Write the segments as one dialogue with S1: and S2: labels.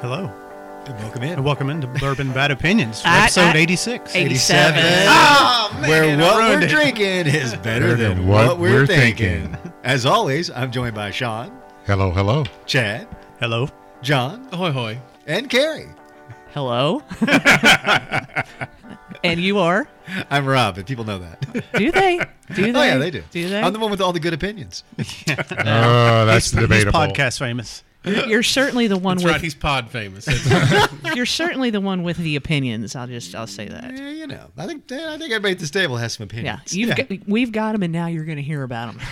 S1: Hello,
S2: And welcome in.
S1: and welcome into Bourbon Bad Opinions,
S3: I-
S1: episode
S3: I-
S1: 86.
S3: 87.
S2: Ah, man,
S1: Where what
S2: I
S1: we're
S2: ruined it. drinking is better than what we're thinking. As always, I'm joined by Sean,
S4: Hello, hello.
S2: Chad,
S1: Hello,
S2: John,
S5: Ahoy, hoy.
S2: and Carrie.
S3: Hello? and you are?
S2: I'm Rob, and people know that.
S3: Do they? Do they?
S2: oh yeah, they do.
S3: Do they?
S2: I'm the one with all the good opinions.
S4: Oh, that's
S1: He's-
S4: debatable.
S1: He's podcast famous.
S3: you're certainly the one
S5: That's
S3: with
S5: right. He's pod famous.
S3: you're certainly the one with the opinions. I'll just I'll say that.
S2: Yeah, you know, I think I think everybody at this table has some
S3: Yeah,
S2: opinions.
S3: you've Got, we've got them, and now you're going to hear about them,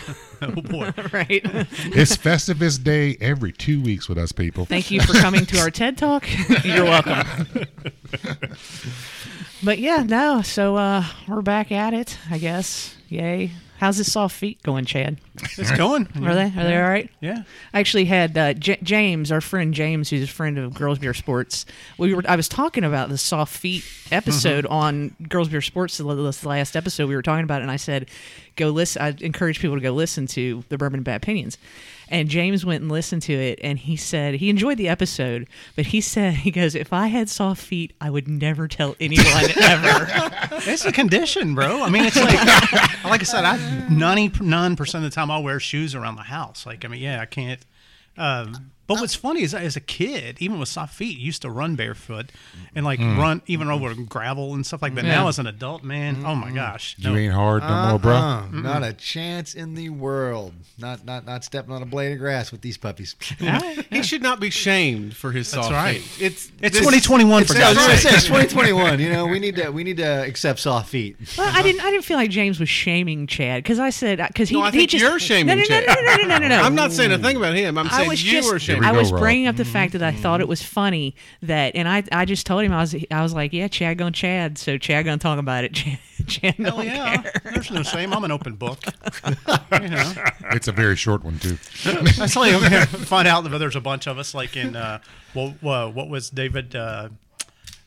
S1: Oh boy.
S3: right?
S4: It's Festivus Day every two weeks with us people.
S3: Thank you for coming to our TED Talk. you're welcome. but yeah, no. So uh, we're back at it, I guess. Yay! How's this soft feet going, Chad?
S1: It's going.
S5: Mm-hmm.
S3: Are they are they all right?
S1: Yeah.
S3: I actually had uh, J- James, our friend James, who's a friend of Girls Beer Sports. We were I was talking about the soft feet
S5: Mm-hmm.
S3: episode on Girls Beer Sports. The l- this last episode we were talking about, it, and I said, "Go listen." I encourage people to go listen to the Bourbon and Bad Opinions. And James went and listened to it, and he said he enjoyed the episode, but he said he goes, "If I had soft feet, I would never tell anyone ever."
S1: It's a condition, bro. I mean, it's like, like I said, I 99% of the time I wear shoes around the house. Like, I mean, yeah, I can't. Um, but what's funny is, as a kid, even with soft feet, used to run barefoot and like
S4: Mm.
S1: run even over gravel and stuff like that. Now, as an adult, man, oh my gosh.
S4: Mm-hmm. You ain't hard no more, bro.
S2: Uh-uh. not a chance in the world. Not not not stepping on a blade of grass with these puppies.
S5: he should not be shamed for his soft
S1: right.
S5: feet. It's
S1: It's
S5: this-
S1: 2021 for
S2: Yeah, I was
S1: God's
S2: gonna
S1: sake.
S2: say, it's 2021. You know, we need to we need to accept soft feet.
S3: Well, I didn't. I didn't feel like James was shaming Chad because I said because he.
S5: No, I
S3: he
S5: think
S3: just,
S5: you're shaming
S3: no, no,
S5: Chad.
S3: No, no, no, no, no, no, no.
S5: I'm not saying a thing about him. I'm
S3: I
S5: saying
S3: was
S5: you
S3: just,
S5: were shamed.
S4: Here
S3: I
S4: we go,
S3: was
S4: Rob.
S3: bringing up the fact that I
S1: Mm-hmm.
S3: thought it was funny that, and I, I just told him I was, I was like, yeah, Chad gonna Chad, so Chad gonna talk about it. Chad, Chad
S1: Hell
S3: don't
S1: yeah.
S3: care.
S1: There's no shame. I'm an open book.
S2: Uh-huh.
S4: It's a very short one too.
S1: That's like I'm gonna find out that there's a bunch of us, like in uh, well, whoa, what was David? Uh,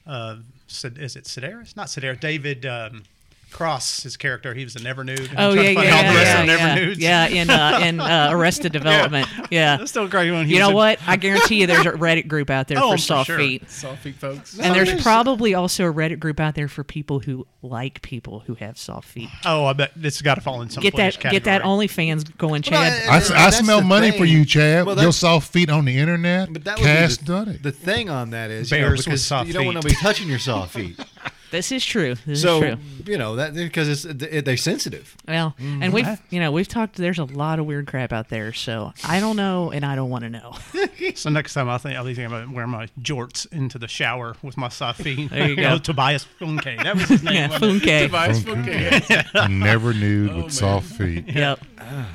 S1: uh, Sid- is it Sedaris? Not Sedaris. David um, Cross, his character. He was the Never Nude. I'm
S3: Oh
S1: trying to
S3: yeah, yeah,
S1: find out the rest
S3: yeah,
S1: of Never
S3: yeah, yeah,
S1: Nudes.
S3: yeah. In uh, in uh, Arrested Development, yeah.
S1: That's still a great one. He was
S3: You know
S1: in-
S3: what? I guarantee you, there's a Reddit group out there
S1: Oh, for
S3: for soft
S1: sure.
S3: feet,
S5: Soft feet, folks.
S3: and
S2: Oh,
S3: there's
S2: there's-
S3: probably also a Reddit group out there for people who like people who have soft feet.
S1: Oh, I bet it's got to fall in some.
S3: Get that,
S1: category.
S3: get that OnlyFans going, Chad.
S2: Well,
S4: I, s- I
S2: That's
S4: smell
S2: the
S4: money
S2: thing.
S4: for you, Chad.
S2: Well,
S4: Your
S2: that's-
S4: soft feet on the internet.
S2: But that would
S4: Cass
S2: be
S4: done
S2: the,
S4: it.
S2: the thing on that is
S1: Bears
S2: you know,
S1: with
S2: because
S1: soft
S2: you don't want
S1: feet.
S2: nobody touching your soft feet.
S3: this is true. This is
S2: so
S3: true.
S2: you know that because it's it, they're sensitive.
S3: Well,
S1: Mm.
S3: and we've you know we've talked. There's a lot of weird crap out there, so I don't know, and I don't want to know.
S1: So next time I think I'll be thinking about wearing my jorts into the shower with my soft feet.
S3: There you
S1: know,
S3: go.
S1: Tobias Funke. That was his name.
S3: yeah,
S1: wasn't it?
S3: okay.
S5: Device for kids.
S4: Never nude
S2: Oh,
S4: with soft feet.
S3: Yep.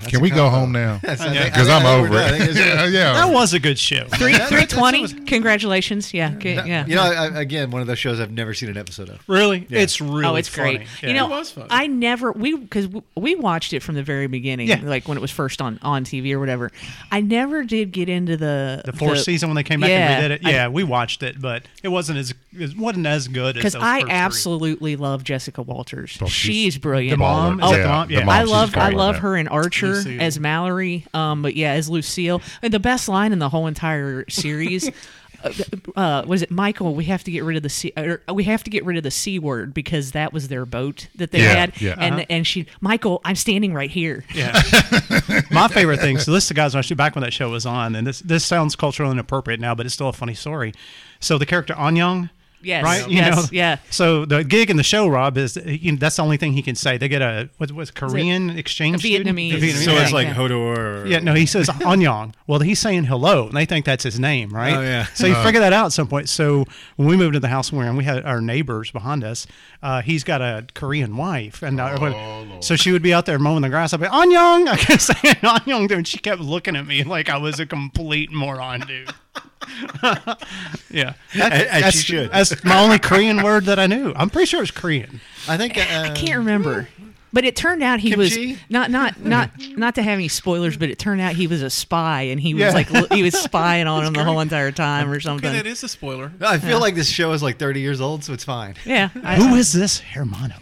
S4: Can we go home now? Because
S2: I think- I think-
S4: I'm
S2: I think
S4: over
S2: we're done. I think
S4: it.
S2: it's-
S4: yeah,
S1: That
S4: yeah.
S1: was a good show.
S3: Three
S2: that-
S3: three
S2: that's
S3: twenty.
S2: always-
S3: Congratulations. Yeah. Good, yeah.
S2: You know, I, I- again, one of those shows I've never seen an episode of.
S1: Really, it's really.
S3: Oh, it's
S1: funny.
S3: great.
S1: Yeah.
S3: You know,
S5: It was funny.
S3: I never we because we watched it from the very beginning,
S1: Yeah.
S3: like when it was first on on TV or whatever. I never did get into the
S1: the fourth season when they came back
S3: yeah,
S1: and redid it.
S3: I-
S1: Yeah, we watched it, but it wasn't as it wasn't as good as
S3: because
S1: those
S3: I
S1: first three.
S3: absolutely love Jessica Walters.
S4: Oh, she's
S3: she's, brilliant.
S1: the mom.
S4: Oh,
S1: is that the
S4: yeah,
S1: mom?
S4: the
S1: Yeah,
S4: mom.
S3: I
S4: she's
S3: love I
S4: great in
S3: love
S4: that.
S3: her in Archer
S5: Lucille.
S3: as Mallory, um, but yeah, as Lucille. And the best line in the whole entire series uh, uh, was it Michael? We have to get rid of the c. Or we have to get rid of the c word because that was their boat that they
S4: Yeah,
S3: had.
S4: yeah.
S1: Uh-huh.
S3: And and she Michael, I'm standing right here.
S1: Yeah. My favorite thing. So this is the guys when I shoot back when that show was on, and this this sounds culturally inappropriate now, but it's still a funny story. So the character Anyang.
S3: Yes,
S1: Right.
S3: yes, yeah.
S1: So the gig in the show, Rob, is you know, that's the only thing he can say. They get a what was Korean exchange student?
S3: Vietnamese.
S1: A Vietnamese.
S3: So it's like Yeah.
S2: Hodor. Or,
S1: Yeah, no, he says Anyang. Well, he's saying hello, and they think that's his name, right?
S2: Oh, yeah.
S1: So you figure that out at some point. So when we moved to the house we're in, we had our neighbors behind us. Uh, he's got a Korean wife, and
S2: Oh,
S1: uh, so she would be out there mowing the grass. I'd be Anyang. I kept saying Anyang, dude. And she kept looking at me like I was a complete moron, dude. yeah, That-
S2: As- as she
S1: that's,
S2: should.
S1: that's my only Korean word that I knew. I'm pretty sure it's Korean.
S2: I think. Uh,
S3: I can't remember. But it turned out he was
S2: Kimchi?
S3: not not not not to have any spoilers, but it turned out he was a spy and he was
S1: Yeah.
S3: like li- he was spying on him the whole entire time or something.
S5: That is a spoiler.
S2: I feel like this show is like 30 years old, so it's fine.
S3: yeah, I,
S1: Who is this Hermano?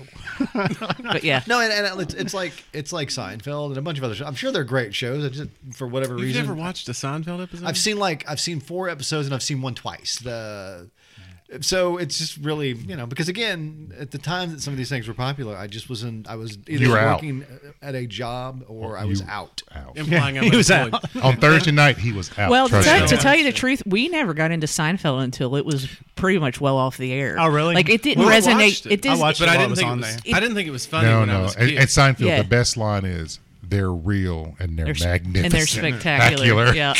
S3: But yeah,
S2: No, and, and it's, it's like it's like Seinfeld and a bunch of other shows. I'm sure they're great shows. I just for whatever
S5: You've
S2: reason,
S5: never watched a Seinfeld episode?
S2: I've seen like I've seen four episodes and I've seen one twice. The so it's just really you know because again at the time that some of these things were popular, I just wasn't. I was either
S4: You were out.
S2: working at a job or I was
S4: You-
S2: out.
S4: Out.
S5: Implying I'm
S1: he was
S5: unemployed.
S1: out.
S4: On Thursday night, he was out.
S3: Well, to,
S4: trust
S3: tell,
S4: me.
S3: to tell you the truth, we never got into Seinfeld until it was pretty much well off the air.
S1: Oh, really?
S3: Like it didn't
S5: Well, I watched
S3: resonate. It
S1: I
S3: didn't.
S1: watched
S5: But I
S1: While it
S5: didn't
S1: was
S5: think it
S1: on
S5: was,
S3: there.
S5: I didn't think it was funny
S4: No,
S5: when I
S4: no.
S5: was a
S4: At,
S5: kid.
S4: at Seinfeld,
S3: Yeah.
S4: the best line is they're real and they're,
S3: They're s-
S4: magnificent.
S3: and they're spectacular. Yeah,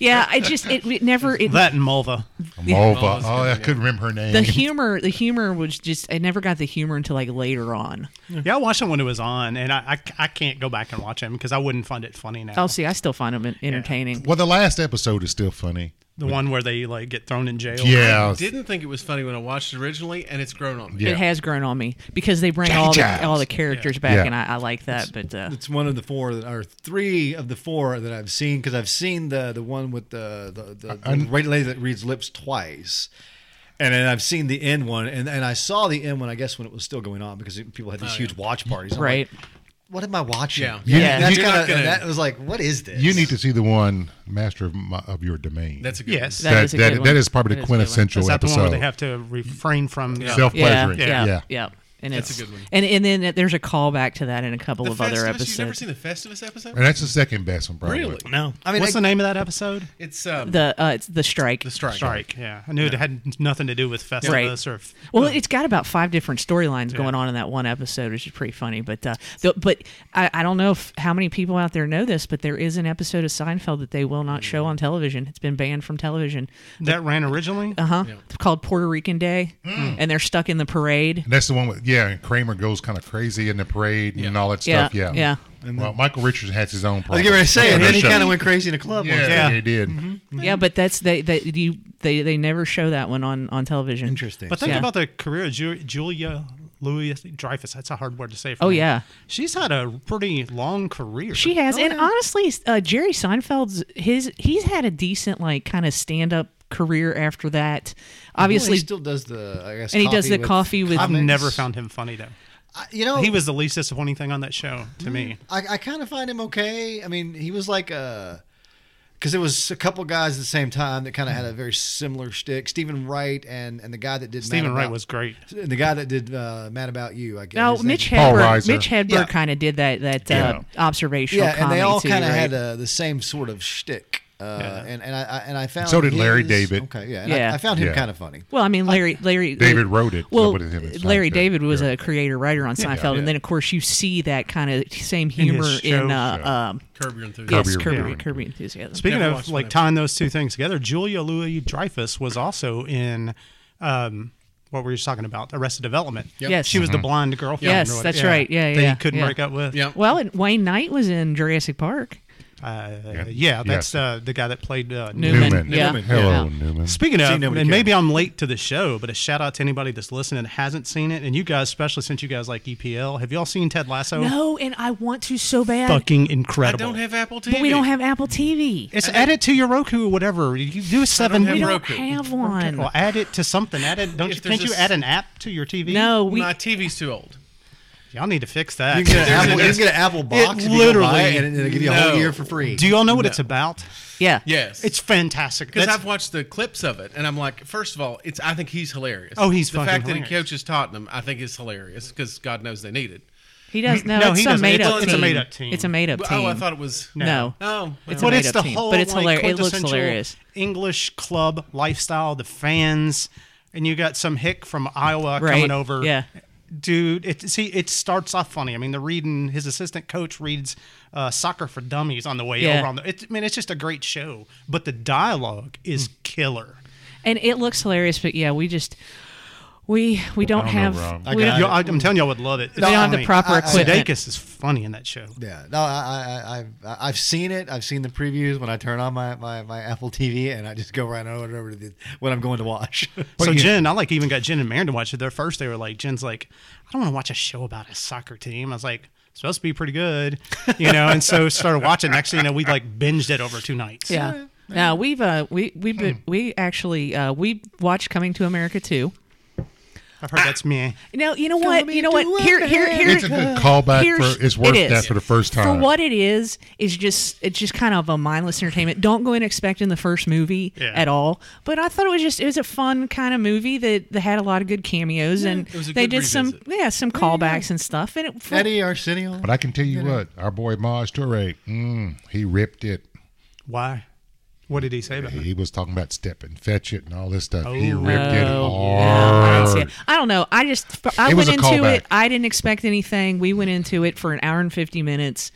S3: yeah. I just it, it never it,
S1: That and Mulva.
S4: Mulva.
S5: Yeah.
S4: Oh, I couldn't remember her name.
S3: the humor the humor was just I never got the humor until like later on.
S1: Yeah, I watched it when it was on, and I I, I can't go back and watch him because I wouldn't find it funny now.
S3: Oh, see, I still find them en- entertaining.
S4: well, the last episode is still funny.
S1: the one where they like get thrown in jail.
S4: Yeah.
S5: didn't think it was funny when I watched it originally, and it's grown on me.
S4: Yeah.
S3: It has grown on me because they bring
S4: Jackie
S3: all
S4: Jives.
S3: the, all the characters back,
S4: Yeah.
S3: and I, I like that. But uh,
S2: It's one of the four that are three of the four that I've seen because I've seen the the one with the the,
S4: Uh,
S2: the, the right lady that reads lips twice. And then I've seen the end one, and, and I saw the end one. I guess when it was still going on because people had these huge watch parties. I'm like,
S3: right,
S2: what am I watching?
S5: Yeah.
S4: You-
S3: Yeah.
S2: That's
S5: You're
S2: kind
S5: not
S2: of
S5: gonna-
S2: that was like, what is this?
S4: You need to see the one Master of, my, of Your Domain.
S5: That's a good
S1: Yes.
S5: one.
S3: That is a good
S4: that,
S3: one.
S4: that is probably
S3: That
S4: the
S3: is a good one.
S1: Is
S4: quintessential
S1: that the
S4: episode.
S1: one where they have uh, to refrain from
S5: Yeah.
S4: Self
S3: yeah,
S4: pleasuring.
S3: yeah, yeah,
S4: yeah.
S3: And
S5: That's
S3: it's
S5: a good one.
S3: And and then there's a callback to that in a couple
S5: The
S3: of other
S5: Festivus? You've never
S3: episodes.
S5: seen the Festivus episode?
S4: And that's the second best one, probably.
S5: Really?
S1: No,
S2: I mean,
S1: what's
S2: I-
S1: the name of that episode?
S5: It's um,
S3: The uh, it's the strike.
S5: the strike.
S1: Strike. Yeah, I knew it had nothing to do with Festivus
S3: Right.
S1: or.
S3: Well, it's got about five different storylines going on in that one episode, which is pretty funny. But uh, the, but I, I don't know if, how many people out there know this, but there is an episode of Seinfeld that they will not
S5: Mm.
S3: show on television. It's been banned from television.
S1: that ran originally.
S3: Uh huh. It's called Puerto Rican Day,
S5: Mm.
S3: and they're stuck in the parade.
S4: And that's the one with, yeah, and Kramer goes kind of crazy in the parade and all that
S3: Yeah,
S4: stuff. Yeah.
S3: yeah.
S4: well, Michael Richards has his own
S2: I
S4: problem.
S2: was getting ready to say, and then he
S4: Yeah.
S2: kind of went crazy in a club.
S4: Yeah,
S2: once.
S1: Yeah.
S4: he did.
S3: Yeah, but that's they they you they, they never show that one on on television.
S2: Interesting.
S1: But think
S3: Yeah.
S1: about the career of Ju- Julia Louis Dreyfus. That's a hard word to say. For
S3: Oh,
S1: me.
S3: yeah.
S1: she's had a pretty long career.
S3: She has, and honestly, uh, Jerry Seinfeld's his he's had a decent like kind of stand up career after that.
S2: Well,
S3: Obviously,
S2: he still does the I guess
S3: And he does the coffee with-
S1: I've
S2: comics.
S1: never found him funny though.
S2: I- you know
S1: He was the least disappointing thing on that show to
S3: Mm-hmm.
S1: me.
S2: I, I kind of find him okay. I mean, he was like a because it was a couple guys at the same time that kind of had a very similar shtick. Stephen Wright and and the guy that did
S1: Stephen
S2: Mad
S1: Wright
S2: About-
S1: was great.
S2: the guy that did uh, Mad About You. I guess
S3: No,
S2: His name-
S3: Mitch
S4: Paul
S3: Hedberg.
S4: Reiser.
S3: Mitch Hedberg
S2: Yeah.
S3: kind of did that that
S4: Yeah.
S3: uh, observational.
S2: Yeah, and they all
S3: kind of
S2: had uh the same sort of shtick. Uh, and and I, I and I found
S4: So did Larry
S2: his-
S4: David.
S2: Okay, yeah, and I-
S3: Yeah.
S2: I, found him
S4: Yeah.
S2: kind of funny.
S3: Well, I mean, Larry, Larry,
S4: David wrote it.
S3: Well,
S4: Nobody did it.
S3: Larry
S4: Seinfeld.
S3: David was
S4: Yeah.
S3: a creator writer on Seinfeld,
S4: yeah.
S3: and then of course you see that kind of same humor
S1: his
S3: in,
S1: show.
S3: uh, um,
S5: Curb Your Enthusiasm.
S3: yes,
S4: Your
S3: Curb, Your
S4: Enthusiasm.
S3: Curb Your Enthusiasm.
S1: Speaking
S5: Never
S1: of
S5: watched one
S1: like
S5: of
S1: tying those two things together, Julia Louis Dreyfus was also in um, what were you talking about? Arrested Development.
S3: Yes.
S1: she
S5: Mm-hmm.
S1: was the blonde girlfriend.
S3: Yes,
S1: or what-
S3: that's right. Yeah,
S1: that
S3: yeah,
S1: he couldn't
S3: yeah.
S1: break up with.
S5: Yeah.
S3: well, and Wayne Knight was in Jurassic Park.
S1: uh, yeah, that's
S4: Yes.
S1: uh, the guy that played uh,
S3: Newman.
S4: Newman.
S3: Yeah.
S5: Newman,
S4: Hello,
S3: yeah.
S4: Newman.
S1: Speaking of,
S2: See,
S1: and
S2: nobody
S1: maybe I'm late to the show, but a shout out to anybody that's listening and hasn't seen it, and you guys, especially since you guys like EPL, have y'all seen Ted Lasso?
S3: No, and I want to so bad,
S1: Fucking
S5: I
S1: incredible.
S5: don't have Apple TV.
S3: but we don't have Apple TV.
S1: It's add it to your Roku or whatever. You do a seven.
S5: have
S3: We don't
S5: Roku.
S3: have one.
S1: Well, add it to something. Add it. Don't
S5: If
S1: you?
S5: there's
S1: Can't you
S5: a s-
S1: add an app to your TV?
S3: no, we
S5: My TV's too old.
S1: Y'all need to fix that.
S2: You can get an
S5: There's
S2: Apple,
S5: a-
S2: you can get an Apple box. if you go
S1: literally-
S2: buy it, and it'll give you a whole
S5: No.
S2: year for free.
S1: do y'all know what it's about?
S3: yeah,
S5: Yes.
S1: It's fantastic.
S5: Because
S1: That's-
S5: I've watched the clips of it, and I'm like, first of all, it's I think he's hilarious.
S1: Oh, he's
S5: the
S1: fucking
S5: fact that he
S1: hilarious.
S5: coaches Tottenham. I think is hilarious because God knows they need it.
S3: he does. No,
S1: No,
S3: it's
S1: he
S3: a
S1: doesn't.
S3: made up.
S1: It's- it's a made-up team.
S3: It's a made up
S5: But-
S3: team.
S5: Oh, I thought it was
S3: no.
S5: Oh,
S3: It's
S5: well,
S1: but
S3: a
S1: it's
S3: made-up
S1: the
S3: team,
S1: whole
S3: but it's
S1: like,
S3: hilar- it looks
S1: quintessential
S3: hilarious.
S1: English club lifestyle, the fans, and you got some hick from Iowa
S3: Right,
S1: coming over.
S3: yeah.
S1: Dude, it see it starts off funny. I mean, they're reading his assistant coach reads uh, soccer for dummies on the way
S3: Yeah.
S1: over on the. It, I mean, it's just a great show, but the dialogue
S3: Hmm.
S1: is killer.
S3: and it looks hilarious but yeah we just we we don't,
S4: I don't know,
S3: have
S4: Rob.
S3: we
S2: I
S3: don't,
S2: got
S1: Yo, I, I'm telling you, I would love it.
S3: we don't have the proper equipment
S1: Sudeikis is funny in that show.
S2: Yeah, no, I, I, I, I've, I've seen it. I've seen the previews when I turn on my, my, my Apple TV, and I just go right on over to the, what I'm going to watch.
S1: so
S4: yeah.
S1: Jen, I like even got Jen and Marin to watch it. Their first, they were like, Jen's like, I don't want to watch a show about a soccer team. I was like, it's supposed to be pretty good, you know. And so started watching. Next thing you know, we like binged it over two nights.
S3: yeah now we've uh we we we actually uh we watched coming to america too
S1: I've heard that's me.
S3: No, you know what? You know what? Here, here, here.
S4: It's a good callback
S3: here's-
S4: for- it's worth
S3: it is.
S4: that for the first time.
S3: For what it is, is just it's just kind of a mindless entertainment. Don't go in expecting the first movie
S1: Yeah.
S3: at all. But I thought it was just it was a fun kind of movie that, that had a lot of good cameos and
S5: it was a
S3: they
S5: good
S3: did some
S5: revisit.
S3: yeah some callbacks and stuff. And it, for,
S2: Eddie Arsenio.
S4: But I can tell you what, our boy Maj Toure, mm, he ripped it.
S1: Why? What did he say about it?
S4: He was talking about step and fetch it and all this stuff. he ripped it
S3: I didn't see
S4: hard.
S3: it. I don't know. I just I
S4: It was
S3: went
S4: a
S3: into
S4: callback.
S3: it. I didn't expect anything. We went into it for an hour and fifty minutes.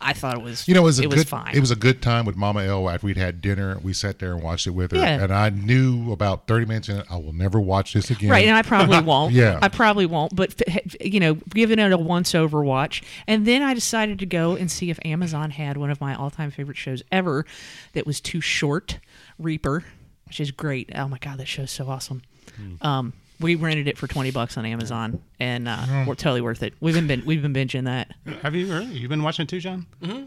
S3: I thought it was
S4: You know, it was a
S3: it
S4: good.
S3: was fine.
S4: It was a good time with Mama L. After we'd had dinner, we sat there and watched it with her,
S3: Yeah.
S4: and I knew about thirty minutes in, I will never watch this again.
S3: Right, and I probably won't.
S4: Yeah.
S3: I probably won't. But f- h- you know, giving it a once-over watch, and then I decided to go and see if Amazon had one of my all-time favorite shows ever, that was too short, Reaper, which is great. Oh my god, that show's so awesome. Um, we rented it for twenty bucks on Amazon, and uh, we're totally worth it. We've been, been we've been binging that.
S1: Have you really? You've been watching it too, John?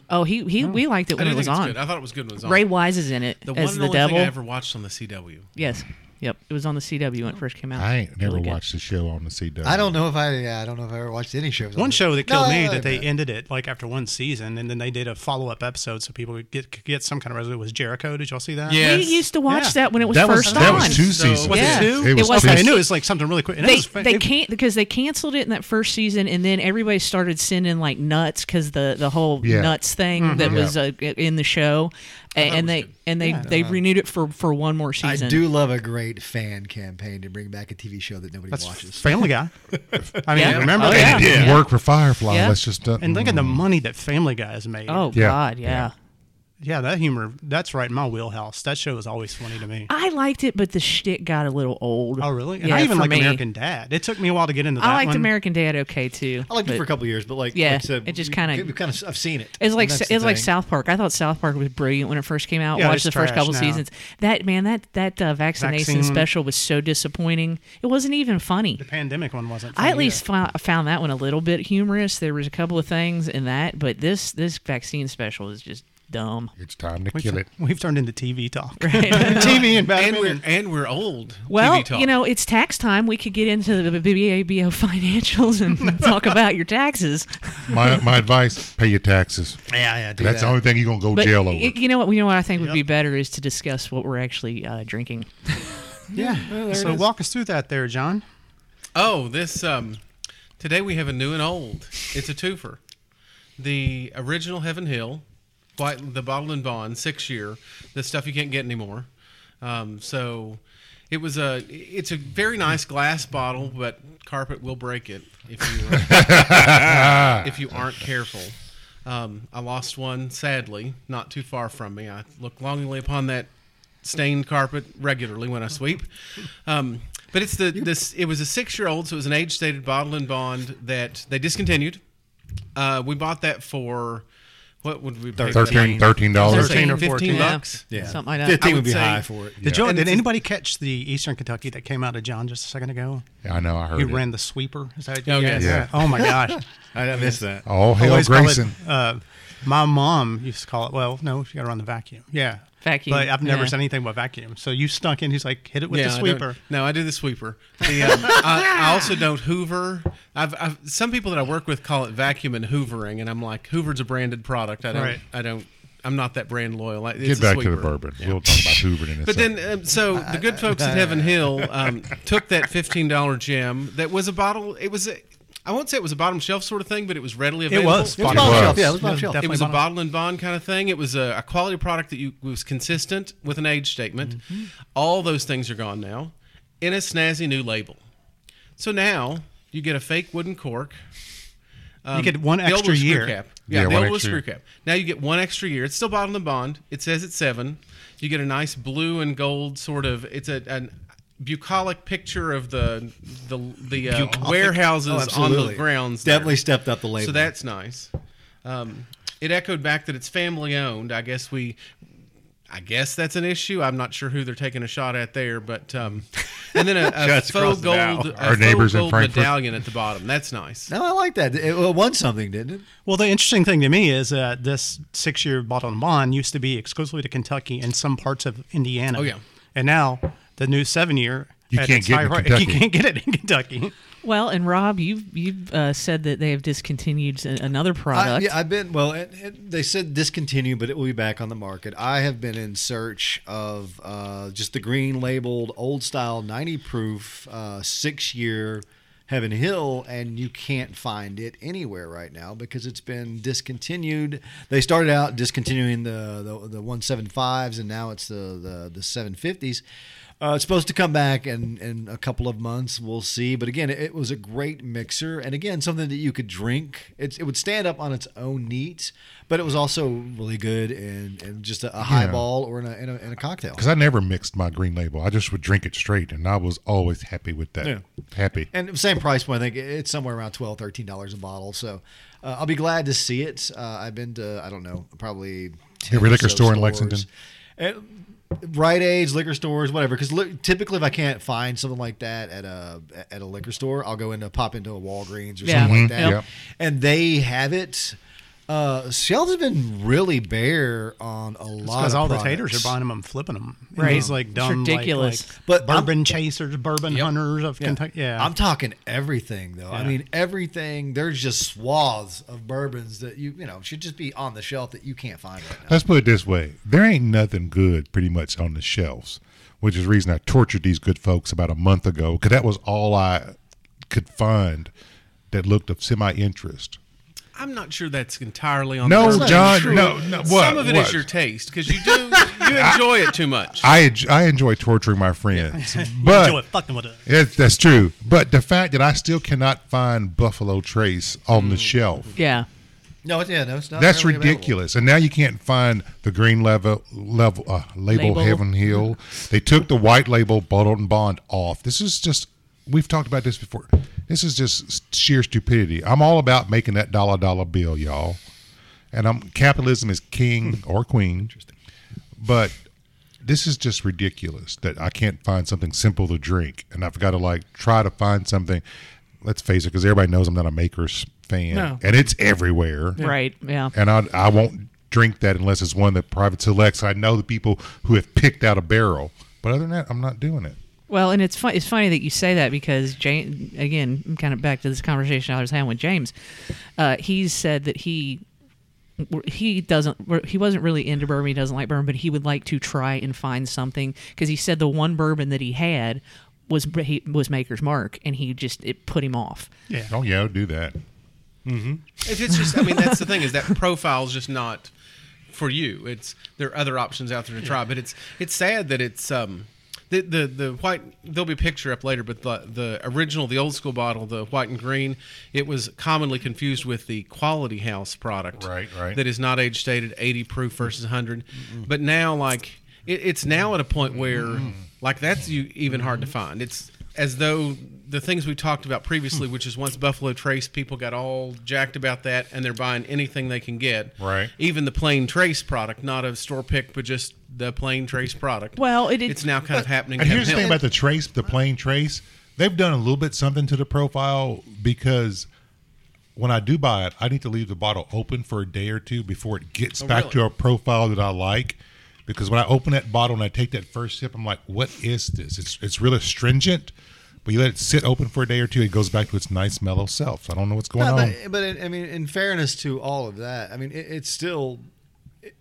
S3: Oh, he he we liked it
S5: I
S3: when
S5: do
S3: it
S5: think
S3: was
S5: it's
S3: on.
S5: good. I thought it was good when it was on.
S3: Ray Wise is in it
S5: the one
S3: as
S5: and
S3: the
S5: only thing
S3: devil.
S5: I ever watched on the CW.
S3: Yes. Yep, it was on the CW when it first came out.
S4: I ain't never
S3: Really good.
S4: watched the show on the CW.
S6: I don't know if I. Yeah, I don't know if I ever watched any shows.
S1: One show that killed
S6: No,
S1: me
S6: no,
S1: that
S6: no,
S1: they ended it like after one season, and then they did a follow up episode so people could get could get some kind of resolution. Was Jericho? Did y'all see that?
S5: Yeah.
S3: We
S5: Yes.
S3: used to watch
S1: Yeah.
S3: that when it was
S4: That was
S3: first
S4: that
S3: on.
S4: was two
S5: So-
S4: seasons.
S5: Was it
S3: Yeah. two?
S4: It
S3: It
S4: was,
S3: was
S4: two
S1: Okay, I
S3: like-
S1: knew it was like something really quick. And it
S3: they
S1: was fa-
S3: they
S1: it-
S3: can't because they canceled it in that first season, and then everybody started sending like nuts because the the whole
S4: Yeah.
S3: nuts thing
S1: Mm-hmm.
S3: that was uh, in the show, a- and, they and they they renewed it for for one more
S6: I
S3: season.
S6: do love a great fan campaign to bring back a TV show that nobody
S1: That's
S6: watches.
S1: Family Guy. I mean,
S3: Yeah.
S1: remember?
S3: Oh,
S1: that?
S3: yeah.
S4: It didn't
S3: Yeah.
S4: work for Firefly.
S3: Yeah.
S4: Let's just uh,
S1: And look at the money that Family Guy has made.
S3: Mm. Oh
S4: Yeah.
S3: God, yeah.
S1: yeah, that humor. That's right in my wheelhouse. That show was always funny to me.
S3: I liked it, but the shtick got a little old.
S1: Oh, really? And
S3: yeah,
S1: I even
S3: for
S1: like
S3: me.
S1: American Dad. It took me a while to get into that
S3: I liked
S1: one.
S3: American Dad okay too.
S2: I liked it
S3: but
S2: for a couple years, but like,
S3: Yeah,
S2: like I said,
S3: it just
S2: we-
S3: kinda-
S2: we kind of I've seen it.
S3: It's
S2: And
S3: like
S2: that's
S3: it's
S2: the
S3: like
S2: thing.
S3: South Park. I thought South Park was brilliant when it first came out.
S1: Yeah, it's
S3: Watched the first
S1: trash
S3: couple
S1: now.
S3: seasons. That man, that that uh, vaccination
S1: Vaccine.
S3: special was so disappointing. It wasn't even funny.
S1: The pandemic one wasn't.
S3: I
S1: funny
S3: at least found, found that one a little bit humorous. There was a couple of things in that, but this this vaccine special is just dumb.
S4: it's time to
S1: either.
S4: kill it.
S1: We've turned into TV talk. TV and
S5: And
S1: Batman.
S5: we're and we're old.
S3: Hmm. Well,
S5: TV talk.
S3: you know, it's tax time. We could get into the BBABO financials and talk about your taxes.
S4: My my advice: pay your taxes.
S6: Yeah, yeah. Do
S4: That's the
S6: that.
S4: only thing you're gonna go
S3: But
S4: jail over.
S3: y- you know what? You know what I think would be better is to discuss what we're actually uh, drinking.
S1: yeah.
S3: Oh,
S1: so walk us through that there, John.
S5: Oh, this um today we have a new and old. It's a twofer. The original Heaven Hill, white the bottle and bond, six year, the stuff you can't get anymore. Um, so it was a it's a very nice glass bottle, but carpet will break it if you if you aren't careful. Um, I lost one sadly, not too far from me. I look longingly upon that stained carpet regularly when I sweep. Um, but it's the this it was a six year old, so it was an age stated bottle and bond that they discontinued. Uh, we bought that for what would we pay for that?
S4: Thirteen, thirteen dollars.
S1: Thirteen or
S5: 15
S1: 14.
S5: bucks.
S3: Yeah,
S2: Yeah.
S3: something like that.
S5: I
S2: 15 would
S5: would
S2: be
S5: say-
S2: high for it.
S1: Did, y'all,
S5: And
S1: did
S5: it's-
S1: anybody catch the Eastern Kentucky that came out of John just a second ago?
S4: I know. I heard
S1: He
S4: it.
S1: ran the sweeper. Is that yeah,
S5: Oh, yes.
S4: Yeah.
S1: Oh my gosh.
S2: I, I missed that.
S4: All hail
S1: Always call
S4: Grayson.
S1: It, uh, my mom used to call it. Well, no, you got to run the vacuum. Yeah,
S3: Vacuum,
S1: But I've never
S3: yeah.
S1: said anything about vacuum. So you snuck in. He's like, hit it with the
S5: I don't-
S1: sweeper.
S5: no, I do the sweeper. The, um, I, I also don't Hoover. I've, I've some people that I work with call it vacuum and hoovering, and I'm like, Hoover's a branded product. I don't.
S1: Right.
S5: I don't. I'm not that brand loyal. I-
S4: Get
S5: It's a
S4: back to the
S5: sweeper.
S4: bourbon. We'll talk about Hoover in a
S5: But
S4: second.
S5: then, um, so the good folks at Heaven Hill um, took that fifteen dollar gem that was a bottle. It was a, I won't say it was a bottom shelf sort of thing, but it was readily
S1: It
S5: available.
S1: was.
S4: was bottom shelf.
S2: Yeah, it was bottom shelf.
S5: It was a bottle and bond kind of thing. It was a, a quality product that you was consistent with an age statement.
S1: Mm-hmm.
S5: All those things are gone now, in a snazzy new label. So now you get a fake wooden cork. Um,
S1: get one
S5: the old
S1: extra
S5: was screw
S1: year.
S5: cap. Yeah,
S4: Yeah,
S5: the
S4: one
S5: old was
S4: extra
S5: screw
S4: year.
S5: cap. Now you get one extra year. It's still bottom of the bond. It says it's seven. You get a nice blue and gold sort of. It's a an bucolic picture of the the the uh,
S1: Oh,
S5: warehouses on the grounds. there.
S2: Oh, Definitely stepped up the label.
S5: So that's nice. Um, it echoed back that it's family owned. I guess we, I guess that's an issue. I'm not sure who they're taking a shot at there, but um, and then a, a
S2: Shots
S5: faux
S2: crossed now.
S5: gold, a
S4: Our
S5: faux
S4: neighbors in
S5: gold
S4: Frankfurt.
S5: medallion at the bottom. That's nice.
S2: No, I like that. It well, it won something, didn't it?
S1: Well, the interesting thing to me is that this six-year bottle and bond used to be exclusively to Kentucky and some parts of Indiana.
S5: Oh, yeah.
S1: And now the new seven-year
S4: You
S1: at
S4: can't
S1: its
S4: get it in
S1: high rate.
S4: Kentucky.
S1: You can't get it in Kentucky.
S3: Well, and Rob, you've you've uh, said that they have discontinued a- another
S2: I,
S3: product.
S2: yeah, I've been well. It, it, they said discontinue, but it will be back on the market. I have been in search of uh, just the green labeled old style ninety proof uh, six year Heaven Hill, and you can't find it anywhere right now because it's been discontinued. They started out discontinuing the the, the one seven fives, and now it's the the, the seven fifties. Uh, it's supposed to come back in, in a couple of months. We'll see. But again, it, it was a great mixer. And again, something that you could drink. It's, it would stand up on its own neat, but it was also really good in, in just a, a highball or in a, in a, in a cocktail.
S4: Because I never mixed my green label. I just would drink it straight, and I was always happy with that.
S2: Yeah.
S4: Happy.
S2: And same price point. I think it's somewhere around $12, $13 a bottle. So uh, I'll be glad to see it. Uh, I've been to, I don't know, probably 10
S4: Every
S2: or
S4: liquor
S2: so
S4: store in
S2: stores.
S4: Lexington.
S2: Rite Aids, liquor stores, whatever. Because li- typically, if I can't find something like that at a at a liquor store, I'll go into pop into a Walgreens or
S3: Yeah.
S2: something
S4: Mhm.
S2: like that,
S4: Yep.
S2: and they have it. Uh, shelves have been really bare on a lot
S1: Because
S2: of
S1: all the
S2: products.
S1: taters are buying them and flipping them.
S3: Right.
S1: Right. These like dumb, like-
S3: ridiculous.
S1: Like,
S2: But I'm-
S1: bourbon chasers, bourbon hunters of Kentucky. Yeah,
S2: I'm talking everything though. I
S1: Yeah.
S2: mean everything. There's just swaths of bourbons that you you know should just be on the shelf that you can't find right now.
S4: Let's put it this way: there ain't nothing good, pretty much, on the shelves, which is the reason I tortured these good folks about a month ago because that was all I could find that looked of semi interest.
S5: I'm not sure that's entirely on.
S4: No,
S5: the person.
S4: John, no, no. What?
S5: Some of it is
S4: what?
S5: your taste because you do you enjoy it too much.
S4: I en- I enjoy torturing my friends,
S1: You
S4: but
S1: enjoy fucking with it.
S4: It, that's true. But the fact that I still cannot find Buffalo Trace on the shelf,
S3: yeah.
S2: No, it- yeah, no, it's not.
S4: that's
S2: readily available.
S4: ridiculous. And now you can't find the green level, level uh, label,
S3: Label.
S4: Heaven Hill. They took the white label Bottled and Bond off. This is just, we've talked about this before. This is just sheer stupidity. I'm all about making that dollar dollar bill, y'all. And I'm capitalism is king or queen. But this is just ridiculous that I can't find something simple to drink, and I've got to like try to find something. Let's face it, because everybody knows I'm not a Maker's fan,
S5: No.
S4: and it's everywhere.
S3: Right. Yeah.
S4: And I I won't drink that unless it's one that Private Selects. I know the people who have picked out a barrel, but other than that, I'm not doing it.
S3: Well, and it's fun, it's funny that you say that because James, again, I'm kind of back to this conversation I was having with James. Uh, he said that he he doesn't he wasn't really into bourbon. He doesn't like bourbon, but he would like to try and find something because he said the one bourbon that he had was he, was Maker's Mark, and he just it put him off.
S4: Oh yeah, I'll do that.
S5: If it's just, I mean, that's the thing is that profile's just not for you. It's there are other options out there to try, but it's it's sad that it's um the the the white. There'll be a picture up later, but the the original, the old school bottle, the white and green, it was commonly confused with the Quality House product,
S4: Right, right.
S5: That is not age stated, eighty proof versus 100 But now, like it, it's now at a point where like that's you even hard to find. It's as though the things we talked about previously, which is once Buffalo Trace, people got all jacked about that, and they're buying anything they can get.
S4: Right.
S5: Even the plain Trace product, not a store pick, but just the plain Trace product.
S3: Well, it- it-
S5: it's now kind of happening.
S4: And
S5: down
S4: here's the
S5: hill.
S4: thing about the trace, the plain trace. They've done a little bit something to the profile because when I do buy it, I need to leave the bottle open for a day or two before it gets
S2: Oh,
S4: back
S5: really?
S4: to a profile that I like. Because when I open that bottle and I take that first sip, I'm like, "What is this?" It's it's real astringent, but you let it sit open for a day or two, it goes back to its nice mellow self. So I don't know what's going
S2: No,
S4: on.
S2: but, but in, I mean, in fairness to all of that, I mean, it, it's still. it-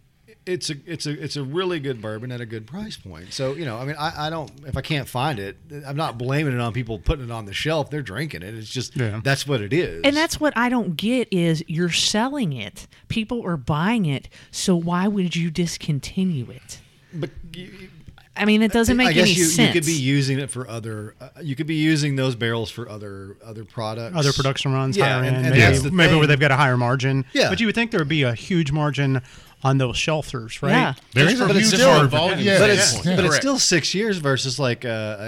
S2: It's a it's a it's a really good bourbon at a good price point. So you know, I mean, I, I don't if I can't find it, I'm not blaming it on people putting it on the shelf. They're drinking it. It's just
S1: Yeah.
S2: that's what it is.
S3: And that's what I don't get is you're selling it. People are buying it, so why would you discontinue it?
S2: but you,
S3: I mean, it doesn't make
S2: I guess
S3: any
S2: you,
S3: sense.
S2: you could be using it for other. Uh, you could be using those barrels for other other products.
S1: other production runs
S2: Yeah,
S1: higher end,
S2: and- and
S1: maybe,
S2: that's the
S1: maybe
S2: thing.
S1: where they've got a higher margin.
S2: Yeah.
S1: but you would think there would be a huge margin on those shelters, right?
S3: Yeah.
S4: There
S5: Just
S4: is a
S5: from
S4: huge
S5: its different
S4: margin.
S5: volume
S4: Yeah,
S2: but
S5: at
S2: it's
S5: that
S4: yeah.
S5: point.
S2: but it's
S5: Correct.
S2: still six years versus like uh, a,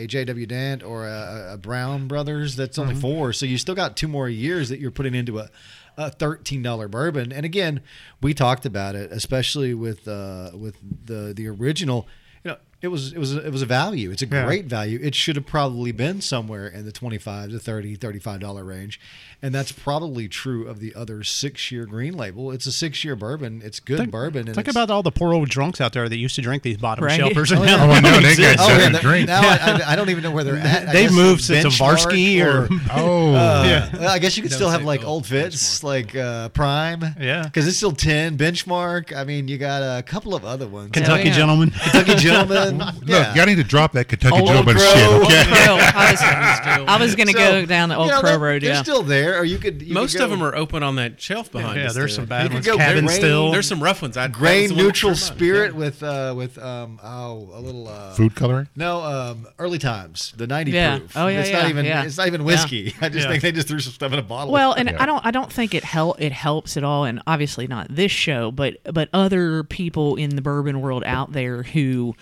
S2: a, a JW Dant or a, a Brown Brothers that's
S1: Mm-hmm.
S2: only four. So you still got two more years that you're putting into a. A thirteen dollar bourbon, and again, we talked about it, especially with uh, with the the original. You know, It was it was a, it was a value. It's a
S1: Yeah.
S2: great value. It should have probably been somewhere in the 25 to 30 35 dollar range. And that's probably true of the other 6-year green label. It's a 6-year bourbon. It's good bourbon and
S1: Think
S2: it's-
S1: about all the poor old drunks out there that used to drink these bottom
S3: Right.
S1: shelfers. and
S2: Oh,
S1: now
S2: yeah.
S4: Oh, I know,
S1: don't
S4: they
S1: exist.
S4: got-
S2: Oh, yeah,
S4: Doesn't drink.
S2: now I, I- I don't even know where they're at. I
S1: They've
S2: guess
S1: moved to
S2: Benchmark
S1: Tavarsky or-
S4: Oh,
S2: Uh,
S1: Yeah.
S2: well, I guess you could
S5: Don't
S2: still have
S5: say
S2: like
S5: Gold,
S2: old fits, like uh, Prime.
S1: Yeah.
S2: Because it's still 10. Benchmark. I mean, you got a couple of other ones.
S1: Kentucky
S3: Oh, yeah.
S1: gentlemen.
S2: Kentucky Gentleman.
S4: look,
S2: yeah.
S4: y'all need to drop that Kentucky
S2: Old
S4: gentleman
S2: Crow.
S4: shit.
S3: Old
S4: Okay,
S3: Crow. I was, I was gonna
S2: So,
S3: go down the old
S2: you know,
S3: Crow
S2: they're-
S3: Road.
S2: They're
S3: Yeah,
S2: still there. Or you could. You
S5: Most
S2: could go
S5: of them are open on that shelf behind
S1: yeah,
S5: us.
S1: there's some
S5: there.
S1: bad
S2: could
S1: ones.
S2: go
S1: Cabin
S2: grain-
S1: still.
S5: There's some rough ones. I,
S2: Grain
S5: that's the one I
S2: neutral
S5: sure like.
S2: spirit with uh, with um oh a little uh,
S4: food coloring.
S2: No, um, early times, the ninety
S3: Yeah.
S2: proof.
S3: Oh, yeah,
S2: it's
S3: yeah,
S2: not even
S3: yeah.
S2: it's not even whiskey. I just
S1: Yeah.
S2: think they just threw some stuff in a bottle.
S3: Well, and
S4: Yeah.
S3: I don't I don't think it help it helps at all, and obviously not this show, but but other people in the bourbon world out there who,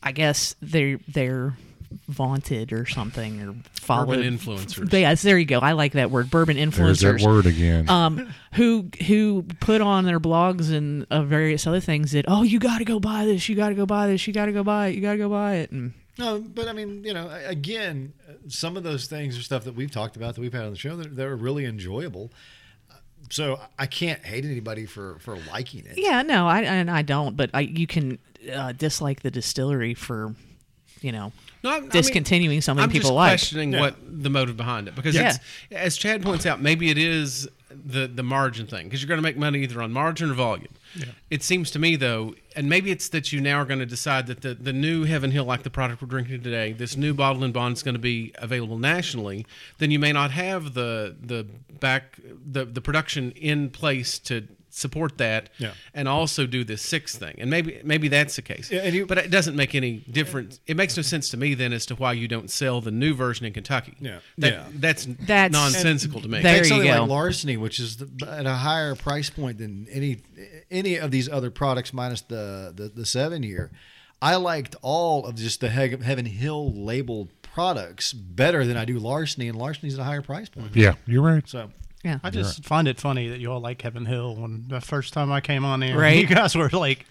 S3: I guess they're they're vaunted or something or followed
S5: influencers.
S3: Yes, there you go. I like that word, bourbon
S4: There's
S3: influencers.
S4: that word again.
S3: Um, who who put on their blogs and uh, various other things that oh you got to go buy this, you got to go buy this, you got to go buy it, you got to go buy it, and
S2: No, but I mean, you know, a- again, uh, some of those things are stuff that we've talked about that we've had on the show that, that are really enjoyable. Uh, So I can't hate anybody for for liking it.
S3: Yeah, no, I and I don't, but I you can uh, dislike the distillery for, you know,
S5: No, I- I mean,
S3: discontinuing something
S5: I'm
S3: people
S5: just
S3: like.
S5: questioning what the motive behind it because
S3: Yeah.
S5: it's, as Chad points out, maybe it is the the margin thing because you're going to make money either on margin or volume. It seems to me though, and maybe it's that you now are going to decide that the the new Heaven Hill, like the product we're drinking today, this new bottle and bond is going to be available nationally. Then you may not have the the back the the production in place to support that
S2: Yeah.
S5: and also do this sixth thing and maybe maybe that's the case
S2: Yeah, and you-
S5: but it doesn't make any difference. It makes no sense to me then as to why you don't sell the new version in Kentucky.
S2: Yeah.
S5: That-
S2: Yeah.
S5: That's,
S3: That's-
S5: nonsensical to me.
S3: There
S2: Take
S3: you
S2: something
S3: go.
S2: like larceny, which is the, at a higher price point than any any of these other products, minus the the, the seven year. I liked all of just the Heg- Heaven Hill labeled products better than I do larceny, and larceny's at a higher price point.
S4: yeah, you're right.
S2: So
S3: Yeah,
S1: I just find it funny that you all like Kevin Hill. When the first time I came on there,
S3: Right.
S1: you guys were like,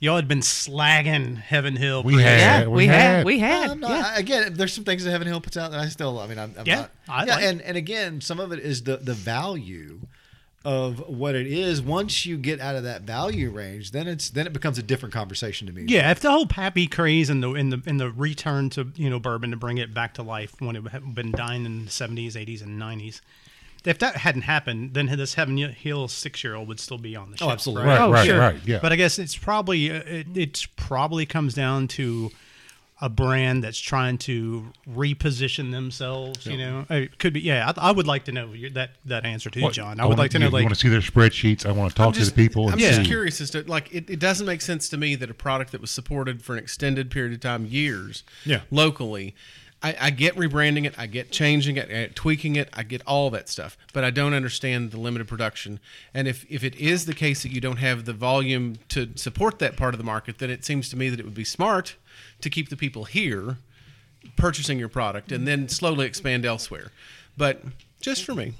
S1: y'all had been slagging Heaven Hill.
S4: We had,
S3: yeah, we, had, we
S2: Um, No,
S3: had,
S2: I'm not-
S3: yeah.
S2: I- Again, there's some things that Heaven Hill puts out that I still. I mean, I'm, I'm
S1: Yeah,
S2: not.
S1: I
S2: yeah,
S1: like
S2: and and again, some of it is the the value of what it is. Once you get out of that value range, then it's then it becomes a different conversation to me.
S1: Yeah, if the whole Pappy craze and the in the and the return to you know bourbon to bring it back to life when it had been dying in the seventies, eighties, and nineties, if that hadn't happened, then this Heaven Hill six year old would still be on the shelf.
S2: absolutely.
S1: right?
S4: Right,
S3: Oh,
S4: right,
S3: sure.
S4: right. Yeah.
S1: But I guess it's probably uh, it, it's probably comes down to a brand that's trying to reposition themselves. You know, it could be. Yeah, I, I would like to know your- that that answer too,
S4: What-
S1: John. I would like to know
S4: You
S1: like
S4: want to see their spreadsheets. I want to talk to the people.
S5: I'm
S4: And
S5: just
S4: see.
S5: curious as to like it, it doesn't make sense to me that a product that was supported for an extended period of time, years,
S2: Yeah.
S5: locally. I, I get rebranding it, I get changing it, I get tweaking it, I get all that stuff, but I don't understand the limited production. And if, if it is the case that you don't have the volume to support that part of the market, then it seems to me that it would be smart to keep the people here purchasing your product and then slowly expand elsewhere. But just for me,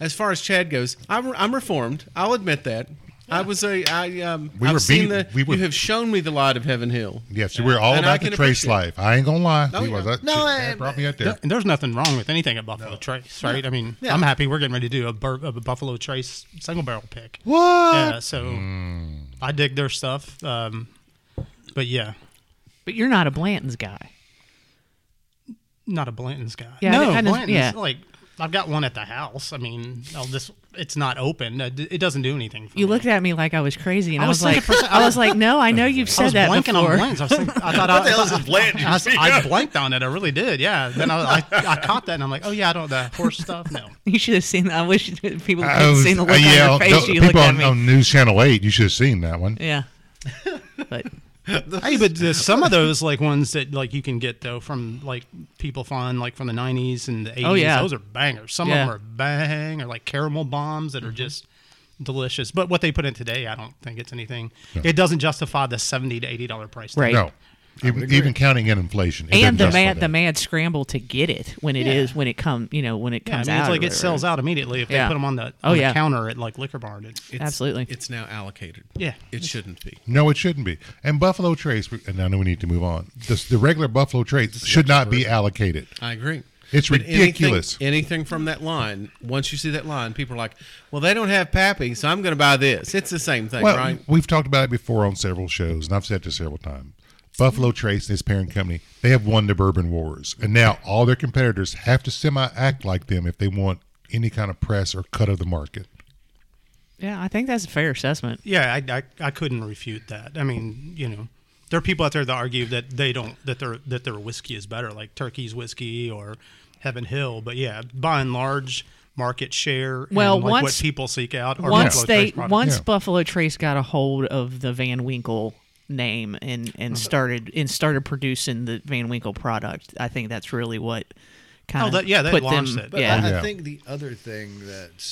S5: as far as Chad goes, I'm, I'm reformed. I'll admit that. I was a I um
S4: We
S5: I've
S4: were beat-
S5: seen the
S4: we were-
S5: you have shown me the light of Heaven Hill.
S4: Yeah, so we're all
S5: And I
S4: about the
S5: can
S4: trace
S5: appreciate
S4: life. I ain't gonna lie.
S5: No,
S4: he was
S5: yeah.
S4: that
S2: No,
S4: shit.
S2: I-
S4: That brought me out there.
S1: And there's nothing wrong with anything at Buffalo Trace, right? I mean,
S2: Yeah.
S1: I'm happy we're getting ready to do a, bur- a Buffalo Trace single barrel pick.
S2: What?
S1: Yeah, so I dig their stuff. Um, but yeah,
S3: But you're not a Blanton's guy.
S1: not a Blanton's guy.
S3: Yeah,
S1: no,
S3: I didn't-
S1: Blanton's
S3: yeah.
S1: like I've got one at the house. I mean, I'll just it's not open. It it doesn't do anything. For
S3: You
S1: me.
S3: looked at me like I was crazy, and I,
S1: I
S3: was,
S1: was
S3: like,
S1: thinking for-
S3: I was like, no, I know you've
S1: I
S3: said
S1: was
S3: that
S1: blanking
S3: before.
S1: on Blanton's. I was thinking, I thought I,
S2: hell is this Blanton?
S1: I, was- I blanked on it. I really did. Yeah. Then I, I, I caught that and I'm like, oh yeah, I don't the horse stuff. No.
S3: You should have seen. I wish people
S4: I
S3: could have
S4: was-
S3: seen the
S4: uh,
S3: look
S4: yeah,
S3: on your face.
S4: don't-
S3: when You looked
S4: people
S3: at
S4: on,
S3: me.
S4: on News Channel Eight, you should have seen that one.
S3: yeah, but
S1: Hey, but there's some of those like ones that like you can get though from like people find like from the '90s and the '80s.
S3: Oh, yeah.
S1: those are bangers. Some
S3: Yeah. Mm-hmm.
S1: of them are bang or like caramel bombs that are just delicious. But what they put in today, I don't think it's anything. It doesn't justify the seventy to eighty dollar price. tag.
S3: Right.
S4: No, even, even counting in inflation. it doesn't
S3: and the
S4: justify
S3: mad
S4: that.
S3: the mad scramble to get it when it is when it come you know when it
S1: Yeah, I
S3: comes
S1: mean, it's
S3: out.
S1: like
S3: or
S1: it sells
S3: whatever.
S1: out immediately if
S3: Yeah.
S1: they put them on the, on
S3: Oh,
S1: the
S3: yeah.
S1: counter at like liquor barn. It's,
S5: It's,
S3: Absolutely.
S5: It's now allocated.
S1: Yeah.
S5: It shouldn't be.
S4: No, it shouldn't be. And Buffalo Trace, we- and I know we need to move on. This, the regular Buffalo Trace should not be allocated.
S5: I agree.
S4: It's
S5: But anything-
S4: ridiculous.
S5: Anything, from that line, once you see that line, people are like, well, they don't have Pappy, so I'm going to buy this. It's the same thing,
S4: Well,
S5: right?
S4: we've talked about it before on several shows, and I've said this several times. Buffalo Trace and his parent company, they have won the Bourbon Wars, and now all their competitors have to semi-act like them if they want any kind of press or cut of the market.
S3: Yeah, I think that's a fair assessment.
S1: yeah, I, I I couldn't refute that. I mean, you know, there are people out there that argue that they don't that their that their whiskey is better, like Turkey's whiskey or Heaven Hill. But yeah, by and large, market share.
S3: Well,
S1: and like
S3: once-
S1: what people seek out are
S3: once
S1: Buffalo
S3: they
S1: Trace products.
S3: once
S4: Yeah.
S3: Buffalo Trace got a hold of the Van Winkle name and
S1: Uh-huh.
S3: and started and started producing the Van Winkle product, I think that's really what kind
S1: Oh,
S3: of
S1: that- yeah, they
S3: put
S1: launched
S3: them.
S1: it.
S2: But
S3: Yeah,
S2: I, I
S4: Yeah.
S2: think the other thing that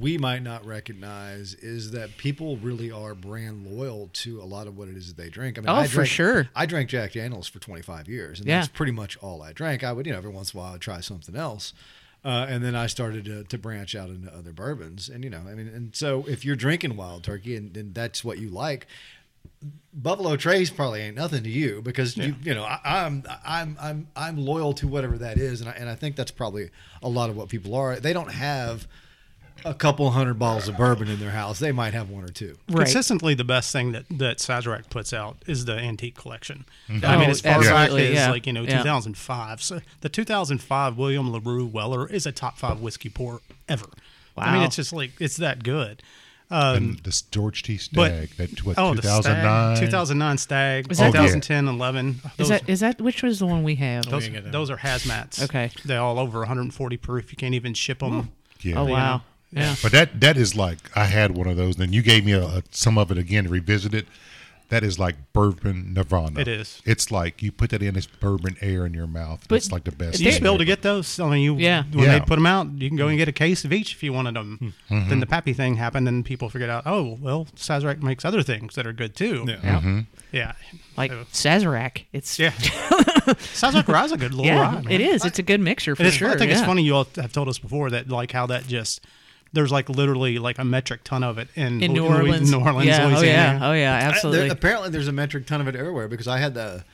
S2: we might not recognize is that people really are brand loyal to a lot of what it is that they drink. I mean,
S3: Oh,
S2: I
S3: for
S2: drank-
S3: sure.
S2: I drank Jack Daniels for 25 years, and
S3: Yeah.
S2: that's pretty much all I drank. I would, you know, every once in a while I'd try something else. Uh, and then I started to, to branch out into other bourbons. And, you know, I mean, and so if you're drinking wild turkey and, and that's what you like, Buffalo Trace probably ain't nothing to you because you you know I, I'm I'm I'm I'm loyal to whatever that is, and I, and I think that's probably a lot of what people are. They don't have a couple hundred bottles of bourbon in their house. They might have one or two.
S3: right.
S1: Consistently, the best thing that that Sazerac puts out is the antique collection. I
S3: Oh,
S1: mean, as far back
S3: absolutely,
S1: as
S3: yeah.
S1: like you know,
S3: Yeah.
S1: 2005. So the 2005 William Larue Weller is a top five whiskey pour ever. I
S3: Wow.
S1: mean, it's just like it's that good.
S4: And this George T.
S1: but-
S4: Stag, that what
S1: Oh, the Stag,
S4: 2009,
S1: 2009 Stag,
S3: that-
S1: 2010, 11. Those,
S3: Is that is that which was the one we have?
S1: those, those are hazmats.
S3: Okay.
S1: they're all over 140 proof. You can't even ship them.
S4: Yeah.
S3: oh wow, yeah.
S4: But that that is like I had one of those, and then you gave me a, a, some of it again to revisit it. That is like bourbon nirvana.
S1: It is.
S4: It's like you put that in, it's bourbon air in your mouth.
S3: But
S4: it's like the best.
S1: You
S4: thing
S1: should be able to
S4: ever.
S1: get those. I mean, you
S3: Yeah.
S1: when
S4: Yeah.
S1: they put them out, you can go and get a case of each if you wanted them. Then the Pappy thing happened, and people figured out, oh, well, Sazerac makes other things that are good too. Yeah, Mm-hmm. yeah.
S3: Like Sazerac, it's yeah,
S1: yeah. Sazerac Rye's a good little rye. man.
S3: it is. It's a good mixture for
S1: And it's,
S3: sure.
S1: I think
S3: yeah.
S1: it's funny you all have told us before that like how that just there's like literally like a metric ton of it in,
S3: in New
S1: Louis-
S3: Orleans.
S1: New Orleans,
S3: yeah,
S1: Louisiana.
S3: oh yeah, oh yeah,
S2: There-
S3: absolutely.
S2: apparently, there's a metric ton of it everywhere because I had the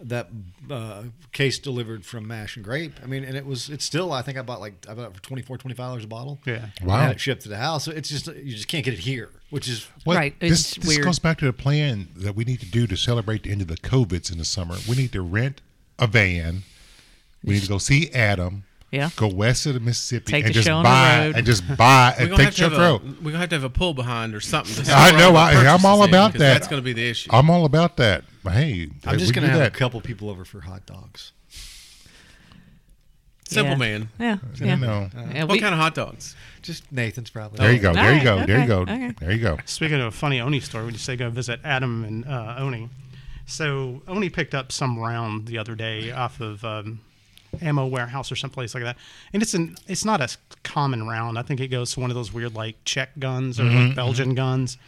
S2: that uh, case delivered from Mash and Grape. I mean, and it was it's still I think I bought like I bought it for 24 dollars a bottle.
S1: Yeah.
S2: wow. I
S4: Wow.
S2: had it shipped to the house. So it's just you just can't get it here, which is
S4: Well,
S3: Right,
S4: This,
S3: it's
S4: this
S3: weird.
S4: goes back to the plan that we need to do to celebrate the end of the COVIDs in the summer. We need to rent a van. We need to go see Adam.
S3: Yeah.
S4: Go west of the Mississippi
S3: Take
S4: and
S3: the
S4: just
S3: show on the
S4: buy
S3: road.
S4: and just buy
S5: We're
S4: and
S5: gonna,
S4: take
S5: have to
S4: Chuck
S5: have a,
S4: Row.
S5: we're gonna have to have a pull behind or something. to
S4: I know.
S5: sell
S4: I, I'm all
S5: purchases in,
S4: about
S5: 'cause
S4: that.
S5: That's going to be the issue.
S4: I'm all about that. Hey,
S2: I'm just
S4: we
S2: gonna
S4: do
S2: have
S4: that.
S2: a couple people over for hot dogs.
S5: Simple
S3: Yeah.
S5: man.
S3: Yeah,
S4: You
S3: yeah.
S4: know.
S3: Yeah,
S5: What
S3: we-
S5: kind of hot dogs?
S2: Just Nathan's probably.
S4: There you go.
S3: All
S4: There you
S3: right,
S4: go. There you
S3: okay,
S4: go.
S3: okay.
S4: There you go.
S1: Speaking of a funny Oni story, when you say go visit Adam and uh, Oni, so Oni picked up some round the other day off of um, ammo warehouse or someplace like that, and it's an it's not a common round. I think it goes to one of those weird like Czech guns or like Belgian guns.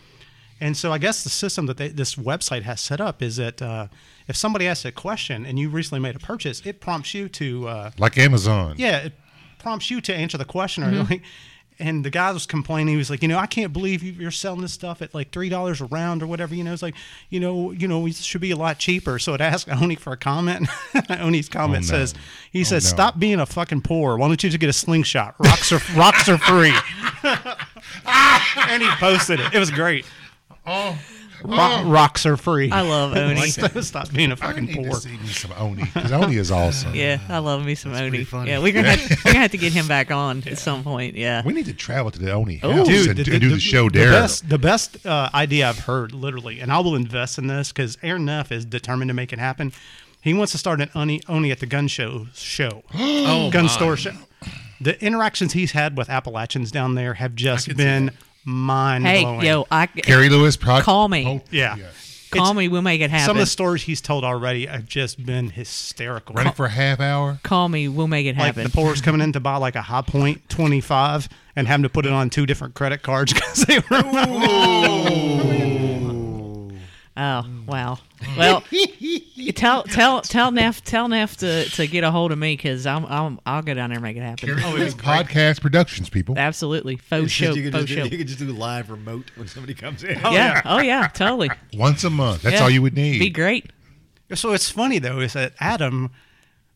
S1: And so I guess the system that they, this website has set up is that uh, if somebody asks a question and you recently made a purchase, it prompts you to uh,
S4: Like Amazon.
S1: yeah, it prompts you to answer the question.
S3: Mm-hmm.
S1: Or like, and the guy was complaining. He was like, you know, I can't believe you- you're selling this stuff at like three dollars a round or whatever. You know, it's like, you know, you know, it should be a lot cheaper. So it asked Oni for a comment. Oni's comment
S4: Oh, no.
S1: says, he says,
S4: no.
S1: stop being a fucking poor. Why don't you just get a slingshot? Rocks are rocks are free. and he posted it. It was great.
S4: Oh,
S1: Ro- rocks are free.
S3: I love Oni.
S1: So stop being a
S4: I
S1: fucking
S4: need to
S1: poor.
S4: see me some Oni because Oni is awesome.
S3: Yeah, I love me some Oni.
S2: funny.
S3: Yeah, we're gonna have, we're gonna have to get him back on at some point. Yeah,
S4: We need to travel to the Oni house
S1: Dude,
S4: and, do- and do the, show there.
S1: best, the best uh, idea I've heard, literally, and I will invest in this because Aaron Neff is determined to make it happen. He wants to start an Oni, Oni at the gun show show,
S5: Oh,
S1: gun
S5: my.
S1: store show. The interactions he's had with Appalachians down there have just been mind
S3: hey,
S1: blowing.
S3: yo, I
S4: Gary Lewis, Pro-
S3: Call me.
S4: Oh,
S1: yeah.
S3: call me. We'll make it happen.
S1: Some of the stories he's told already have just been hysterical.
S4: running for a half hour.
S3: call me. We'll make it
S1: like
S3: happen.
S1: the poor's coming in to buy like a high point 25 and having to put it on two different credit cards because they were
S3: Oh wow. Well, tell tell tell Neff tell Neff to, to get a hold of me because I'm, I'm I'll go down there and make it happen.
S5: Oh, it was great.
S4: Podcast productions, people.
S3: Absolutely, faux show,
S2: you, can
S4: oh,
S3: faux
S2: just do,
S3: show.
S2: you can just do live remote when somebody comes in.
S3: yeah. Oh yeah. Totally.
S4: Once a month. That's
S3: Yeah.
S4: all you would
S3: Be
S4: need.
S3: great.
S1: So it's funny though is that Adam,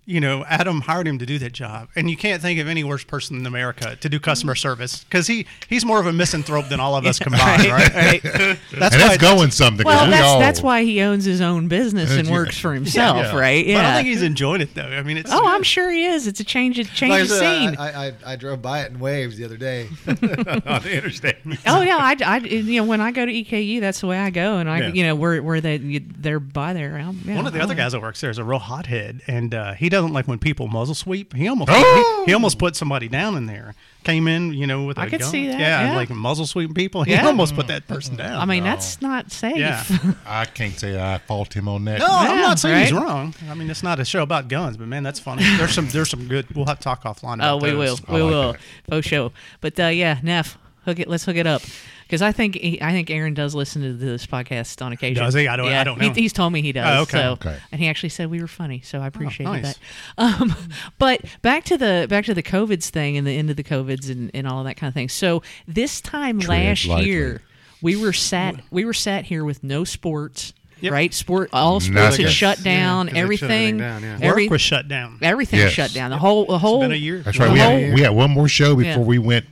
S1: you know, Adam hired him to do that job, and you can't think of any worse person in America to do customer service because he he's more of a misanthrope than all of us combined, right? That's
S4: and
S1: why.
S4: that's going something. 'cause
S3: Well,
S4: we
S3: that's
S4: all-
S3: that's why he owns his own business and
S4: Yeah.
S3: works for himself, right?
S1: But I
S3: Yeah.
S1: think he's enjoying it though. I mean, it's
S3: oh, I'm sure he is. It's a change of change
S2: Like I
S3: of
S2: said, I-
S3: scene.
S6: I, I, I drove by it in waves the other day.
S2: on the interstate.
S3: oh yeah, I, I- you know when I go to EKU, that's the way I go, and I
S2: Yeah.
S3: you know where where they you- they're by there. I'm, yeah,
S1: One of the other
S3: I'm-
S1: guys that works there is a real hothead, and uh, he doesn't like when people muzzle sweep. He almost
S4: Oh!
S1: he, he almost put somebody down in there. Came in, you know, with a
S3: I could
S1: gun.
S3: see that,
S1: Yeah,
S3: yeah.
S1: like muzzle sweeping people. He
S3: Yeah. Mm.
S1: almost put that person down.
S3: I mean, that's not safe.
S1: uh, Yeah.
S4: I can't say I fault him on that.
S1: no, I'm
S3: Yeah,
S1: not saying he's
S3: right?
S1: wrong. I mean, it's not a show about guns, but man, that's funny. There's some there's some good. We'll have to talk offline.
S3: Oh,
S1: About
S3: we will,
S1: those.
S4: I
S3: we
S4: like
S3: will,
S4: that.
S3: for sure. But uh, yeah, Neff, hook it. Let's hook it up because I think he- I think Aaron does listen to this podcast on occasion.
S1: Does he? I don't- I
S3: Yeah,
S1: don't know.
S3: He, he's told me he does.
S1: Oh, okay. Oh,
S3: So,
S4: Okay.
S3: and he actually said we were funny, so I appreciated
S1: nice.
S3: that. Um, but back to the back to the covids thing and the end of the covids and, and all of that kind of thing. So this time last
S4: lightly.
S3: year, we were sat we were sat here with no sports. Right, sport. All sports
S4: Nothing.
S3: had shut
S2: Yeah, 'cause
S3: down.
S2: they shut
S3: everything.
S2: everything down, yeah.
S1: Work
S3: every-
S1: was shut down.
S3: everything
S4: Yes.
S3: shut down. The whole the whole
S1: been a year.
S4: That's right.
S3: The
S4: We
S3: whole-
S4: had, we had one more show before
S3: Yeah. Uh,
S4: we went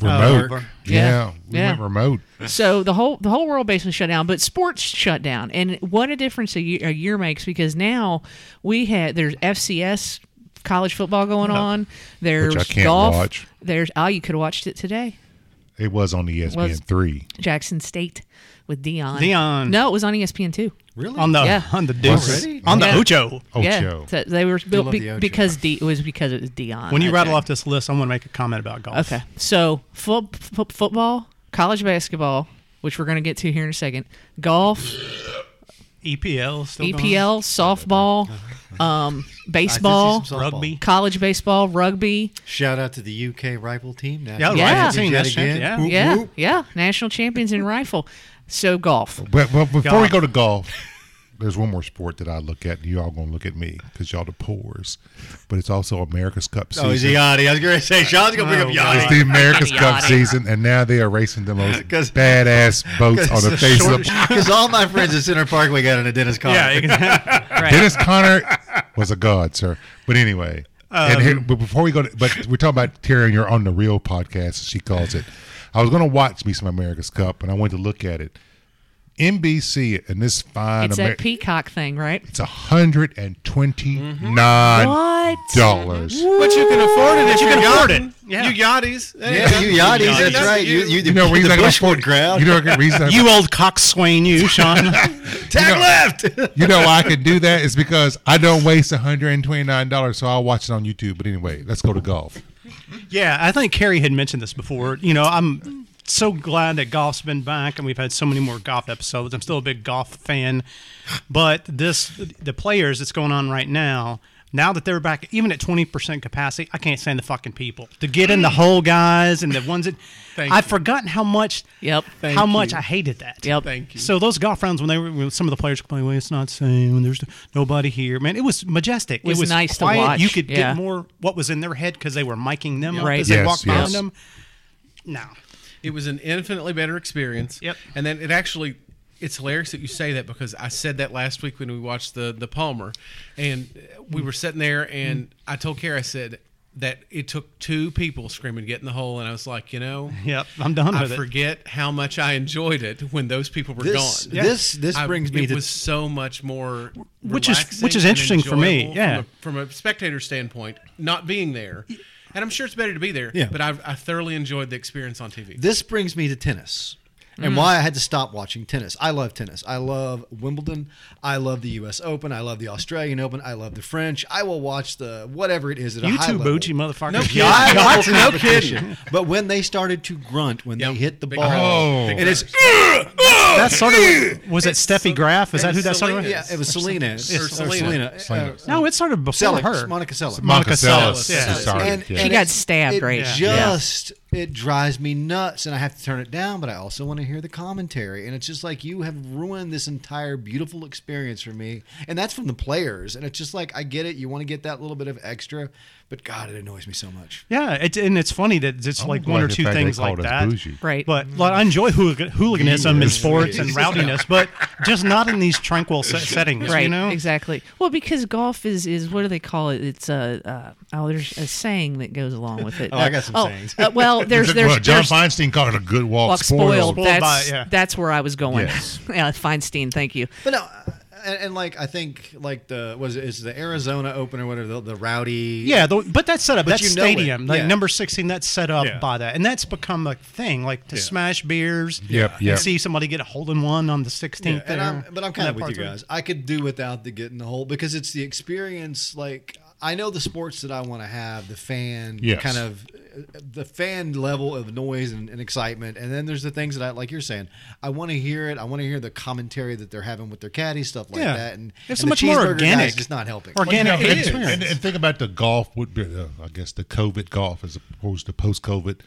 S4: remote.
S1: over.
S4: yeah,
S3: Yeah.
S4: we
S3: Yeah.
S4: went remote.
S3: So the whole the whole world basically shut down, but sports shut down, and what a difference a year, a year makes because now we had there's FCS college football going on. There's
S4: can't
S3: golf.
S4: watch.
S3: There's oh, you could have watched it today.
S4: It was on E ESPN
S3: Was-
S4: three.
S3: Jackson State with Dion.
S1: Dion.
S3: No, it was on E ESPN two.
S2: Really?
S1: on the
S3: Yeah.
S1: on the deuce,
S2: Already?
S1: on the
S3: Yeah.
S1: Ocho.
S4: Ocho.
S3: Yeah, so they were built
S2: love
S3: be-
S2: the Ocho.
S3: because D, it was because it was Dion.
S1: When you
S3: That's
S1: rattle
S3: right.
S1: off this list, I'm going to make a comment about golf.
S3: Okay. So fo- fo- football, college basketball, which we're going to get to here in a second, golf,
S1: EPL E still going?
S3: EPL, softball, um, baseball,
S2: softball.
S1: rugby.
S3: college baseball, rugby.
S2: Shout out to the UK rifle team. Now,
S1: Yeah,
S3: Yeah.
S1: Rifle team.
S2: Yet
S1: That's
S2: again.
S1: yeah.
S2: Whoop,
S3: Yeah,
S2: whoop.
S3: yeah. National champions in rifle. So golf.
S4: But, but before we
S1: Golf.
S4: go to golf, there's one more sport that I look at, and you all gonna look at me because y'all the poors. But it's also America's Cup season.
S2: Oh, is Yachty? I was going to say, Sean's going to bring
S1: Oh,
S2: up
S4: it's
S2: Yachty.
S4: the America's Cup
S3: Yachty.
S4: season, and now they are racing the most
S2: 'Cause-
S4: badass boats on the face of.
S2: Because all my friends at Center Parkway got in a dentist car.
S1: Yeah, exactly.
S4: Dennis Connor was a god, sir. But anyway, and here, but before we go, to, but we're talking about Terry and you're on the real podcast, as she calls it. I was going to watch me some America's Cup, and I went to look at it. NBC and this fine
S3: It's
S4: Amer-
S3: that peacock thing, right?
S4: it's hundred and twenty nine
S3: What?
S4: dollars.
S5: But you can afford it if you
S1: can
S5: are
S1: afford
S5: yachting.
S1: it. Yeah.
S5: You yachties.
S2: Yeah, you Yachties, that's
S5: Yachties.
S2: right. You, you,
S4: You know,
S2: the,
S4: reason I
S2: the
S4: can
S2: Bushwood
S4: afford
S2: crowd.
S4: You know, the reason I,
S1: you old cockswain, you Sean.
S2: Tag
S4: you know-
S2: left.
S4: you know why I can do that is because I don't waste one hundred and twenty nine dollars, so I'll watch it on YouTube. But anyway, let's go to golf.
S1: Yeah, I think Carrie had mentioned this before. You know, I'm so glad that golf's been back and we've had so many more golf episodes. I'm still a big golf fan, but this the players that's going on right now. Now that they're back, even at twenty percent capacity, I can't stand the fucking people to get in the
S3: Mm.
S1: hole guys and the ones that
S5: Thank
S1: I've
S5: you.
S1: forgotten how much
S3: Yep.
S5: Thank
S1: how much
S5: you.
S1: I hated that.
S3: Yep.
S5: Thank you.
S1: So those golf rounds when they were when some of the players complaining, well, it's not same when there's nobody here. Man, it was majestic. It
S3: was nice to
S1: quiet.
S3: watch.
S1: You could
S3: Yeah.
S1: get more what was in their head because they were miking them up
S3: Right.
S1: as they
S4: Yes,
S1: walked behind
S4: yes.
S1: them. No.
S5: It was an infinitely better experience.
S1: Yep.
S5: And then it actually, it's hilarious that you say that because I said that last week when we watched the the Palmer, and we were sitting there, and I told Kara, I said that it took two people screaming to get in the hole, and I was like, you know,
S1: Yep, I'm done
S5: I
S1: with it.
S5: forget how much I enjoyed it when those people were
S2: This-
S5: gone.
S2: Yeah. this- this
S5: I-
S2: brings me
S5: it
S2: to-
S5: was so much more,
S1: Which is-
S5: relaxing
S1: which is
S5: and
S1: interesting for me,
S5: enjoyable
S1: yeah.
S5: from a, from a spectator standpoint, not being there. And I'm sure it's better to be there,
S2: Yeah.
S5: but I've, I thoroughly enjoyed the experience on TV.
S2: This brings me to tennis
S5: Mm.
S2: and why I had to stop watching tennis. I love tennis. I love Wimbledon. I love the U.S. Open. I love the Australian Open. I love the French. I will watch the whatever it is at a
S1: You
S2: high
S1: too,
S2: level.
S1: Bucci motherfucker.
S5: No
S1: Yeah.
S2: I
S5: Yeah.
S2: watch
S5: No
S2: no
S5: kidding.
S2: competition. But when they started to grunt when
S5: Yep. Oh.
S2: they hit the
S5: Big
S2: ball,
S5: curves. Big
S2: and it's
S1: That's sort of was it Steffi Graf? Is that
S5: it's
S1: who that sort of?
S5: Selena.
S2: yeah, it was Selena.
S5: Or Selena.
S2: Selena. Uh,
S1: No, it started before
S2: Selleck.
S1: her.
S2: Monica Selleck.
S1: Monica
S4: Selleck.
S1: Selleck.
S5: Yeah.
S4: Sorry,
S2: And-
S4: yeah.
S2: and
S3: got
S2: it's-
S3: stabbed
S2: it
S3: right- Yeah.
S2: Just it drives me nuts and I have to turn it down, but I also want to hear the commentary. And it's just like you have ruined this entire beautiful experience for me. And that's from the players. And it's just like I get it, you want to get that little bit of extra, but God, it annoys me so much.
S1: Yeah, it's and it's funny that it's
S4: I'm
S1: like one
S4: glad
S1: or
S4: the
S1: two
S4: fact they
S1: things like
S4: called us
S1: that.
S4: bougie.
S3: Right.
S1: But like, I enjoy hooligan- hooliganism in
S2: Yes.
S1: sports and rowdiness, but just not in these tranquil se- settings.
S3: right
S1: You know,
S3: exactly well because golf is is what do they call it it's a uh, oh there's a saying that goes along with it
S2: Oh, I got some sayings.
S3: uh, well there's there's
S4: well, John
S3: there's-
S4: Feinstein called it a good walk,
S3: walk
S4: spoiled.
S3: spoiled,
S1: Spoiled
S3: that's
S1: by- yeah.
S3: that's where i was going
S4: Yes.
S3: yeah feinstein thank you
S2: But no, uh, and, and like I think like the was it, is the Arizona Open or whatever the, the rowdy
S1: Yeah, though but that's set up.
S2: But
S1: that
S2: you know it,
S1: stadium, like
S2: yeah.
S1: number sixteen, that's set up
S2: Yeah.
S1: by that, and that's become a thing. Like to smash beers,
S4: Yep,
S1: you
S4: yep.
S1: see somebody get a hole in one on the sixteenth.
S2: and I'm, but I'm kind of with you guys. I could do without the getting the whole because it's the experience. Like I know the sports that I want to have, the fan
S4: Yes.
S2: kind of uh, the fan level of noise and, and excitement, and then there's the things that I like. You're saying I want to hear it. I want to hear the commentary that they're having with their caddy stuff like
S1: Yeah.
S2: that. And
S1: It's
S2: and
S1: much
S2: the
S1: more
S2: cheeseburger
S1: organic.
S2: Guys, it's not helping.
S1: Or- Organic
S4: Well, no, it is.
S1: experience.
S4: And, and think about the golf would be, uh, I guess, the COVID golf as opposed to post COVID.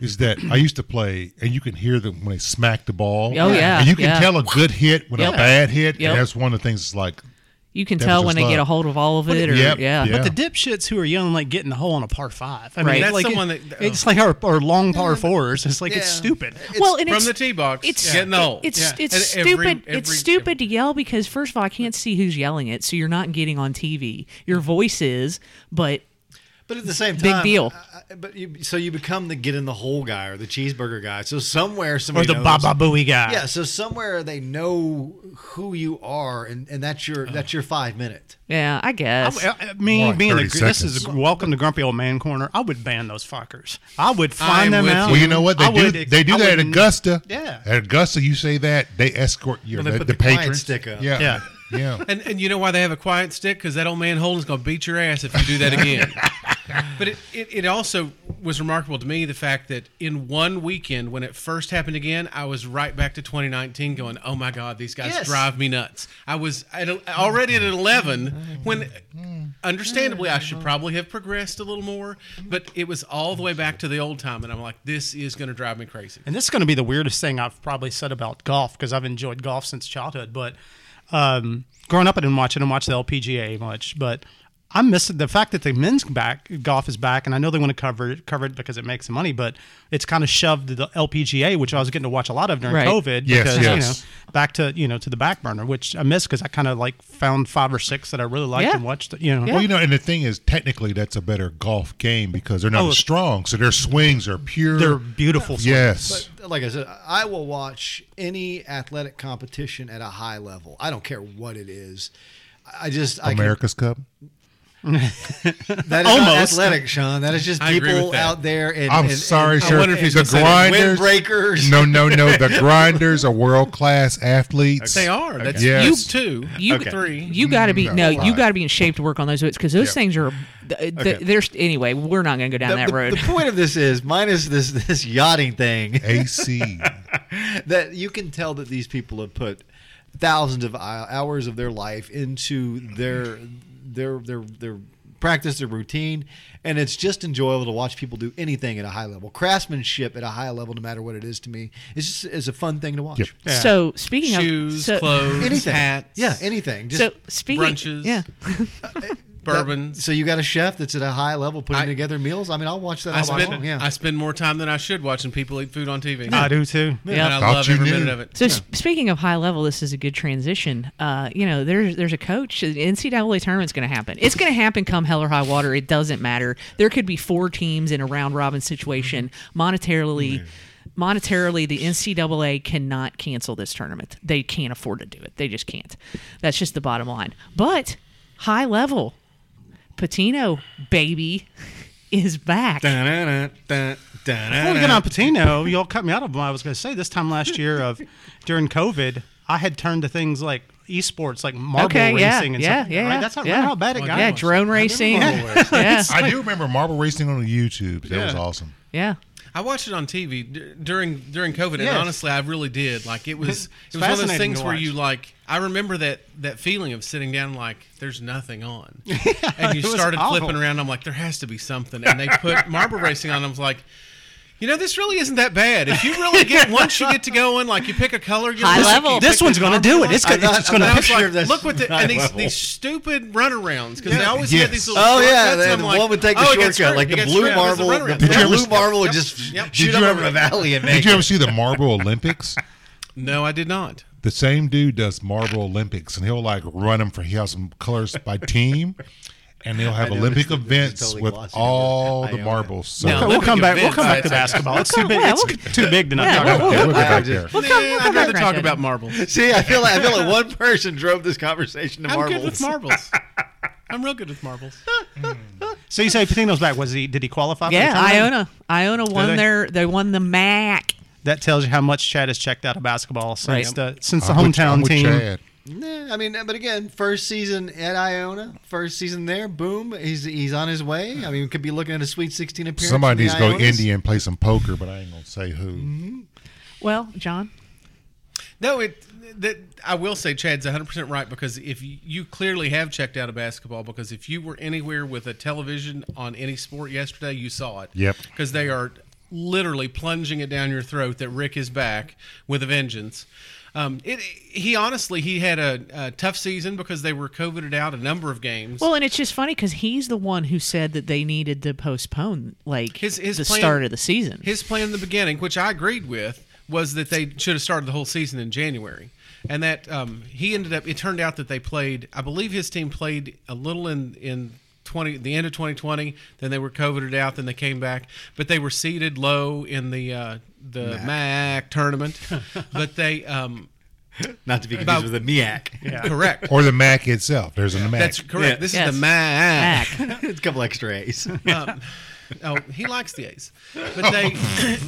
S4: Is that I used to play, and you can hear them when they smack the ball.
S3: Oh, yeah,
S4: and you can
S3: yeah.
S4: tell a good hit when
S3: Yep.
S4: a bad hit.
S3: Yep.
S4: And that's one of the things. It's like,
S3: you can
S4: That
S3: tell
S4: was
S3: when
S4: just
S3: they get
S4: love.
S3: a hold of all of it or
S4: Yep,
S3: yeah
S4: yeah.
S1: But the dipshits who are yelling like getting the hole on a par five. I mean,
S3: Right.
S5: That's
S1: like,
S5: someone
S1: it-
S5: that-
S1: it's like our, our long par fours. It's like it's
S2: uh, Yeah.
S1: stupid.
S3: well, and
S5: From
S3: it's,
S5: the tee box,
S3: It's
S5: yeah. getting the hole.
S3: It's
S5: Yeah.
S3: it's
S5: And every-
S3: stupid. it's
S5: every-
S3: stupid to yell because first of all, I can't see who's yelling it, so you're not getting on TV.
S5: Mm-hmm.
S3: Your voice is, but
S2: But at the same
S3: Big
S2: time,
S3: deal.
S2: I- I- but you, so you become the get in the hole guy or the cheeseburger guy. So somewhere,
S1: Or
S2: somebody
S1: the
S2: knows-
S1: Baba Booey guy.
S2: Yeah, so somewhere they know who you are, and, and that's your
S4: Oh.
S2: that's your five minute.
S3: yeah, I guess.
S1: I, I- me
S4: More like
S1: being the,
S4: 30
S1: this is
S4: seconds.
S1: welcome to Grumpy Old Man Corner. I would ban those fuckers. I would
S5: I am
S1: find them
S5: with
S1: out.
S5: you.
S4: well, you know what they
S1: Oh, I
S4: do?
S1: would-
S4: they do
S1: I
S4: that at
S1: would-
S4: Augusta.
S1: Yeah.
S4: at Augusta, you say that they escort you.
S2: Well, they
S4: the,
S2: put
S4: the
S2: the client
S4: patrons.
S2: stick up.
S4: Yeah,
S1: Yeah.
S4: yeah, yeah.
S5: And, and you know why they have a quiet stick? Because that old man Holden's going to beat your ass if you do that again. but it, it, it also was remarkable to me the fact that in one weekend, when it first happened again, I was right back to 2019 going, oh my God, these guys
S2: Yes.
S5: drive me nuts. I was at, a- already at 11 when, understandably, I should probably have progressed a little more, but it was all the way back to the old time. And I'm like, this is going to drive me crazy.
S1: and this is going to be the weirdest thing I've probably said about golf because I've enjoyed golf since childhood. But um, growing up, I didn't watch it. I didn't watch the LPGA much, but I miss it. the fact that the men's back golf is back, and I know they want to cover it, cover it because it makes some money. But it's kind of shoved to the LPGA, which I was getting to watch a lot of during
S3: Right.
S1: COVID.
S4: Yes,
S1: because,
S4: yes.
S1: You know, back to you know to the back burner, which I miss because I kind of like found five or six that I really liked
S3: Yeah.
S1: and watched. You know,
S4: Well, you know, and the thing is, technically, that's a better golf game because they're not
S1: Oh.
S4: as strong, so their swings are pure.
S1: they're beautiful.
S4: yes,
S2: Like I said, I will watch any athletic competition at a high level. I don't care what it is. I just I can,
S4: America's Cup.
S2: that is not
S1: Almost.
S2: athletic, Sean. That is just
S5: I agree
S2: people
S5: with that.
S2: out there. And,
S4: I'm
S2: and-
S4: sorry,
S2: and-
S4: sir.
S5: wonder if he's
S4: the
S5: gonna say that.
S4: grinders,
S2: Windbreakers.
S4: No, no, no. The grinders are world class athletes.
S5: They are. That's
S4: Yes.
S5: you two,
S3: you
S5: three.
S3: you got to be
S5: Mm-hmm.
S4: No,
S3: no, you
S4: five.
S3: got to be in shape to work on those weights because those
S4: Yeah.
S3: things are th- th- there's anyway we're not going to go down
S2: The,
S3: that
S2: the-
S3: road
S2: the point of this is minus this this yachting thing
S4: AC.
S2: that you can tell that these people have put thousands of hou- hours of their life into their their their their practice their routine and it's just enjoyable to watch people do anything at a high level craftsmanship at a high level no matter what it is to me it's just is a fun thing to watch
S4: Yep.
S3: so speaking of
S5: Shoes,
S3: so,
S5: clothes,
S2: anything
S5: hats.
S2: yeah anything just
S3: so speaking
S5: brunches.
S3: yeah
S5: bourbons.
S2: so you got a chef that's at a high level putting
S5: I-
S2: together meals i mean i'll watch that
S5: I
S2: all night
S5: spend
S2: long, yeah
S5: I spend more time than I should watching people eat food on TV.
S1: I do too.
S3: Yeah.
S5: And I
S4: Thought
S5: love
S4: you
S5: every
S4: knew.
S5: minute of it.
S3: So s speaking of high level, this is a good transition. Uh, you know, there's there's a coach. The NCAA tournament's going to happen. It's going to happen come hell or high water. It doesn't matter. There could be four teams in a round robin situation.
S5: Mm-hmm.
S3: Monetarily, monetarily, the NCAA cannot cancel this tournament. They can't afford to do it. They just can't. That's just the bottom line. But high level, Patino baby is back.
S1: Before we get on Patino, y'all cut me out of what I was going to say. This time last year, of during COVID, I had turned to things like esports, like marble
S3: Okay, yeah,
S1: racing and
S3: yeah,
S1: stuff.
S3: yeah,
S1: right? That's how,
S3: yeah.
S1: remember how bad it got.
S3: Yeah,
S1: was?
S3: drone racing.
S2: Marble
S3: Yeah,
S4: I do remember marble racing on YouTube. That was awesome.
S3: yeah.
S5: I watched it on TV d- during during COVID,
S1: Yes.
S5: and honestly, I really did. Like it was it was one of those
S1: fascinating
S5: things
S1: to
S5: where
S1: watch.
S5: you like. I remember that that feeling of sitting down like there's nothing on, and you
S1: it was
S5: started
S1: awful.
S5: flipping around. I'm like there has to be something, and they put marble racing on. I was like. You know, this really isn't that bad. If you really get once you get to going, like you pick a color, you
S3: High
S5: like,
S3: level.
S5: you
S1: This
S5: pick
S1: one's
S5: the
S1: gonna
S5: color
S1: do
S5: you
S1: it. It's
S5: like.
S1: gonna-
S5: And
S1: it's gonna
S5: I was
S2: picture
S5: like,
S2: of this
S5: Look what the
S2: high
S5: and these,
S2: level.
S5: these stupid runarounds because they
S4: Yeah.
S5: always
S4: Yes.
S5: had these little.
S2: Oh yeah,
S5: shortcuts, and
S2: the,
S5: I'm
S2: the
S5: like,
S2: one would take the
S5: oh, it gets
S2: shortcut, like
S5: screwed. It
S2: the
S5: gets
S2: blue
S5: screwed. There's a
S2: marble. The
S5: runaround.
S4: Did you
S2: blue
S4: ever-
S2: marble would just
S5: Yep.
S2: shoot
S4: Did
S2: up
S4: you
S2: over
S4: ever-
S2: a valley and
S4: Did
S2: make.
S4: you
S2: it.
S4: ever see the Marble Olympics?
S5: No, I did not.
S4: The same dude does Marble Olympics, and he'll like run them for he has some colors by team, and they'll have
S2: noticed
S4: Olympic
S2: that this is
S4: events
S2: totally
S4: with
S2: glossy over.
S4: all
S2: I
S4: the
S2: own it.
S4: marbles. So
S5: Now,
S1: Okay,
S5: look
S1: we'll
S5: at
S1: come
S5: your
S1: back. We'll
S5: bids.
S1: come back to
S5: That's actually-
S1: basketball. It's too big.
S3: Yeah,
S1: It's too big to not talk
S3: we'll-
S1: about.
S3: we'll-
S4: yeah,
S1: that.
S4: we'll get back there.
S3: We'll come- we'll
S5: Nah,
S3: come
S5: I'd rather
S3: back
S5: talk
S3: at it.
S5: about marbles.
S2: See, I feel like I feel like one person drove this conversation to
S5: I'm
S2: marbles.
S5: good with marbles. I'm real good with marbles.
S1: So you say Patino's back. Was he? Did he qualify? for the
S3: Yeah,
S1: tournament?
S3: Iona. Iona won
S1: they?
S3: their. They won the MAC.
S1: That tells you how much Chad has checked out of basketball since
S3: Right.
S1: the since the
S4: I'm with- I'm
S1: hometown
S4: with
S1: team.
S4: Chad.
S2: Nah, I mean, but again, first season at Iona, first season there, boom, he's he's on his way. I mean, could be looking at a Sweet 16 appearance.
S4: Somebody needs
S2: from
S4: to
S2: the Mm-hmm.
S4: go to
S2: Ionas.
S4: India and play some poker, but I ain't gonna say who.
S3: Well, John.
S5: No, it. That I will say, Chad's 100 percent right because if you, you clearly have checked out of basketball, because if you were anywhere with a television on any sport yesterday, you saw it.
S4: Yep.
S5: Because they are literally plunging it down your throat that Rick is back with a vengeance. Um, it, he honestly he had a, a tough season because they were coveted out a number of games.
S3: Well, and it's just funny because he's the one who said that they needed to postpone like
S5: His- his
S3: the
S5: plan-
S3: start of the season.
S5: His plan in the beginning, which I agreed with, was that they should have started the whole season in January. And that um, he ended up. It turned out that they played. I believe his team played a little in in twenty the end of twenty twenty. Then they were coveted out. Then they came back, but they were seeded low in the uh, the MAC, tournament. but they um,
S2: Not to be
S5: About-
S2: confused with a MIAC.
S5: correct.
S4: Or the Mac itself. There's an Mac.
S5: That's
S2: Yeah.
S5: correct. This
S3: Yes.
S5: is the MAC.
S3: Mac.
S2: it's a couple extra A's.
S5: Oh, he likes the A's, but they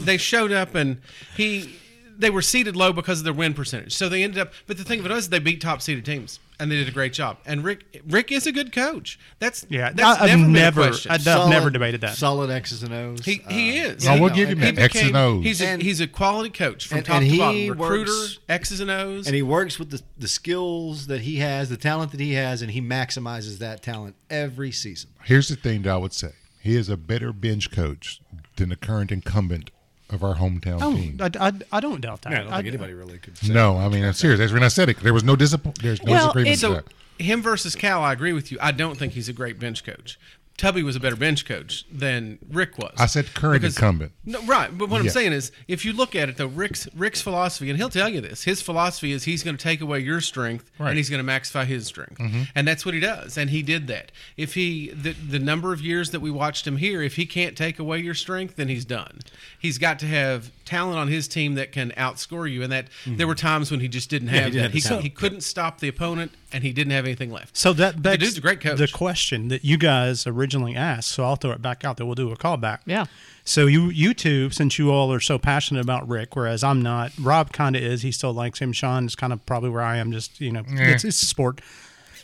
S5: they showed up and he they were seated low because of their win percentage. So they ended up. But the thing of it was, they beat top seeded teams and they did a great job. And Rick Rick is a good coach. That's
S1: Yeah,
S5: That's
S1: I- I've
S5: never,
S1: never-
S5: been a question.
S1: I don't- I've never debated that.
S2: Solid X's and O's. Uh,
S5: he he is.
S4: I will
S5: He-
S4: give him
S5: he
S4: that. X's
S5: became-
S4: and O's.
S5: He's a,
S2: And-
S5: he's a quality coach from
S2: and-
S5: top
S2: and
S5: to bottom.
S2: he
S5: Recruiter,
S2: works-
S5: X's and O's.
S2: And he works with the, the skills that he has, the talent that he has, and he maximizes that talent every season.
S4: Here's the thing that I would say. He is a better bench coach than the current incumbent of our hometown
S1: Oh,
S4: team.
S1: I, I, I don't doubt that. I-
S2: really could.
S4: no, I mean, I'm serious. That's when I said it. There was no discipline. There's no
S3: Well,
S4: disagreement.
S3: it-
S4: to
S5: So
S4: that.
S5: him versus Cal, I agree with you. I don't think he's a great bench coach. Tubby was a better bench coach than Rick was.
S4: I said current
S5: Because-
S4: incumbent.
S5: No, right, but what I'm
S4: Yeah.
S5: saying is, if you look at it though, Rick's Rick's philosophy, and he'll tell you this, his philosophy is he's going to take away your strength
S4: Right.
S5: and he's going to maxify his strength,
S2: Mm-hmm.
S5: and that's what he does, and he did that. If he the, the number of years that we watched him here, if he can't take away your strength, then he's done. He's got to have talent on his team that can outscore you, and that there were times when he just didn't have
S2: Mm-hmm. didn't
S5: that.
S2: have the
S5: he,
S2: talent.
S5: he couldn't stop the opponent, and he didn't have anything left.
S1: So that
S5: the
S1: begs
S5: dude's a great coach.
S1: the question that you guys originally asked. So I'll throw it back out there. We'll do a callback.
S3: Yeah.
S1: So you you two, since you all are so passionate about Rick, whereas I'm not. Rob kind of is. He still likes him. Sean is kind of probably where I am. Just you know, it's it's a sport.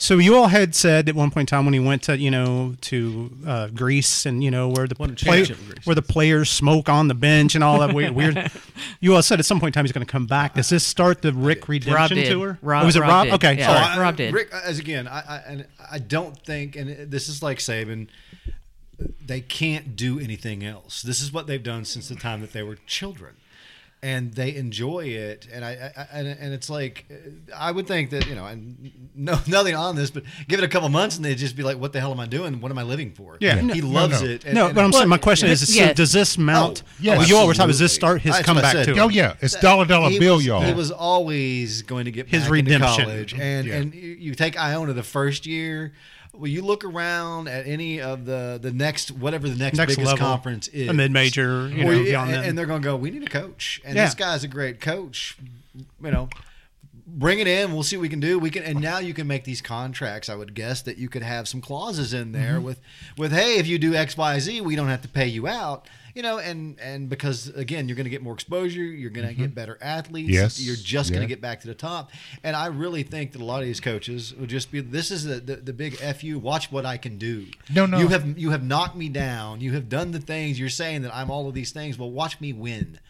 S1: So you all had said at one point in time when he went to you know to uh, Greece and you know where the
S5: Won a
S1: play,
S5: championship in Greece.
S1: where the players smoke on the bench and all that weird. weird you all said at some point in time he's going to come back. Does this start the Rick
S3: Rob
S1: redemption
S3: did.
S1: tour?
S3: Rob-
S1: Oh, was it
S3: Rob
S1: Rob?
S3: did.
S1: Okay,
S3: Yeah.
S1: sorry.
S3: Right. Rob did.
S2: Rick, as again, I, I and I don't think, and this is like Saban, they can't do anything else. This is what they've done since the time that they were children, and they enjoy it. And I, I I- and, and it's like uh, I would think that you know, and no nothing on this, but give it a couple months and they'd just be like, "What the hell am I doing? What am I living for?"
S1: Yeah.
S2: he
S1: No,
S2: loves
S4: no.
S2: it.
S1: no, but I'm saying my question is:
S3: yeah.
S1: so does this mount?
S2: Oh,
S4: yes.
S1: well, you all were talking. Does this
S2: Absolutely.
S1: start his
S2: That's what I
S1: comeback
S2: said.
S1: to? it?
S4: Oh, yeah. It's dollar, dollar
S2: he
S4: bill,
S2: was,
S4: y'all.
S2: He was always going to get
S1: His
S2: back
S1: redemption.
S2: into college, and
S4: Yeah.
S2: and you you take Iona the first year. Well, you look around at any of the the next whatever the next,
S1: Next
S2: biggest
S1: level,
S2: conference is
S1: a mid-major, you
S2: Or-
S1: know, beyond
S2: and,
S1: them.
S2: and they're going to go. We need a coach, and
S1: Yeah.
S2: this guy's a great coach. You know. Bring it in. We'll see what we can do. We can, and now you can make these contracts. I would guess that you could have some clauses in there
S1: Mm-hmm.
S2: with, with hey, if you do X, Y, Z, we don't have to pay you out. You know, and and because again, you're going to get more exposure. You're going to
S1: Mm-hmm.
S2: get better athletes.
S4: Yes.
S2: you're just going
S4: Yeah.
S2: to get back to the top. And I really think that a lot of these coaches will just be this is the, the, the big fu. Watch what I can do.
S4: No, no.
S2: You have you have knocked me down. You have done the things you're saying that I'm all of these things. Well, watch me win.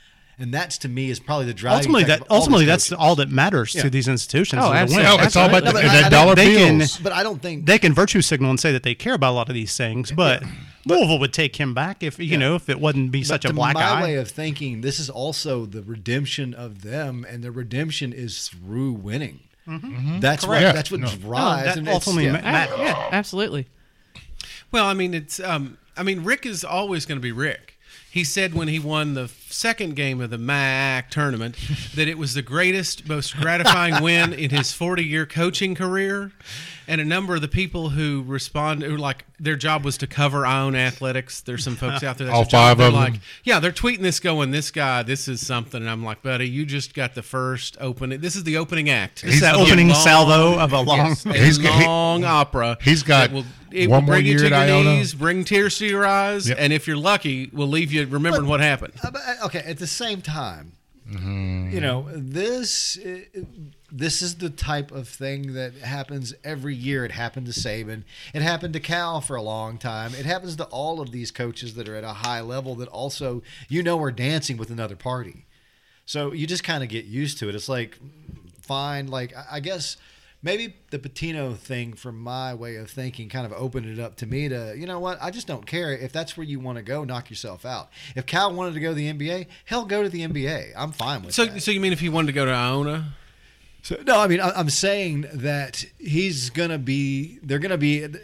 S2: And that's to me is probably the driving.
S1: Ultimately,
S2: factor
S1: that
S2: of all these
S1: ultimately that's
S2: coaches.
S1: all that matters
S2: Yeah.
S1: to these institutions.
S3: Oh,
S1: is the win.
S3: absolutely.
S4: no, it's all about
S2: No,
S4: the,
S2: but I-
S4: that
S2: I
S4: dollar
S1: don't- they can-
S4: bills.
S2: But I don't think
S1: They can virtue signal and say that they care about a lot of these things, but Louisville would take him back if you know if it wouldn't be such
S2: But
S1: a
S2: to
S1: black
S2: my
S1: eye.
S2: way of thinking, this is also the redemption of them, and the redemption is through winning.
S1: Mm-hmm.
S2: That's what
S4: Correct.
S2: that's what
S4: Yeah. No.
S2: drives.
S1: Oh, that
S2: and it's-
S1: ultimately
S2: yeah.
S1: ma-
S3: Ah, yeah, absolutely.
S5: Well, I mean, it's. Um, I mean, Rick is always going to be Rick. He said when he won the second game of the MAC tournament that it was the greatest, most gratifying win in his 40-year coaching career, and a number of the people who respond, who like their job was to cover Ion Athletics. There's some folks out there. That's
S4: All
S5: a job.
S4: five of
S5: They're
S4: them?
S5: Like, yeah, they're tweeting this, going, "This guy, this is something." And I'm like, "Buddy, you just got the first opening. This is the opening act.
S1: It's that
S5: Of a
S1: opening
S5: long-
S1: salvo of a long.
S5: Yes, a
S4: He's got- he-
S5: long opera.
S4: he's got
S5: that will- it
S4: one
S5: will
S4: more
S5: bring you
S4: year
S5: to
S4: at
S5: your
S4: Iona.
S5: knees, bring tears to your eyes,
S4: Yep.
S5: and if you're lucky, will leave you remembering what happened.
S2: Uh, but, uh, okay, at the same time, you know this uh, this is the type of thing that happens every year. It happened to Saban. It happened to Cal for a long time. It happens to all of these coaches that are at a high level that also you know are dancing with another party. So you just kind of get used to it. It's like fine, like I- I guess. Maybe the Patino thing, from my way of thinking, kind of opened it up to me to, you know what? I just don't care if that's where you want to go. Knock yourself out. If Cal wanted to go to the NBA, hell, go to the NBA. I'm fine with
S5: So,
S2: that.
S5: so you mean if you wanted to go to Iona?
S2: So, no, I mean, I, I'm saying that he's gonna be. They're gonna be. As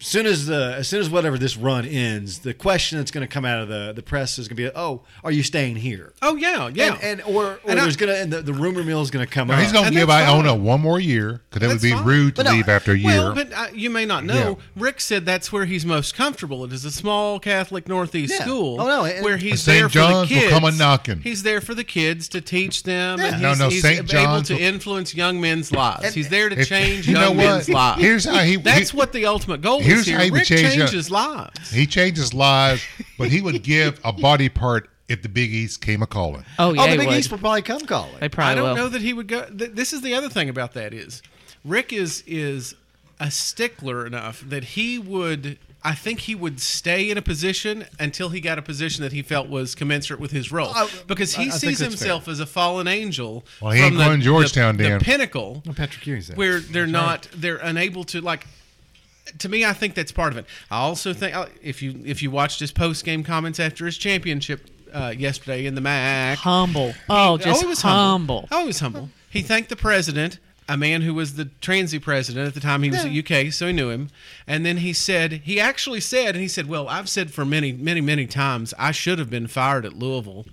S2: soon as the as soon as whatever this run ends, the question that's gonna come out of the the press is gonna be, oh, are you staying here?
S5: Oh yeah, yeah.
S2: And, and or, or
S5: And I-
S2: there's gonna and the, the rumor mill is gonna come
S4: No,
S2: out.
S4: he's going to
S5: And
S4: give
S5: that's
S4: Iona
S5: fine.
S4: one more year because it would
S5: That's
S4: be
S5: fine.
S4: rude to
S2: But no,
S4: leave after a year.
S5: Well, but uh, you may not know. Rick said that's where he's most comfortable. It is a small Catholic Northeast
S2: Yeah.
S5: school.
S2: Oh, no, and-
S5: where he's
S4: St.
S5: there
S4: John's
S5: for the
S4: will
S5: kids.
S4: come a-knocking.
S5: He's there for the kids to teach them.
S2: Yeah.
S5: And
S4: No,
S5: he's,
S4: no,
S5: he's
S4: St.
S5: able
S4: John's
S5: to
S4: will-
S5: influence young men's lives. he's there to
S4: If-
S5: change
S4: you know
S5: young
S4: what?
S5: men's lives.
S4: Here's how he-
S5: That's
S4: he-
S5: what the ultimate goal
S4: here's
S5: is here.
S4: how he would
S5: Rick
S4: change young-
S5: changes lives.
S4: He changes lives, but he would give a body part if the Big East came a calling.
S3: Oh yeah,
S2: oh, the
S3: he
S2: Big
S3: would.
S2: East will probably come calling.
S3: They probably
S5: I don't
S3: will.
S5: know that he would go. Th- this is the other thing about that is, Rick is is a stickler enough that he would. I think he would stay in a position until he got a position that he felt was commensurate with his role,
S2: Oh, I-
S5: because
S2: I- I
S5: he
S2: think
S5: sees
S2: that's
S5: himself as a fallen angel.
S4: Well, he
S5: from
S4: ain't going to Georgetown,
S5: the,
S4: Dan.
S5: The pinnacle,
S2: Patrick Ewing's there.
S5: where they're not, they're unable to like. To me, I think that's part of it. I also think I- if you if you watched his post game comments after his championship uh, yesterday in the MAC,
S3: humble. Oh,
S5: he
S3: just
S5: always
S3: humble.
S5: Always humble. He thanked the president, a man who was the transit president at the time. He was at UK, so he knew him. And then he said, he actually said, and he said, "Well, I've said for many, many, many times, I should have been fired at Louisville."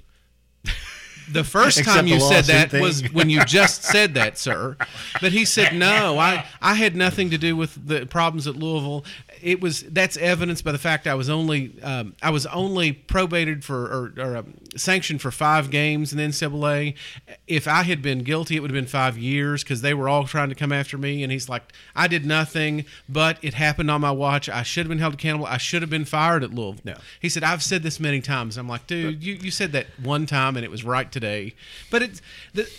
S5: The first
S2: Except
S5: time
S2: the
S5: you said
S2: lawsuit
S5: that
S2: thing.
S5: was when you just said that, sir. But he said, "No, I, I had nothing to do with the problems at Louisville. It was that's evidenced by the fact I was only um, I was only probated for or, or um, sanctioned for five games in the NCAA. If I had been guilty, it would have been five years because they were all trying to come after me. And he's like, I did nothing, but it happened on my watch. I should have been held accountable. I should have been fired at Louisville.
S2: No.
S5: He said, I've said this many times. I'm like, dude, you, you said that one time and it was right today. But it's the,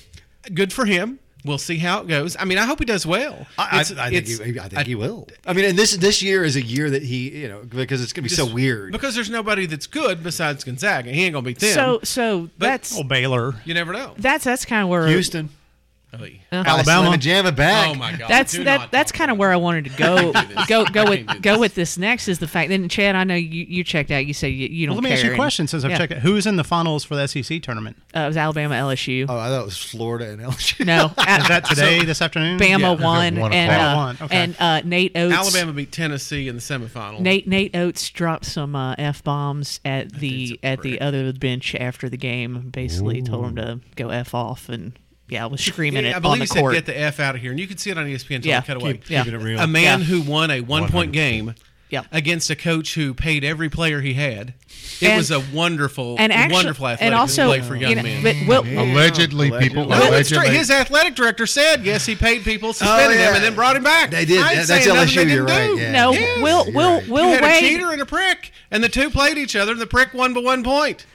S5: good for him. We'll see how it goes. I mean, I hope he does well.
S2: I, I, I
S5: It's-
S2: think,
S5: it's-
S2: he, I think he will. I mean, and this this year is a year that he, you know, because it's going to be so weird.
S5: Because there's nobody that's good besides Gonzaga. He ain't going to be thin.
S3: So, so that's
S1: Oh, Baylor.
S5: you never know.
S3: that's that's kind of where
S2: Houston,
S1: Alabama.
S2: Alabama, Jamma back.
S5: Oh, my God.
S3: that's
S5: Do
S3: that
S5: not
S3: that's
S5: talk
S3: kind of
S5: about
S3: where I wanted to go
S5: this.
S3: go go
S5: I
S3: with
S5: can't do
S3: go
S5: this.
S3: with this next is the fact. Then Chad, I know you, you checked out. You said you, you don't.
S1: Well, let me ask you
S3: care,
S1: a
S3: and-
S1: question since I've
S3: yeah.
S1: checked it. Who's in the finals for the SEC tournament?
S3: Uh, it was Alabama LSU.
S2: Oh, I thought it was Florida and LSU.
S3: No,
S1: Is that today, this afternoon?
S3: Bama
S5: Yeah,
S3: won
S4: one
S3: and uh,
S4: o'clock.
S1: One, okay.
S3: and uh, Nate Oates.
S5: Alabama beat Tennessee in the semifinal.
S3: Nate Nate Oates dropped some uh, f bombs at the at the other bench after the game. Basically, told him to go f off, and yeah, I was screaming
S5: Yeah, I
S3: it on
S5: believe
S3: the
S5: he said,
S3: court.
S5: "Get the f out of here," and you can see it on E ESPN until
S3: Yeah.
S5: they cut away.
S3: Keep- Yeah. keeping it real.
S5: A man
S3: Yeah.
S5: who won a one-point game
S3: Yeah.
S5: against a coach who paid every player he had. It
S3: And-
S5: was a wonderful,
S3: and actually,
S5: wonderful athletic
S3: and also
S5: display for young
S3: you know,
S5: men.
S3: But Will,
S4: Allegedly, people.
S5: Well, it's
S4: allegedly.
S5: straight- his athletic director said, "Yes, he paid
S3: Oh,
S5: people, suspended
S2: yeah.
S5: them, and then brought him back."
S2: They did.
S5: I ain't
S2: That- that's
S5: saying nothing
S2: LSU,
S5: they
S2: you're
S5: didn't
S2: right.
S5: do.
S2: Yeah.
S3: no,
S5: Yes.
S3: Will
S2: You're
S3: Will
S2: right.
S5: You
S3: Will
S5: had a
S3: Wade.
S5: cheater and a prick, and the two played each other, and the prick won by one point.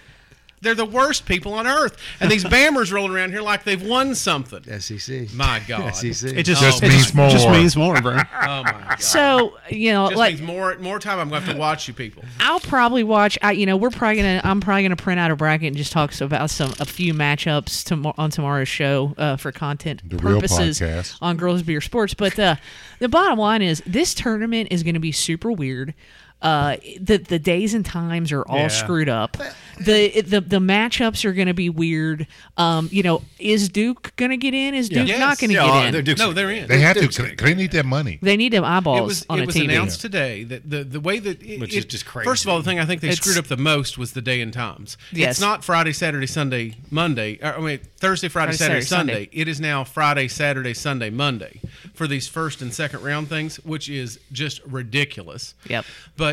S5: They're the worst people on earth, and these bammers rolling around here like they've won something.
S2: E
S6: SEC.
S5: My God.
S6: SEC.
S1: It just,
S5: Just
S1: it
S4: means more.
S1: Just means more, bro.
S5: Oh my God.
S3: So you know,
S5: Just
S3: like
S5: means more more time I'm gonna have to watch you people.
S3: I'll probably watch. I, you know, we're probably gonna. I'm probably gonna print out a bracket and just talk so- about some a few matchups tomorrow on tomorrow's show uh, for content
S4: The real
S3: purposes
S4: podcast.
S3: on Girls Beer Sports. But uh, the bottom line is this tournament is going to be super weird. Uh, the the days and times are all
S1: Yeah.
S3: screwed up. The the the matchups are going to be weird. Um, you know, is Duke going to get in? Is Duke
S5: Yes.
S3: not going to
S2: Yeah,
S3: get in?
S2: they're Duke's-
S5: No, they're in.
S4: They have to.
S2: Duke's
S4: Cause
S2: gonna
S4: they need that money.
S3: They need them eyeballs
S5: it was
S3: on
S5: it
S3: a
S5: was
S3: TV.
S5: announced today that the the way that it,
S2: Which is
S5: it-
S2: just
S5: First
S2: crazy.
S5: of all, the thing I think they
S3: It's-
S5: screwed up the most was the day and times.
S3: Yes.
S5: It's not Friday, Saturday, Sunday, Monday. or, I mean Thursday, Friday,
S3: Friday,
S5: Saturday,
S3: Saturday,
S5: Sunday.
S3: Sunday.
S5: It is now Friday, Saturday, Sunday, Monday for these first and second round things, which is just ridiculous.
S3: Yep.
S5: But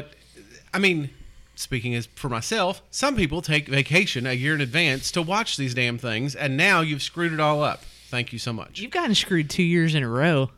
S5: I mean, speaking as for myself, some people take vacation a year in advance to watch these damn things, and now you've screwed it all up. Thank you so much.
S3: You've gotten screwed two years in a row.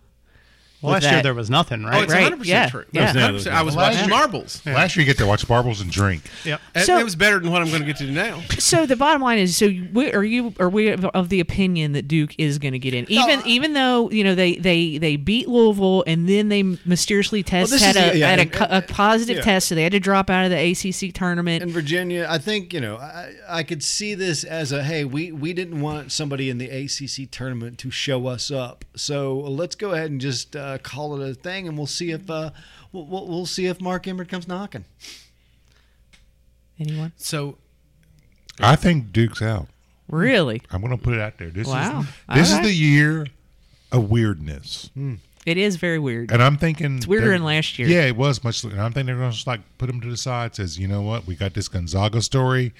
S1: Well,
S3: with
S1: last year
S3: that.
S1: there was nothing,
S5: Oh,
S1: right?
S5: it's
S3: Right,
S5: 100%
S3: yeah,
S5: true.
S3: yeah.
S2: No,
S5: 100%. I was
S4: Well,
S5: watching marbles.
S4: Last year you get to watch marbles and drink.
S1: Yep.
S5: It,
S3: So-
S5: it was better than what I'm going to get to do now.
S3: So the bottom line is, so you- we, are you are we of- of the opinion that Duke is going to get in, even even though you know they they they beat Louisville and then they mysteriously test
S2: this
S3: had
S2: is
S3: a
S2: the- yeah,
S3: had a
S2: and-
S3: co- a, positive
S2: yeah.
S3: test, so they had to drop out of the ACC tournament.
S2: in Virginia, I think you know I, I could see this as a hey, we we didn't want somebody in the ACC tournament to show us up, so let's go ahead and just uh, call it a thing, and we'll see if uh, we'll, we'll we'll see if Mark Emmert comes knocking.
S3: Anyone
S5: So
S4: I think Duke's out.
S3: really?
S4: I'm going to put it out there. This
S3: Wow.
S4: is this
S3: All right.
S4: is the year of weirdness,
S5: Mm-hmm.
S3: It is very weird.
S4: and I'm thinking it's
S3: weirder than last year.
S4: Yeah, it was much. And I'm thinking they're going to just like put them to the side. Says, you know what? We got this Gonzaga story.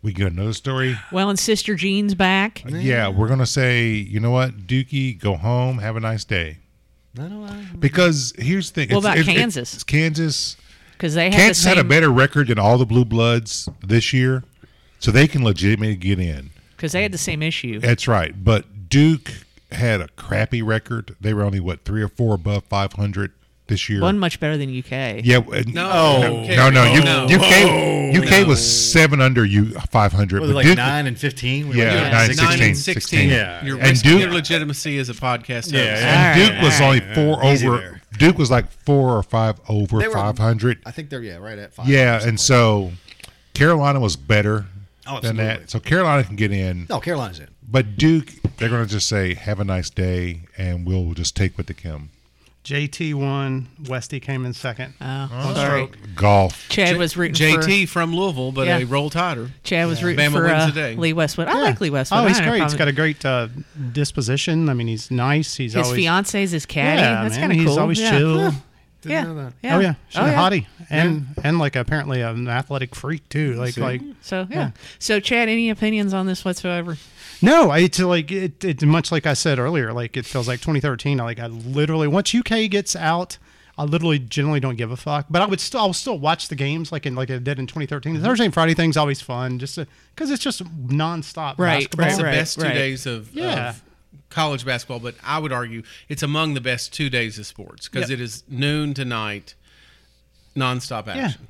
S4: We got another story.
S3: Well, and Sister Jean's back.
S4: Uh, Yeah, we're going to say, you know what, Dookie, go home, have a nice day.
S2: I don't know.
S4: Because here's the thing.
S3: What about
S4: it's- it's-
S3: Kansas?
S4: it's Kansas.
S3: Because they had
S4: Kansas
S3: the
S4: had a
S3: same
S4: better record than all the Blue Bloods this year, so they can legitimately get in.
S3: because they had the same issue.
S4: That's right. But Duke had a crappy record. They were only what three or four above 500 this year.
S3: One much better than UK.
S4: yeah. and-
S5: No.
S4: No, no, you,
S5: No.
S4: UK, UK was seven under you 500.
S2: Was it
S4: but
S2: like
S4: Duke-
S2: nine and fifteen? We were
S4: Yeah,
S2: like
S4: nine,
S2: nine,
S4: six,
S2: six,
S5: nine and
S4: 16,
S5: 16.
S4: 16.
S2: Yeah.
S5: You're
S4: And
S5: risking
S4: Duke-
S5: your legitimacy as a podcast host.
S2: Yeah.
S4: And
S3: All
S4: Duke
S3: right,
S4: was only four
S2: Easy
S4: over.
S2: there.
S4: Duke was like four or five over
S2: were-
S4: 500.
S2: I think they're yeah, right at five.
S4: Yeah, and so Carolina was better than
S2: Oh, absolutely.
S4: that. So Carolina can get in,
S2: no, Carolina's in.
S4: but Duke, they're going to just say, "Have a nice day," and we'll just take what they come.
S1: JT won. Westy came in second.
S3: Oh, sorry.
S4: Golf.
S3: Chad was rooting for
S5: JT from Louisville, but
S3: Yeah.
S5: a roll tighter.
S3: Chad was rooting
S5: Bama
S3: for
S5: wins
S3: uh,
S5: today.
S3: Lee Westwood. I like Lee Westwood.
S1: oh,
S3: I
S1: he's
S3: don't have a
S1: great. He's
S3: problem-
S1: got a great uh, disposition. I mean, he's nice. He's
S3: His
S1: always
S3: fiance's his caddy.
S1: Yeah,
S3: That's
S1: man,
S3: kind of
S1: he's
S3: cool.
S1: always
S3: yeah.
S1: chill.
S3: Huh.
S2: Didn't
S3: yeah.
S2: know that.
S1: Oh yeah, she's
S3: Oh,
S1: a
S3: yeah.
S1: hottie, and and like apparently an athletic freak too. Like like
S3: So yeah. So Chad, any opinions on this whatsoever?
S1: no, I- it's like it, it much like I said earlier. Like it feels like 2013. I like I literally once UK gets out, I literally generally don't give a fuck. But I would still I'll still watch the games like in like I did in 2013.
S3: Mm-hmm.
S1: The Thursday and Friday thing's always fun, just because it's just nonstop
S3: Right,
S1: basketball.
S5: It's the
S3: right.
S5: best two days of,
S1: Yeah.
S5: of college basketball, but I would argue it's among the best two days of sports because
S1: Yep.
S5: it is noon to night, nonstop
S1: Yeah.
S5: action.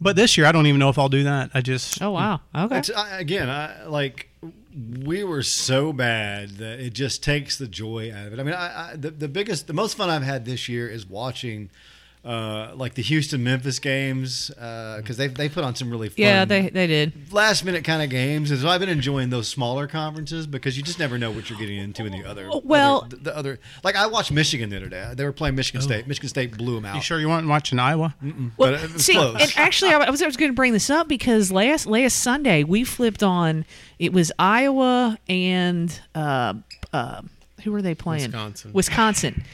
S1: But this year, I don't even know if I'll do that. I just
S3: Oh wow. Okay.
S2: It's, I, again, I, like we were so bad that it just takes the joy out of it. I mean, I, I, the the biggest, the most fun I've had this year is watching. Uh, like the Houston Memphis games, because they they put on some really fun
S3: yeah, they they did.
S2: last minute kind of games. And so I've been enjoying those smaller conferences because you just never know what you're getting into in the other.
S3: Well- Oh.
S2: other, the other like I watched Michigan the other day. They were playing Michigan State. Michigan State blew them out.
S1: you sure you weren't watching Iowa?
S3: Well,
S2: But it was
S3: see,
S2: close.
S3: and actually, I was, I was going to bring this up because last last Sunday we flipped on. It was Iowa and uh, uh, who were they playing?
S5: Wisconsin.
S3: Wisconsin.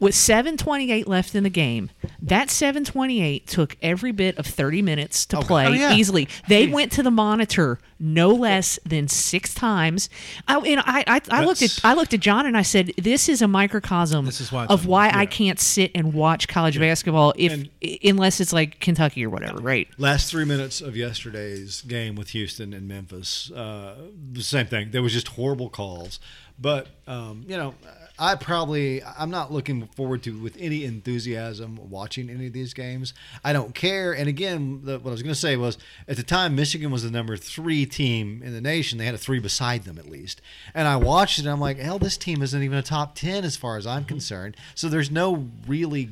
S3: With 7:28 left in the game, that 7:28 took every bit of 30 minutes
S2: Oh,
S3: to play
S1: yeah.
S3: easily. They went to the monitor no less than six times. I, and I, I, I looked at
S2: That's-
S3: I looked at John and I said, "This is a microcosm
S5: This is why it's
S3: of
S5: un-
S3: why I can't sit and watch college basketball if i- unless it's like Kentucky or whatever, right?
S2: Last three minutes of yesterday's game with Houston and Memphis, uh, the same thing. There was just horrible calls, but um, you know, I probably I'm not looking forward to with any enthusiasm watching any of these games. I don't care. And again, the, what I was going to say was at the time Michigan was the number three team in the nation. They had a three beside them at least, and I watched it. and I'm like, hell, this team isn't even a top ten as far as I'm concerned. So there's no really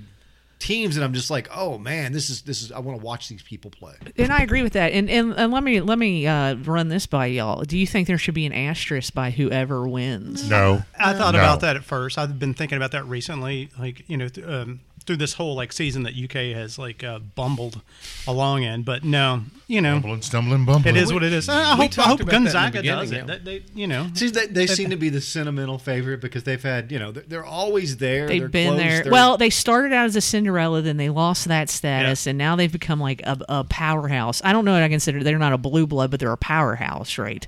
S2: teams that I'm just like, oh man, this is this is I want to watch these people play.
S3: And I agree with that. And and, and let me let me uh, run this by y'all. Do you think there should be an asterisk by whoever wins?
S4: No,
S1: I thought
S4: No.
S1: about that at first. I've been thinking about that recently. Like you know, th- um, through this whole like season that UK has like uh, bumbled along in. But no, you know,
S4: Bumbling, stumbling, bumbling.
S1: it is what it is. I, I hope, I
S5: talked
S1: hope
S5: about that in the
S1: Gonzaga
S5: beginning,
S1: does it.
S5: yeah.
S1: That they, you know,
S2: See, they, they seem to be the sentimental favorite because they've had, you know, they're, they're always there.
S3: They've
S2: they're
S3: been
S2: close,
S3: there.
S2: they're-
S3: Well, they started out as a Cinderella, then they lost that status, and now they've become like a, a powerhouse. I don't know what I consider. They're not a blue blood, but they're a powerhouse, right?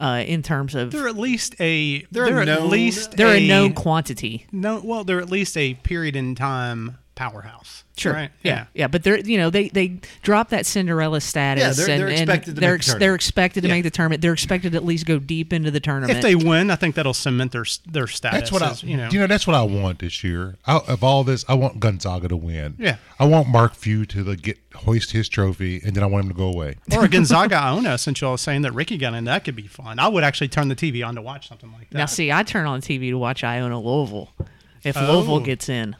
S3: Uh, in terms of they're,
S1: they're at least a they're,
S2: a
S1: at
S2: known-
S1: least
S3: a known quantity.
S1: no well they're at least a period in time powerhouse.
S3: Sure.
S1: Right?
S3: Yeah. yeah. But they're you know they they drop that Cinderella status.
S2: Yeah, they're-
S3: and,
S2: they're
S3: and
S2: expected to
S3: they're
S2: make the
S3: they're
S2: tournament.
S3: expected to make the tournament. They're expected to at least go deep into the tournament.
S1: If they win, I think that'll cement their their status.
S4: That's what I,
S1: as, you know.
S4: That's what I want this year. I, of all this, I want Gonzaga to win.
S1: Yeah.
S4: I want Mark Few to like, get hoist his trophy, and then I want him to go away.
S1: or a Gonzaga Iona, since y'all are saying that Ricky got in, that could be fun. I would actually turn the TV on to watch something like that.
S3: Now, see, I turn on TV to watch Iona Louisville. If Louisville gets in,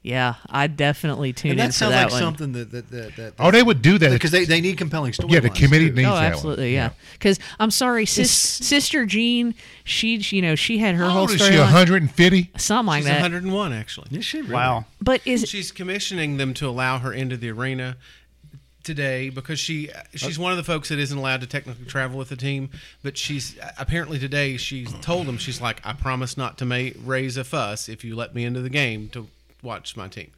S3: yeah, I definitely
S2: Oh.
S3: tune
S2: And
S3: in
S2: that
S3: for
S2: sounds
S3: that
S2: like
S3: one.
S2: something that, that, that, that
S4: Oh, they would do that
S2: because they, they need compelling storylines.
S4: Yeah, the committee
S2: too.
S4: needs
S3: Oh,
S4: that one.
S3: absolutely, yeah. Because I'm sorry, sis, sister Jean, she, she- you know, she had her
S4: How
S3: whole
S4: old is she?
S3: storyline,
S4: 150.
S3: something like
S5: She's
S3: that.
S5: 101 actually.
S2: You should really.
S1: wow.
S3: But is
S5: She's commissioning them to allow her into the arena today because she she's one of the folks that isn't allowed to technically travel with the team. But she's apparently today she told them she's like, I promise not to ma- raise a fuss if you let me into the game to watch my team.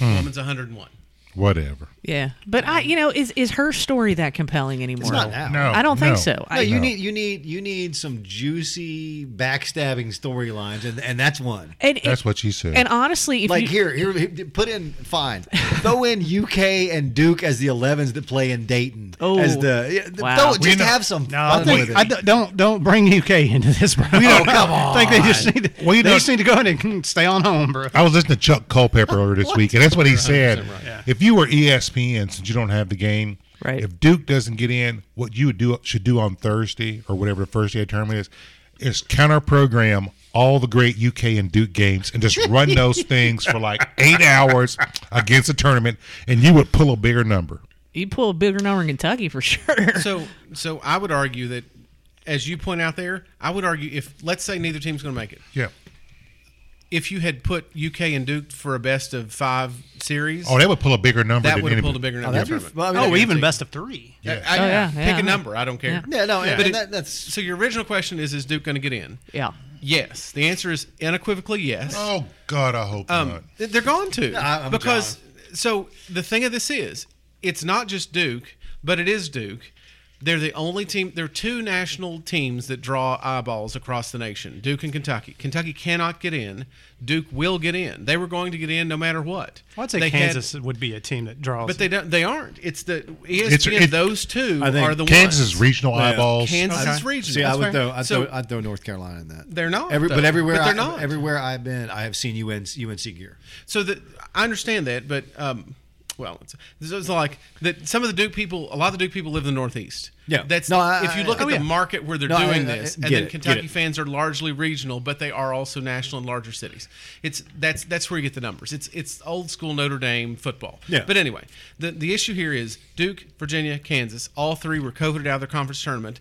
S5: Woman's 101.
S4: Whatever.
S3: yeah? But I, you know, is is her story that compelling anymore?
S2: It's not now.
S4: No,
S3: I don't think
S4: no.
S3: so.
S2: No,
S3: I,
S2: you need you need you need some juicy backstabbing storylines, and, and that's one.
S3: and,
S4: That's what she said.
S3: And honestly, if
S2: Like
S3: you,
S2: here, here, here, put in fine. Throw in UK and Duke as the 11s that play in Dayton.
S3: Oh,
S2: as the yeah, th-
S3: wow.
S2: throw it-
S4: We
S2: just
S4: know-
S2: have some
S1: No, I
S2: fun
S1: think
S2: with it.
S1: I d- don't don't bring UK into this, bro.
S4: don't-
S1: come on. I think they just need to,
S4: We
S1: they
S4: don't-
S1: just need to go ahead and stay on home, bro.
S4: I was listening to Chuck Culpepper earlier this week, and that's what he said.
S1: Yeah.
S4: If you were E ESPN, since you don't have the game,
S3: Right.
S4: if Duke doesn't get in, what you would do should do on Thursday or whatever the first day of tournament is, is counter program all the great UK and Duke games and just run those things for like eight hours against the tournament, and you would pull a bigger number.
S3: you pull a bigger number in Kentucky for sure.
S5: So so I would argue that as you point out there, I would argue if let's say neither team's going to make it.
S4: Yeah.
S5: If you had put UK and Duke for a best of five series,
S4: Oh, they would pull a bigger number.
S5: that
S4: than
S5: would have
S4: anybody-
S5: pulled a bigger
S2: Oh,
S5: number.
S2: that'd be-
S5: tournament.
S2: well, I mean,
S1: Oh,
S2: that'd
S1: even
S2: be-
S1: best of three.
S5: I-
S3: Oh, yeah,
S5: pick
S3: yeah.
S5: a number. I don't care.
S2: Yeah, no, and,
S5: But
S2: and
S5: it-
S2: that, that's
S5: So your original question is: Is Duke going to get in?
S3: yeah.
S5: Yes. The answer is unequivocally yes.
S4: Oh, God, I hope
S5: Um,
S4: not.
S5: th- They're going to
S2: I- I'm
S5: because so the thing of this is it's not just Duke, but it is Duke. They're the only team. There are two national teams that draw eyeballs across the nation: Duke and Kentucky. Kentucky cannot get in. Duke will get in. They were going to get in no matter what.
S1: I'd say
S5: They had-
S1: Kansas would be a team that draws.
S5: but they don't. They aren't. It's the E ESPN.
S4: it-
S5: those two
S2: I think
S5: are the
S4: Kansas
S5: ones.
S4: is regional eyeballs.
S5: Kansas is regional.
S2: See, I
S5: That's
S2: would
S5: right.
S2: throw, I'd,
S5: So-
S2: throw, I'd throw North Carolina in that.
S5: They're not,
S2: Every, but
S5: though.
S2: everywhere,
S5: But they're
S2: I,
S5: not.
S2: everywhere I've been, I have seen UNC, UNC gear.
S5: So that I understand that, but um, well, it's, it's like that. Some of the Duke people, a lot of the Duke people live in the Northeast.
S2: Yeah.
S5: that's
S2: No, I-
S5: if you
S2: I-
S5: look
S2: oh,
S5: at the
S2: yeah.
S5: market where they're
S2: No, I-
S5: doing
S2: I-
S5: this,
S2: I-
S5: and
S2: get
S5: then
S2: it, get
S5: Kentucky
S2: it.
S5: fans are largely regional, but they are also national in larger cities. It's that's that's where you get the numbers. It's it's old school Notre Dame football.
S2: Yeah.
S5: But anyway, the the issue here is Duke, Virginia, Kansas. All three were coveted out of their conference tournament.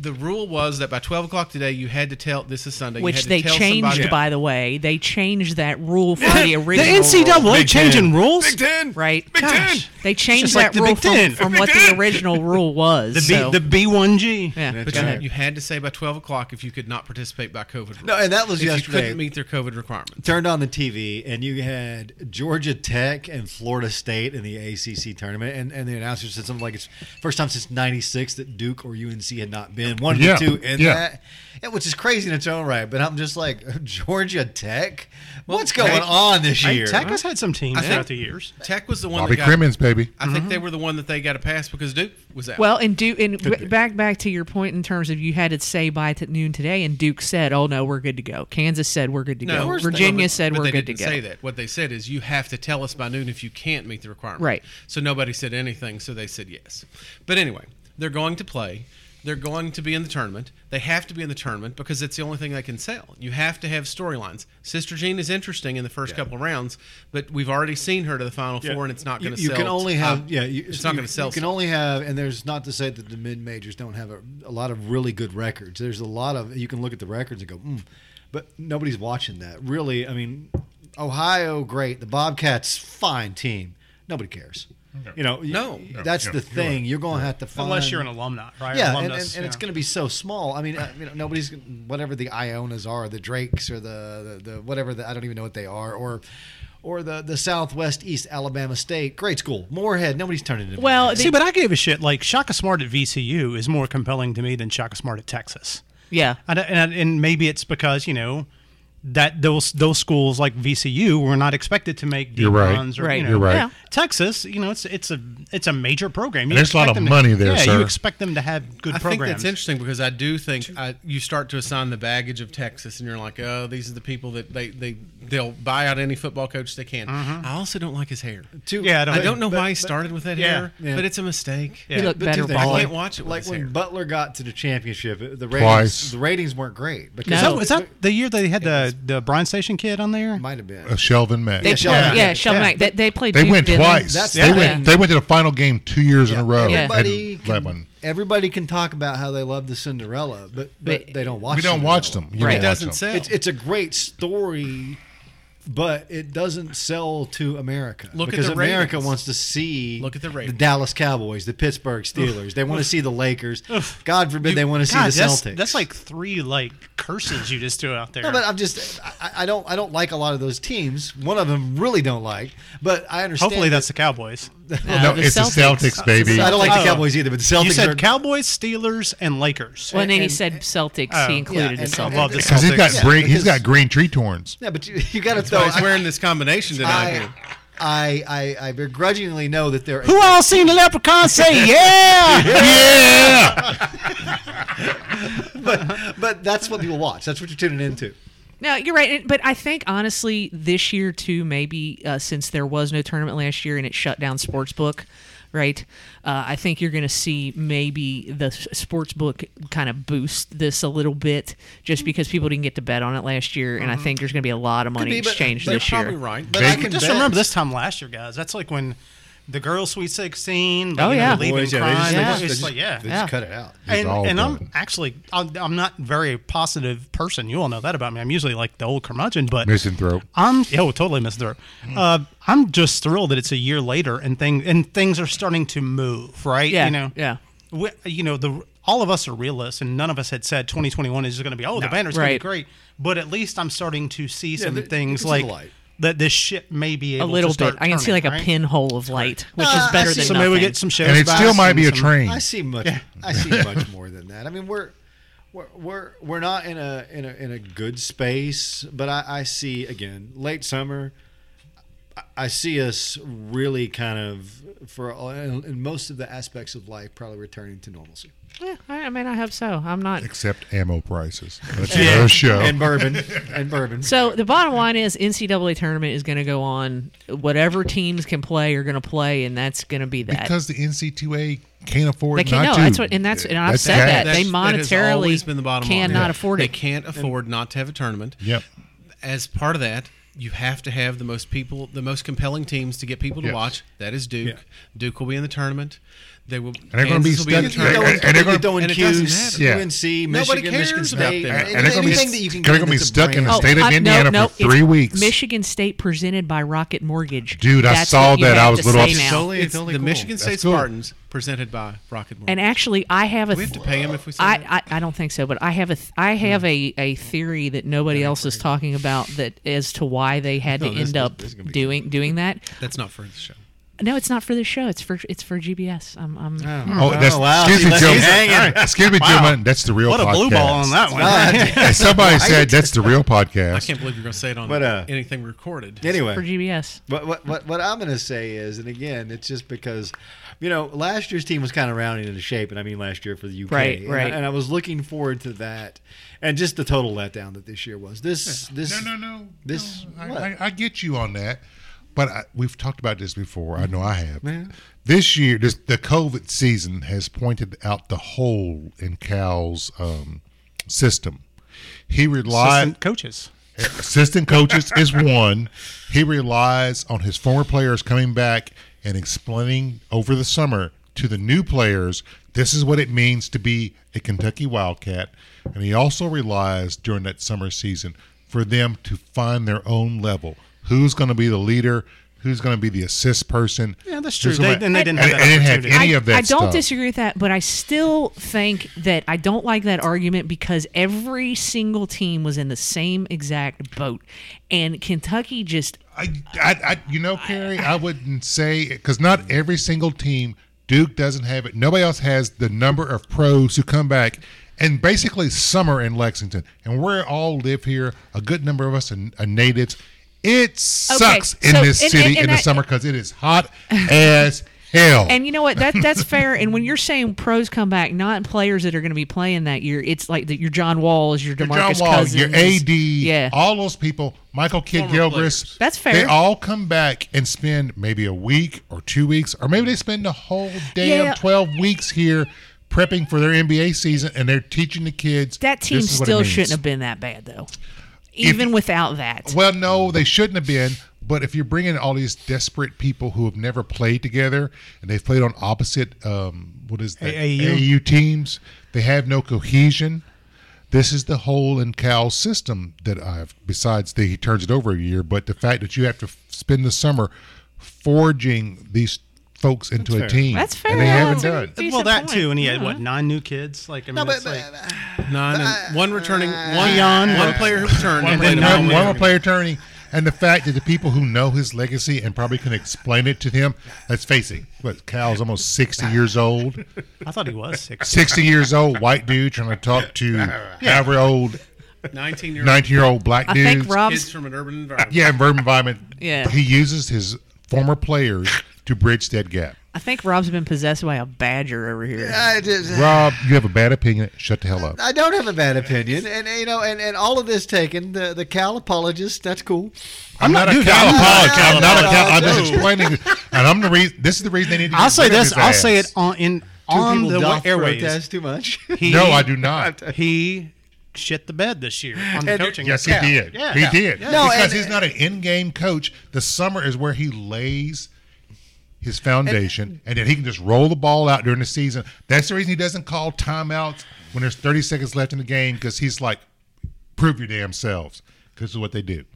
S5: The rule was that by twelve o'clock today, you had to tell. This is Sunday. you
S3: Which
S5: had to
S3: they
S5: tell
S3: changed,
S5: somebody-
S3: by the way. They changed that rule from the
S1: the
S3: original. rule.
S1: NCAA changing rules.
S2: Ten.
S3: right?
S1: Big
S3: Gosh,
S1: Ten.
S3: they changed
S1: Just like
S3: that
S1: the
S3: rule
S1: Big
S3: from,
S1: Ten.
S3: from
S1: Big
S3: what the
S1: Ten.
S3: original rule was.
S1: The B,
S3: so-
S1: the B one G.
S3: yeah.
S2: That's
S5: But
S2: right.
S5: you, you had to say by twelve o'clock if you could not participate by COVID. Rules.
S2: No, and that was
S5: if
S2: yesterday.
S5: You couldn't meet their COVID requirements.
S2: Turned on the TV, and you had Georgia Tech and Florida State in the ACC tournament, and, and the announcer said something like, "It's first time since '96 that Duke or UNC had not been one of
S4: Yeah,
S2: the two in
S4: yeah.
S2: that." And, which is crazy in its own right, but I'm just like Georgia Tech. What's going on this
S1: Hey,
S2: year?
S1: Tech has had some teams
S5: I think-
S1: throughout the years. Mm-hmm.
S5: Tech was the one
S4: Bobby
S5: that got.
S4: Crimmins, baby.
S5: I think they were the one that they got a pass because Duke was out.
S3: Well, and Duke, and b- back back to your point in terms of you had it say by t- noon today, and Duke said, "Oh no, we're good to go." Kansas said, "We're good to
S5: No,
S3: go."
S5: but-
S3: Virginia
S5: but-
S3: said,
S5: but
S3: "We're
S5: they
S3: good to
S5: didn't
S3: go."
S5: Say that. What they said is you have to tell us by noon if you can't meet the requirement.
S3: Right.
S5: So nobody said anything. So they said yes. But anyway, they're going to play. They're going to be in the tournament. They have to be in the tournament because it's the only thing they can sell. You have to have storylines. Sister Jean is interesting in the first couple of rounds, but we've already seen her to the final four, and it's not
S2: You,
S5: going to
S2: you
S5: sell.
S2: can only have
S5: Uh,
S2: yeah. You,
S5: it's not
S2: you-
S5: going to sell.
S2: You can
S5: stuff.
S2: only have, and there's not to say that the mid majors don't have a, a lot of really good records. "Hmm," There's a lot of you can look at the records and go, mm, but nobody's watching that. Really, I mean, Ohio, great. The Bobcats, fine team. Nobody cares. You know, y-
S5: No.
S2: that's
S4: No,
S2: the
S4: you're
S2: thing.
S4: right.
S2: You're going to have to find
S1: Unless you're an alumni, right?
S2: yeah, and, and,
S1: Alumnus,
S2: and it's
S1: yeah.
S2: going to be so small. I mean, uh, you know, nobody's whatever the Ionas are, the Drakes or the the, the whatever the, I don't even know what they are, or or the the Southwest East Alabama State, great school, Moorhead. Nobody's turning it.
S3: Well,
S1: See, but I gave a shit. Like Shaka Smart at VCU is more compelling to me than Shaka Smart at Texas.
S3: yeah.
S1: I don't- And, and maybe it's because you know that those those schools like VCU were not expected to make
S4: You're right.
S1: D1s or
S3: Right.
S1: you know,
S4: You're right.
S3: Yeah.
S1: Texas, you know, it's it's a it's a major program. You
S4: There's a lot
S1: expect them
S4: of
S1: to-
S4: money there,
S1: Yeah,
S4: sir.
S1: you expect them to have good
S5: I think
S1: programs.
S5: that's interesting because I do think I, you start to assign the baggage of Texas, and you're like, oh, these are the people that they they they'll buy out any football coach they can. I also don't like his hair.
S2: Too,
S1: Yeah, I don't-
S5: I don't know why he started with that
S1: yeah,
S5: hair,
S2: yeah.
S5: but it's a mistake.
S3: You look
S2: But
S3: better
S2: two things.
S5: I
S3: bald.
S5: can't watch it with
S2: Like
S5: his
S2: when
S5: hair.
S2: Butler got to the championship, it- the ratings
S4: Twice.
S2: the ratings weren't great because
S1: Is
S3: No.
S1: that, is that the year they had the the Bryan Station kid on there?
S2: it might have been.
S4: Uh, Shelvin Mack.
S3: They
S4: They,
S3: played, yeah,
S2: yeah,
S3: yeah, Shelby
S1: yeah.
S3: Knight. They, they played. Duke,
S4: went
S3: didn't
S4: twice.
S2: That's
S4: they
S2: the
S4: went.
S3: thing.
S4: They went to the final game two years in a row.
S3: Yeah.
S4: and
S2: Everybody,
S4: that
S2: can,
S4: one.
S2: everybody can talk about how they love the Cinderella, but but
S3: But-
S2: they don't watch.
S4: We don't watch them.
S2: Cinderella.
S4: You
S3: Right.
S4: don't
S5: it
S4: watch
S5: doesn't
S4: them.
S5: sell.
S2: It's it's a great story, but it doesn't sell to America
S5: Look at
S2: because
S5: the
S2: America
S5: ratings.
S2: wants to see
S5: Look at the ratings.
S2: the Dallas Cowboys, the Pittsburgh Steelers. they want to see the Lakers. God forbid they want to see
S1: God,
S2: the
S1: that's,
S2: Celtics.
S1: that's like three like curses you just threw out there.
S2: No, but I'm just I, I don't I don't like a lot of those teams. One of them really don't like, but I understand.
S1: Hopefully
S2: that-
S1: that's the Cowboys.
S3: No,
S4: No,
S3: Uh, the
S4: it's the Celtics, baby.
S2: I don't like
S1: Oh.
S2: the Cowboys either, but the Celtics
S1: You
S2: are,
S1: said Cowboys, Steelers, and Lakers.
S3: Well, and then he
S2: and-
S3: said Celtics.
S1: Oh,
S3: he included
S2: yeah,
S3: the
S2: and-
S3: Celtics.
S2: and-
S1: I love the
S4: because he's got
S1: Celtics.
S4: green, he's
S2: because-
S4: got green tree torns.
S2: Yeah, but you, you got to throw.
S5: That's why he's
S2: I,
S5: wearing this combination tonight.
S2: I,
S5: here.
S2: I, I, I begrudgingly know that they're.
S1: Who all seen the leprechaun say yeah?
S4: Yeah,
S2: But that's what people watch. That's what you're tuning into.
S3: No, you're right. And- But I think honestly, this year too, maybe uh, since there was no tournament last year and it shut down sportsbook, right? Uh, I think you're going to see maybe the s- sportsbook kind of boost this a little bit, just because people didn't get to bet on it last year, and I
S1: Mm-hmm.
S3: think there's going to be a lot of money
S2: be, but-
S3: exchanged
S2: but
S5: They're
S3: this year.
S5: probably right.
S2: But
S4: Big-
S2: I can
S1: Just
S2: bet-
S1: remember this time last year, guys. That's like when the girls' Sweet 16, like,
S3: Oh,
S1: you know,
S3: yeah.
S1: leaving
S2: Boys, yeah, they just-
S1: crime.
S2: they
S1: It's
S2: just- they
S1: just
S2: just-
S1: like, yeah.
S2: They just
S3: Yeah.
S2: cut it out.
S4: It's
S1: and
S4: all
S1: and I'm
S4: good.
S1: actually, I'm, I'm not a very positive person. You all know that about me. I'm usually like the old curmudgeon, but
S4: misanthrope.
S1: I'm yeah, well, totally missed the
S3: Hmm.
S1: Uh, I'm just thrilled that it's a year later and thing and things are starting to move, right?
S3: Yeah,
S1: you know,
S3: yeah.
S1: We, you know, the all of us are realists, and none of us had said 2021 is just going to be oh the banner's going
S3: right.
S1: to be great, but at least I'm starting to see some
S2: there-
S1: things
S2: it's a
S1: like
S2: light.
S1: that. This ship may be
S3: A
S1: able
S3: little
S1: to
S3: bit.
S1: start
S3: I can see like
S1: turning,
S3: a
S1: right?
S3: pinhole of light, which
S2: Uh,
S3: is better
S2: I see
S3: than
S1: So maybe we
S3: nothing.
S1: get some shares.
S4: And it
S1: back,
S4: still might be a
S1: some-
S4: train.
S2: I see much. I see much more than that. I mean, we're we're we're, we're not in a in a in a good space, but I, I see again late summer. I- I see us really kind of for all, in, in most of the aspects of life probably returning to normalcy
S3: Yeah, I I mean, I hope so. I'm not.
S4: Except ammo prices. That's another show.
S2: and bourbon and bourbon.
S3: So the bottom line is NCAA tournament is going to go on. Whatever teams can play are going to play, and that's going to be that.
S4: because the NC2A can't afford
S3: They can't.
S4: not
S3: No,
S4: to.
S3: that's what, and that's, and I've
S4: That's
S3: said
S4: that.
S3: that
S5: That's-
S3: they
S5: that has
S3: monetarily
S5: always been the bottom line.
S3: cannot afford
S5: They
S3: it.
S5: can't afford not to have a tournament.
S4: Yep.
S5: As part of that, you have to have the most people, the most compelling teams to get people to
S4: Yes.
S5: watch. That is Duke.
S2: Yeah.
S5: Duke will be in the tournament. They will.
S4: they're gonna be
S5: Kansas will in the
S4: stuck- they're-
S5: tournament.
S4: and they're gonna-
S2: throwing
S5: and it doesn't
S2: Qs,
S5: matter.
S4: Yeah.
S2: UNC,
S5: Nobody
S2: Michigan,
S5: cares
S2: Michigan
S5: about
S2: State,
S5: them.
S2: and-
S5: And
S4: they're gonna be-
S2: anything that you can
S4: they're
S2: get
S4: gonna be
S2: that's a
S4: stuck in
S2: brand.
S4: a state of
S3: Oh, I- no,
S4: Indiana
S3: no,
S4: for
S3: it's
S4: three weeks.
S3: Michigan State presented by Rocket Mortgage.
S4: Dude, I
S3: That's
S4: saw
S3: what you
S4: that. I
S3: have
S4: was
S3: to
S4: a little
S3: say
S4: upset.
S3: now.
S2: Only-
S5: It's
S2: it's only
S5: the
S2: cool.
S5: Michigan
S4: That's
S5: State
S4: cool.
S5: Spartans presented by Rocket Mortgage.
S3: And actually, I have a.
S5: we have to
S3: th-
S5: pay him if we say that?
S3: I, I, I don't think so, but I have a th- I have a, a theory that nobody else is talking about that as to why they had to
S2: this-
S3: end
S2: this-
S3: up
S2: this is gonna be
S3: doing doing that.
S5: That's not for the show.
S3: No, it's not for this show. It's for it's for GBS. I'm, I'm
S4: Oh, that's,
S2: Oh, wow.
S4: excuse
S2: See,
S4: me,
S2: let's
S4: Joe.
S2: use it. All right.
S4: Excuse me, Joe. Munn, That's the real
S1: What a
S4: podcast.
S1: blue ball on that one.
S4: And somebody said that's the real
S5: I
S4: podcast.
S5: can't believe you're going to say it on
S2: But, uh,
S5: anything recorded.
S2: Anyway,
S3: for GBS.
S2: But what, what what I'm gonna say is, and again, it's just because, you know, last year's team was kind of rounding into shape, and I mean last year for the UK,
S3: Right,
S2: and,
S3: right.
S2: I, and I was looking forward to that, and just the total letdown that this year was. This this
S4: No, no, no.
S2: This-
S4: no,
S2: what?
S4: I, I, I get you on that, but I, we've talked about this before. I know I have. This year, this, the COVID season has pointed out the hole in Cal's um, system. He relied
S1: Assistant coaches.
S4: assistant coaches is one. He relies on his former players coming back and explaining over the summer to the new players this is what it means to be a Kentucky Wildcat. And he also relies during that summer season for them to find their own level. who's going to be the leader, who's going to be the assist person.
S1: Yeah, that's
S4: who's
S1: true.
S4: gonna-
S1: They- and they didn't have that
S4: and it had
S1: opportunity.
S4: any
S3: I,
S4: of that
S3: I don't
S4: stuff.
S3: disagree with that, but I still think that I don't like that argument because every single team was in the same exact boat, and Kentucky just
S4: I, I, I, you know, Carrie, I wouldn't say because not every single team. Duke doesn't have it. Nobody else has the number of pros who come back and basically summer in Lexington, and we all live here. A good number of us are, are natives. It sucks in
S3: so-
S4: this
S3: and-
S4: city
S3: and- and
S4: in the
S3: that-
S4: summer because it is hot as hell.
S3: And you know what? That that's fair. And when you're saying pros come back, not players that are going to be playing that year, it's like that your John Walls, your
S4: Your
S3: Demarcus
S4: John Wall,
S3: Cousins,
S4: your AD,
S3: yeah,
S4: all those people, Michael Kidd
S5: Former
S4: Gilchrist.
S3: That's fair.
S4: They all come back and spend maybe a week or two weeks, or maybe they spend the whole damn
S3: Yeah.
S4: 12 weeks here prepping for their NBA season and they're teaching the kids.
S3: that team
S4: this is what it
S3: still
S4: means.
S3: shouldn't have been that bad though, even without that.
S4: Well, no, they shouldn't have been. But if you're bringing all these desperate people who have never played together and they've played on opposite, um, what is that?
S1: AAU.
S4: AAU teams, they have no cohesion. This is the hole in Cal's system that I've, besides that he turns it over a year, but the fact that you have to f- spend the summer forging these folks into a team.
S3: That's fair.
S4: And they haven't
S3: That's a
S4: done.
S3: decent
S1: well, that
S3: point.
S1: too, and he had
S3: Yeah.
S1: what nine new kids? Like I mean, it's like,
S5: Nine and one returning, one
S1: Dion
S5: one
S1: Brooks.
S5: player who returned,
S4: One
S5: and
S4: more
S5: played all
S4: player,
S5: the
S4: one more
S5: way.
S4: player turning, and the fact that the people who know his legacy and probably can explain it to him. Let's face it. What Cal's almost sixty years old.
S1: I thought he was six.
S4: Sixty years old, white dude trying to talk to however old,
S5: nineteen year old
S4: nineteen year old black
S3: I
S4: dude.
S3: think
S5: kids
S3: Rob's
S5: from an urban environment.
S4: yeah, in urban environment.
S3: Yeah.
S4: he uses his former players to bridge that gap.
S3: I think Rob's been possessed by a badger over here.
S2: I, just,
S4: Rob, you have a bad opinion. Shut the hell up.
S2: I don't have a bad opinion, and you know, and, and all of this taken, the the Cal apologist, that's cool.
S4: I'm not, a
S1: dude, I'm
S4: cow
S1: not-
S4: apologist. I'm not a cow. I'm just
S2: No.
S4: explaining, it. and I'm the reason. This is the reason they need to.
S1: I'll
S4: get
S1: say
S4: rid of
S1: this.
S4: his
S1: I'll
S4: ass.
S1: say it on in
S2: Two
S1: on
S2: people
S1: the
S2: don't
S1: airways.
S2: protest too much.
S1: He-
S4: No, I do not.
S1: He shit the bed this year on the coaching.
S4: Yes,
S1: Yeah.
S4: he did.
S1: Yeah.
S4: he
S1: Yeah.
S4: did.
S2: No,
S4: because
S2: and-
S4: he's not an in-game coach. The summer is where he lays his foundation, and, then he can just roll the ball out during the season. That's the reason he doesn't call timeouts when there's 30 seconds left in the game because he's like, "Prove your damn selves." 'Cause This is what they did,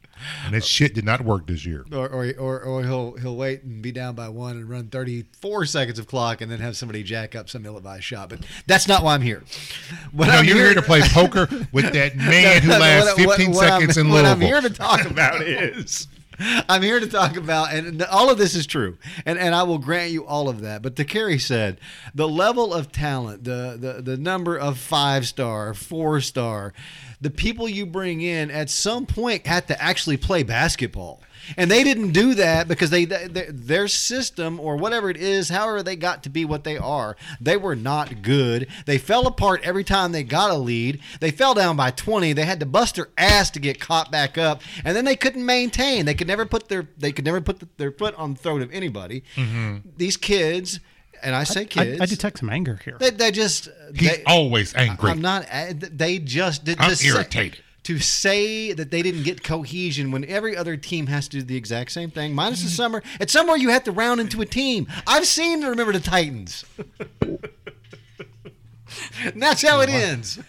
S4: and that shit did not work this year.
S2: Or, or, or, or he'll he'll wait and be down by one and run 34 seconds of clock and then have somebody jack up some ill-advised shot. But that's not why I'm here. What
S4: No,
S2: I'm
S4: you're here to play poker with that man who
S2: No,
S4: lasts
S2: what- what-
S4: 15
S2: what I'm-
S4: seconds in
S2: What
S4: Louisville.
S2: I'm here to talk about is. I'm here to talk about, and all of this is true, and and I will grant you all of that. But to Carrie said, the level of talent, the the the number of five star, four star, the people you bring in at some point had to actually play basketball, and they didn't do that because they, they their system or whatever it is, however they got to be what they are, they were not good. They fell apart every time they got a lead. They fell down by 20. They had to bust their ass to get caught back up, and then they couldn't maintain. They could never put their they could never put their foot on the throat of anybody. These kids, and Mm-hmm. I say
S1: I,
S2: kids,
S1: I detect some anger here.
S2: They, they just
S4: He's
S2: they,
S4: always angry.
S2: I'm not. I- They just did.
S4: I'm
S2: to
S4: irritated.
S2: Say, to say that they didn't get cohesion when every other team has to do the exact same thing, minus the summer. At somewhere you have to round into a team. I've seen the Remember the Titans. and that's how it ends.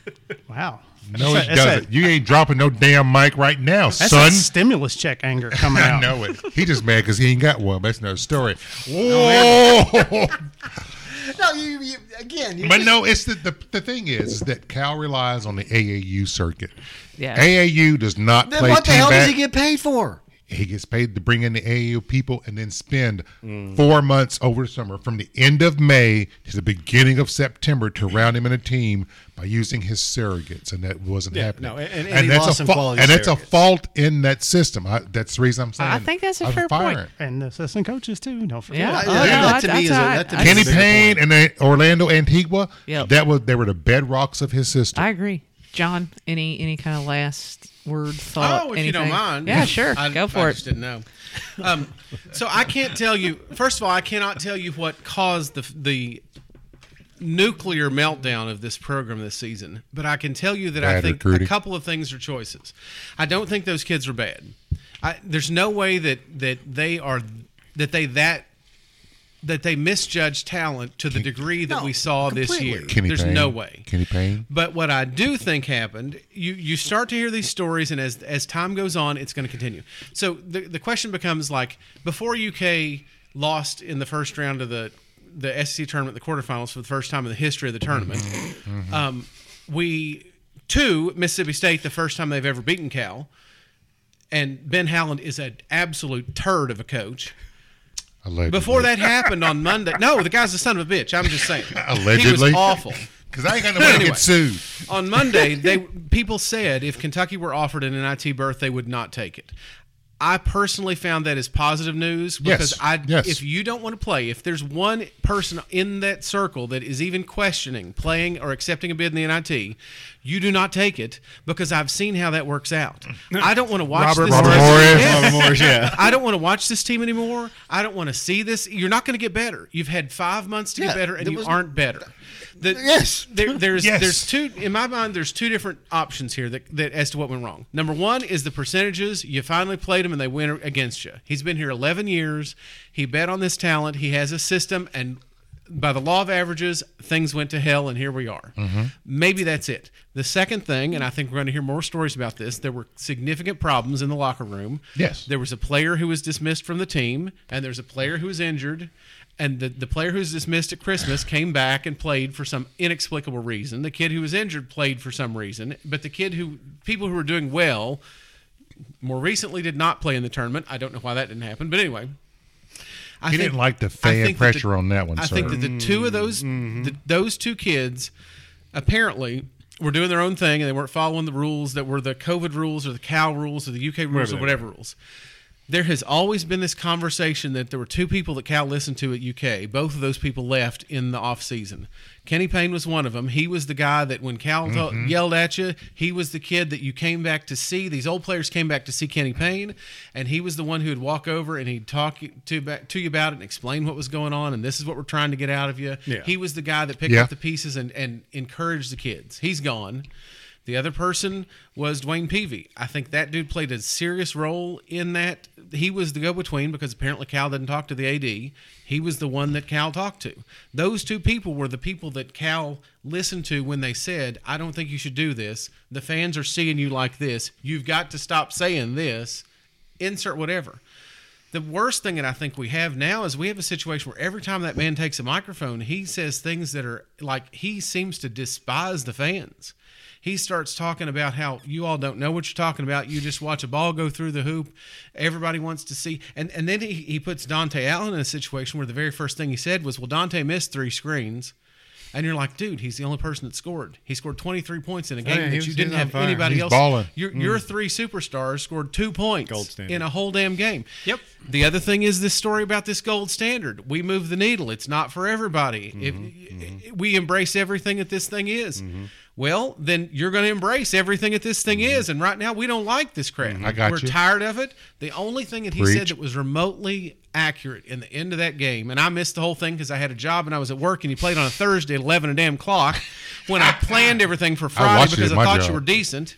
S1: Wow.
S4: No,
S1: That's
S4: it
S1: a- that's a-
S4: doesn't. You ain't dropping no damn mic right now,
S1: That's
S4: son.
S1: a stimulus check anger coming
S4: I
S1: out.
S4: know it. He just mad because he ain't got one. but That's another story. Whoa!
S2: No, you, you again. You
S4: but
S2: just-
S4: no, it's the, the the thing is that Cal relies on the AAU circuit.
S3: Yeah.
S4: AAU does not
S2: Then
S4: play
S2: what the
S4: team
S2: hell does
S4: ba-
S2: he get paid for?
S4: He gets paid to bring in the AAU people and then spend
S3: Mm.
S4: four months over the summer from the end of May to the beginning of September to round him in a team by using his surrogates, and that wasn't happening.
S2: no, and- and- and he lost
S4: a
S2: some
S4: fault.
S2: quality
S4: And that's a
S2: surrogates.
S4: fault in that system. I, that's the reason I'm saying.
S3: I think that's a
S4: I'm
S3: fair
S4: firing.
S3: point.
S1: And the assistant coaches too. Don't forget.
S2: Yeah,
S3: yeah, Oh,
S2: yeah,
S3: no,
S2: that to
S3: I-
S2: me is a- that
S3: that's-
S2: to
S3: I-
S2: me
S3: I-
S4: Kenny
S2: That's a bigger
S4: Payne and the Orlando Antigua.
S3: Yep.
S4: That was they were the bedrocks of his system.
S3: I agree. John, any any kind of last word, thought,
S5: Oh, if
S3: anything?
S5: you don't mind.
S3: Yeah, sure.
S5: I,
S3: Go
S5: I
S3: for
S5: just
S3: it.
S5: didn't know. Um, so I can't tell you. First of all, I cannot tell you what caused the the nuclear meltdown of this program this season. But I can tell you that I
S4: Bad
S5: think
S4: recruiting.
S5: a couple of things are choices. I don't think those kids are bad. I, there's no way that that they are that they that that they misjudged talent to the degree that we saw this year.
S4: Kenny
S5: There's
S4: Payne.
S5: no way.
S4: Kenny Payne.
S5: But what I do think happened, you you start to hear these stories, and as as time goes on, it's going to continue. So the the question becomes like before UK lost in the first round of the the SEC tournament, the quarterfinals for the first time in the history of the tournament,
S4: Mm-hmm.
S5: um, we to Mississippi State the first time they've ever beaten Cal, and Ben Howland is an absolute turd of a coach.
S4: Allegedly.
S5: Before that happened on Monday, no, the guy's a son of a bitch. I'm just saying, he
S4: Allegedly.
S5: was awful.
S4: because I ain't got no way to
S5: Anyway.
S4: get sued.
S5: on Monday, they people said if Kentucky were offered an NIT berth, they would not take it. I personally found that as positive news because
S4: Yes,
S5: I
S4: yes.
S5: if you don't want to play, if there's one person in that circle that is even questioning playing or accepting a bid in the NIT, you do not take it because I've seen how that works out. I don't want to watch
S4: Robert
S5: this
S4: Morris.
S5: team-
S4: Morris.
S5: Yes.
S2: Robert Morris, yeah.
S5: I don't want to watch this team anymore. I don't want to see this. You're not going to get better. You've had five months to get
S2: Yeah,
S5: better, and
S2: there
S5: you
S2: was-
S5: aren't better. The-
S2: Yes.
S5: there, there's
S4: Yes.
S5: there's two in my mind. There's two different options here that, that as to what went wrong. Number one is the percentages. You finally played him, and they win against you. He's been here 11 years. He bet on this talent. He has a system, and by the law of averages, things went to hell, and here we are.
S2: Mm-hmm.
S5: Maybe that's it. The second thing, and I think we're going to hear more stories about this. There were significant problems in the locker room.
S4: Yes.
S5: There was a player who was dismissed from the team, and there's a player who was injured. And the, the player who was dismissed at Christmas came back and played for some inexplicable reason. The kid who was injured played for some reason. But the kid who, people who were doing well, more recently did not play in the tournament. I don't know why that didn't happen. But anyway. I
S4: He
S5: think-
S4: didn't like the
S5: I
S4: fan
S5: think that
S4: pressure on that one,
S5: I
S4: sir.
S5: think that the two of those, the, those two kids apparently were doing their own thing and they weren't following the rules that were the COVID rules or the Cal rules or the UK rules or whatever rules. There has always been this conversation that there were two people that Cal listened to at UK. Both of those people left in the off season. Kenny Payne was one of them. He was the guy that when Cal to- yelled at you, he was the kid that you came back to see. These old players came back to see Kenny Payne, and he was the one who would walk over and he'd talk to back to you about it and explain what was going on and this is what we're trying to get out of you.
S2: Yeah.
S5: He was the guy that picked
S4: Yeah.
S5: up the pieces and, and encouraged the kids. He's gone. The other person was Dwayne Peavy. I think that dude played a serious role in that. He was the go between because apparently Cal didn't talk to the AD. He was the one that Cal talked to. Those two people were the people that Cal listened to when they said, I don't think you should do this. The fans are seeing you like this. You've got to stop saying this. Insert whatever the worst thing that I think we have now is we have a situation where every time that man takes a microphone, he says things that are like he seems to despise the fans. He starts talking about how you all don't know what you're talking about. You just watch a ball go through the hoop. Everybody wants to see. And and then he, he puts Dante Allen in a situation where the very first thing he said was, Well, Dante missed three screens. And you're like, dude, he's the only person that scored. He scored 23 points in a game
S2: yeah, he
S5: that
S2: was-
S5: you
S2: he's
S5: didn't
S2: on
S5: have
S2: fire.
S5: anybody
S4: He's
S5: else.
S4: balling.
S5: Your, your
S4: Hmm.
S5: three superstars scored two points
S2: Gold standard.
S5: in a whole damn game.
S1: Yep.
S5: The other thing is this story about this gold standard. We move the needle. It's not for everybody. If
S4: Mm-hmm.
S5: Mm-hmm. we embrace everything that this thing is, well, then you're going to embrace everything that this thing is. And right now, we don't like this crap.
S4: Mm-hmm. I got
S5: We're
S4: you.
S5: tired of it. The only thing that he said
S4: Preach.
S5: that was remotely accurate in the end of that game, and I missed the whole thing because I had a job and I was at work, and he played on a Thursday at eleven a damn clock when I planned everything for Friday
S4: watched it
S5: because
S4: at my
S5: I thought you
S4: job.
S5: were decent.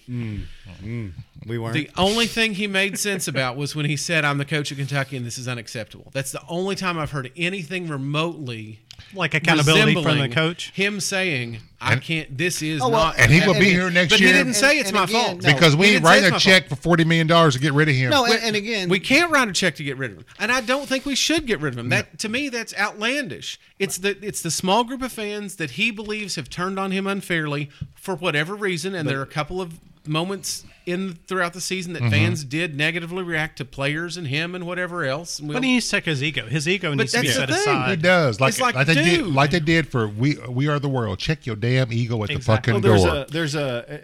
S2: We weren't.
S5: The only thing he made sense about was when he said, "I'm the coach of Kentucky, and this is unacceptable." That's the only time I've heard anything remotely
S1: Like accountability from the
S5: resembling
S1: coach.
S5: Him saying, "I can't. This is
S6: well,
S5: not."
S4: Oh, And he will be
S6: And-
S4: here next
S5: but
S4: year
S5: he didn't say it's
S6: and
S5: my
S6: again,
S5: fault
S6: no.
S4: because we
S5: He
S4: ain't
S5: didn't say
S4: writing
S5: it's
S4: a
S5: my
S4: check for forty million dollars to get rid of him.
S6: No, and, and again,
S5: We can't write a check to get rid of him, and I don't think we should get rid of him. That to me, that's outlandish. It's the it's the small group of fans that he believes have turned on him unfairly for whatever reason, and there are a couple of moments in throughout the season
S2: Mm-hmm.
S5: that fans did negatively react to players and him and whatever else. And we'll-
S1: But he needs to check his ego. His ego needs to be
S5: that's
S1: set
S5: the thing.
S4: It
S1: aside.
S4: does like
S5: It's like,
S4: they did
S5: dude.
S4: like they did for we we are the world. Check your damn ego at
S1: Exactly.
S4: the fucking
S2: there's
S4: door.
S2: a there's a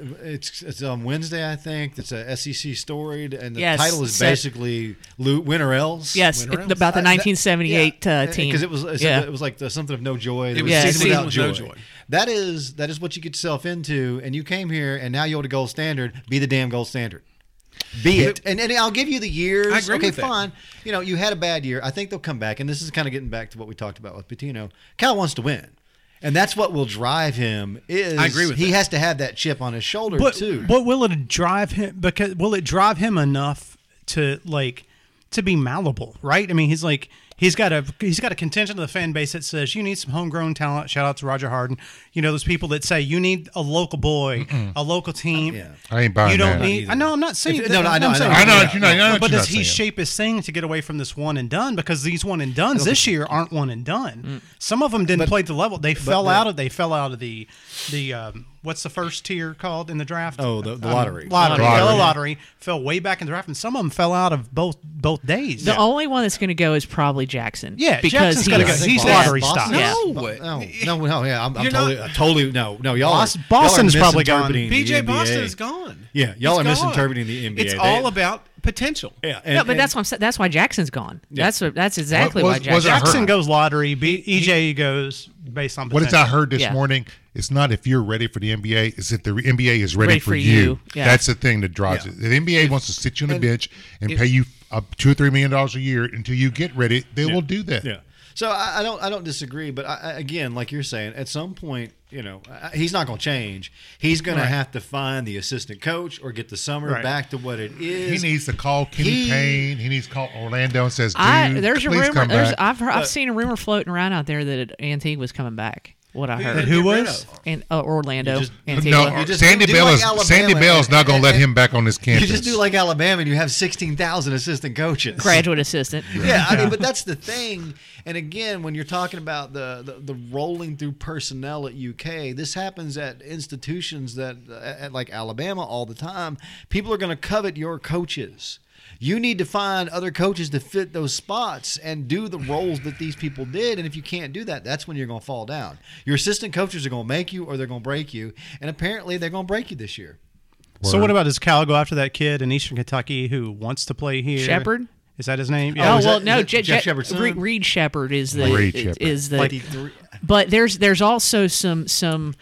S2: uh, it's it's on Wednesday I think. It's a SEC story and the
S3: Yes,
S2: title is
S3: set-
S2: basically Lou win or else.
S3: Yes,
S5: Winter
S3: it-
S5: Owls.
S3: about the 1978 uh, team.
S2: because it was it's-
S3: yeah.
S2: it was like the something of no joy. There
S5: It
S2: was
S3: was
S2: season
S3: season
S2: without
S5: with
S2: joy.
S5: no joy.
S2: That is that is what you get yourself into, and you came here, and now you hold a gold standard. Be the damn gold standard. Be it, and, and I'll give you the years.
S5: I agree
S2: okay,
S5: with that.
S2: fine. You know, you had a bad year. I think they'll come back, and this is kind of getting back to what we talked about with Patino. Cal wants to win, and that's what will drive him. Is
S5: I agree with
S2: he
S5: that.
S2: has to have that chip on his shoulder
S1: But
S2: too.
S1: what will it drive him? Because will it drive him enough to like to be malleable? Right? I mean, he's like he's got a he's got a contingent of the fan base that says you need some homegrown talent. Shout out to Roger Harden. You know those people that say you need a local boy, a local team.
S4: I ain't buying
S1: you don't
S4: that.
S1: need. I know I'm not saying.
S2: If-
S1: that-
S2: no, no, I
S1: I'm
S2: know, I know.
S1: saying-
S4: I know what you know. I know what
S1: But
S4: you're
S1: does
S4: not
S1: he
S4: saying.
S1: shape his thing to get away from this one and done? Because these one and dones this year aren't one and done. Some of them didn't play to the level. They fell
S2: Mm. the-
S1: out of. They fell out of the the um, what's the first tier called in the draft?
S2: Oh, the- the
S1: Um,
S2: lottery.
S1: lottery,
S4: Lottery.
S1: yellow lottery fell way back in the draft, and some of them fell out of both both days.
S3: The only one that's going to go is probably Jackson.
S1: Yeah,
S3: because
S1: Jackson's gotta
S3: he's-
S1: go. He's
S3: yeah.
S1: lottery
S2: Boston?
S1: stock.
S3: Yeah.
S2: No, no, no, no, yeah, I'm, I'm totally, I'm totally, no, no, y'all.
S1: Bos-
S2: are,
S1: Boston's
S2: y'all are
S1: probably gone.
S2: misinterpreting the
S5: PJ
S2: NBA.
S5: Boston is gone.
S2: Yeah, y'all
S5: He's
S2: are
S5: gone.
S2: misinterpreting the NBA.
S5: It's
S2: They-
S5: all about potential.
S2: Yeah,
S3: No, but that's why I'm, sa- that's why Jackson's gone. That's what, that's exactly
S4: was-
S3: why
S4: was
S3: Jackson.
S4: it-
S1: Jackson
S4: hurt.
S1: goes lottery. B- EJ goes based on
S4: What is
S1: potential.
S4: I heard this
S3: Yeah.
S4: morning? It's not if you're ready for the NBA. It's if the NBA is ready,
S3: Ready
S4: for,
S3: for
S4: you.
S3: you, yeah.
S4: That's the thing that drives it. The NBA wants to sit you on the bench and pay you uh, two or three million dollars a year until you get ready. They will do that.
S2: Yeah. So I, I don't I don't disagree, but I, I, again, like you're saying, at some point, you know, I, he's not going to change. He's going to have to find the assistant coach or get the summer
S1: Right.
S2: back to what it
S4: He
S2: is.
S4: needs to call Kenny
S2: He-
S4: Payne. He needs to call Orlando and says, "Dude,
S3: I, there's a
S4: please
S3: rumor.
S4: come
S3: There's,
S4: back."
S3: I've heard, I've seen a rumor floating around out there that Antigua was coming back. What I
S1: That
S3: heard,
S1: who was?
S3: and uh, Orlando,
S2: just-
S3: Antigua.
S4: no,
S2: You just
S4: Sandy
S2: do
S4: Bell
S2: like
S4: is
S2: Alabama
S4: Sandy Bell's not going to let
S2: and-
S4: him back on his
S2: You
S4: campus.
S2: just do like Alabama, and you have sixteen thousand assistant coaches.
S3: graduate assistant.
S2: Yeah, I mean, but that's the thing. And again, when you're talking about the, the, the rolling through personnel at UK, this happens at institutions that at, at like Alabama all the time. People are going to covet your coaches. You need to find other coaches to fit those spots and do the roles that these people did. And if you can't do that, that's when you're going to fall down. Your assistant coaches are going to make you or they're going to break you. And apparently, they're going to break you this year.
S1: So what about does Cal go after that kid in Eastern Kentucky who wants to play here?
S3: Shepherd?
S1: Is that his name?
S3: Oh,
S1: is
S3: well,
S2: that-
S3: no,
S2: is
S3: Je-
S2: that Jeff
S3: Je-
S2: Shepherd's
S3: Re-
S2: son?
S3: Reed Shepherd is the
S4: Reed
S3: is-
S4: Shepherd.
S3: is the.
S2: Three-
S3: but there's there's also some some.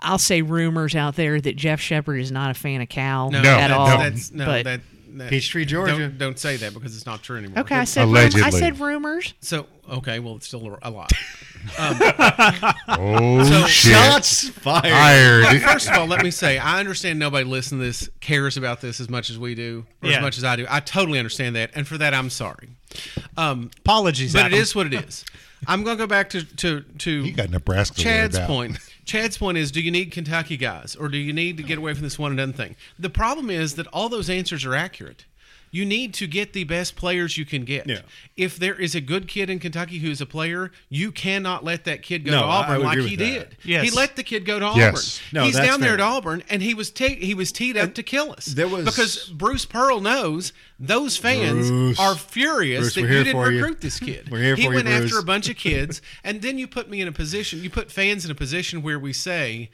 S3: I'll say rumors out there that Jeff Shepherd is not a fan of Cal
S5: No,
S3: at
S5: that-
S3: all.
S5: That's, no,
S3: but-
S5: that, that,
S2: Peachtree, Georgia.
S5: Don't, don't say that because it's not true anymore.
S3: okay, I said rum- I
S4: Allegedly.
S3: said rumors.
S5: So okay, well, it's still a lot.
S4: oh shit!
S2: Shots fired.
S4: Fired.
S5: First of all, let me say I understand nobody listening to this cares about this as much as we do, or
S1: Yeah.
S5: as much as I do. I totally understand that, and for that, I'm sorry. Um,
S1: apologies.
S5: but it
S1: Adam.
S5: is what it is. I'm gonna go back to to to
S4: You got Nebraska to worry
S5: Chad's
S4: about.
S5: point. Chad's point is: Do you need Kentucky guys, or do you need to get away from this one and done thing? The problem is that all those answers are accurate. You need to get the best players you can get.
S2: Yeah.
S5: If there is a good kid in Kentucky who's a player, you cannot let that kid go
S2: No,
S5: to
S2: I- I
S5: Auburn
S2: would
S5: like
S2: agree
S5: he
S2: with that.
S5: did.
S1: Yes.
S5: He let the kid go to Auburn.
S4: Yes.
S2: No,
S5: He's
S2: that's
S5: down there
S2: fair.
S5: at Auburn, and he was te- he was teed up to kill us.
S2: there was-
S5: because Bruce Pearl knows those fans
S2: Bruce.
S5: are furious
S2: Bruce,
S5: that
S2: we're
S5: you
S2: here
S5: didn't
S2: for you.
S5: recruit this kid.
S2: We're here
S5: he
S2: for you,
S5: went after
S2: Bruce.
S5: a bunch of kids, and then you put me in a position. You put fans in a position where we say,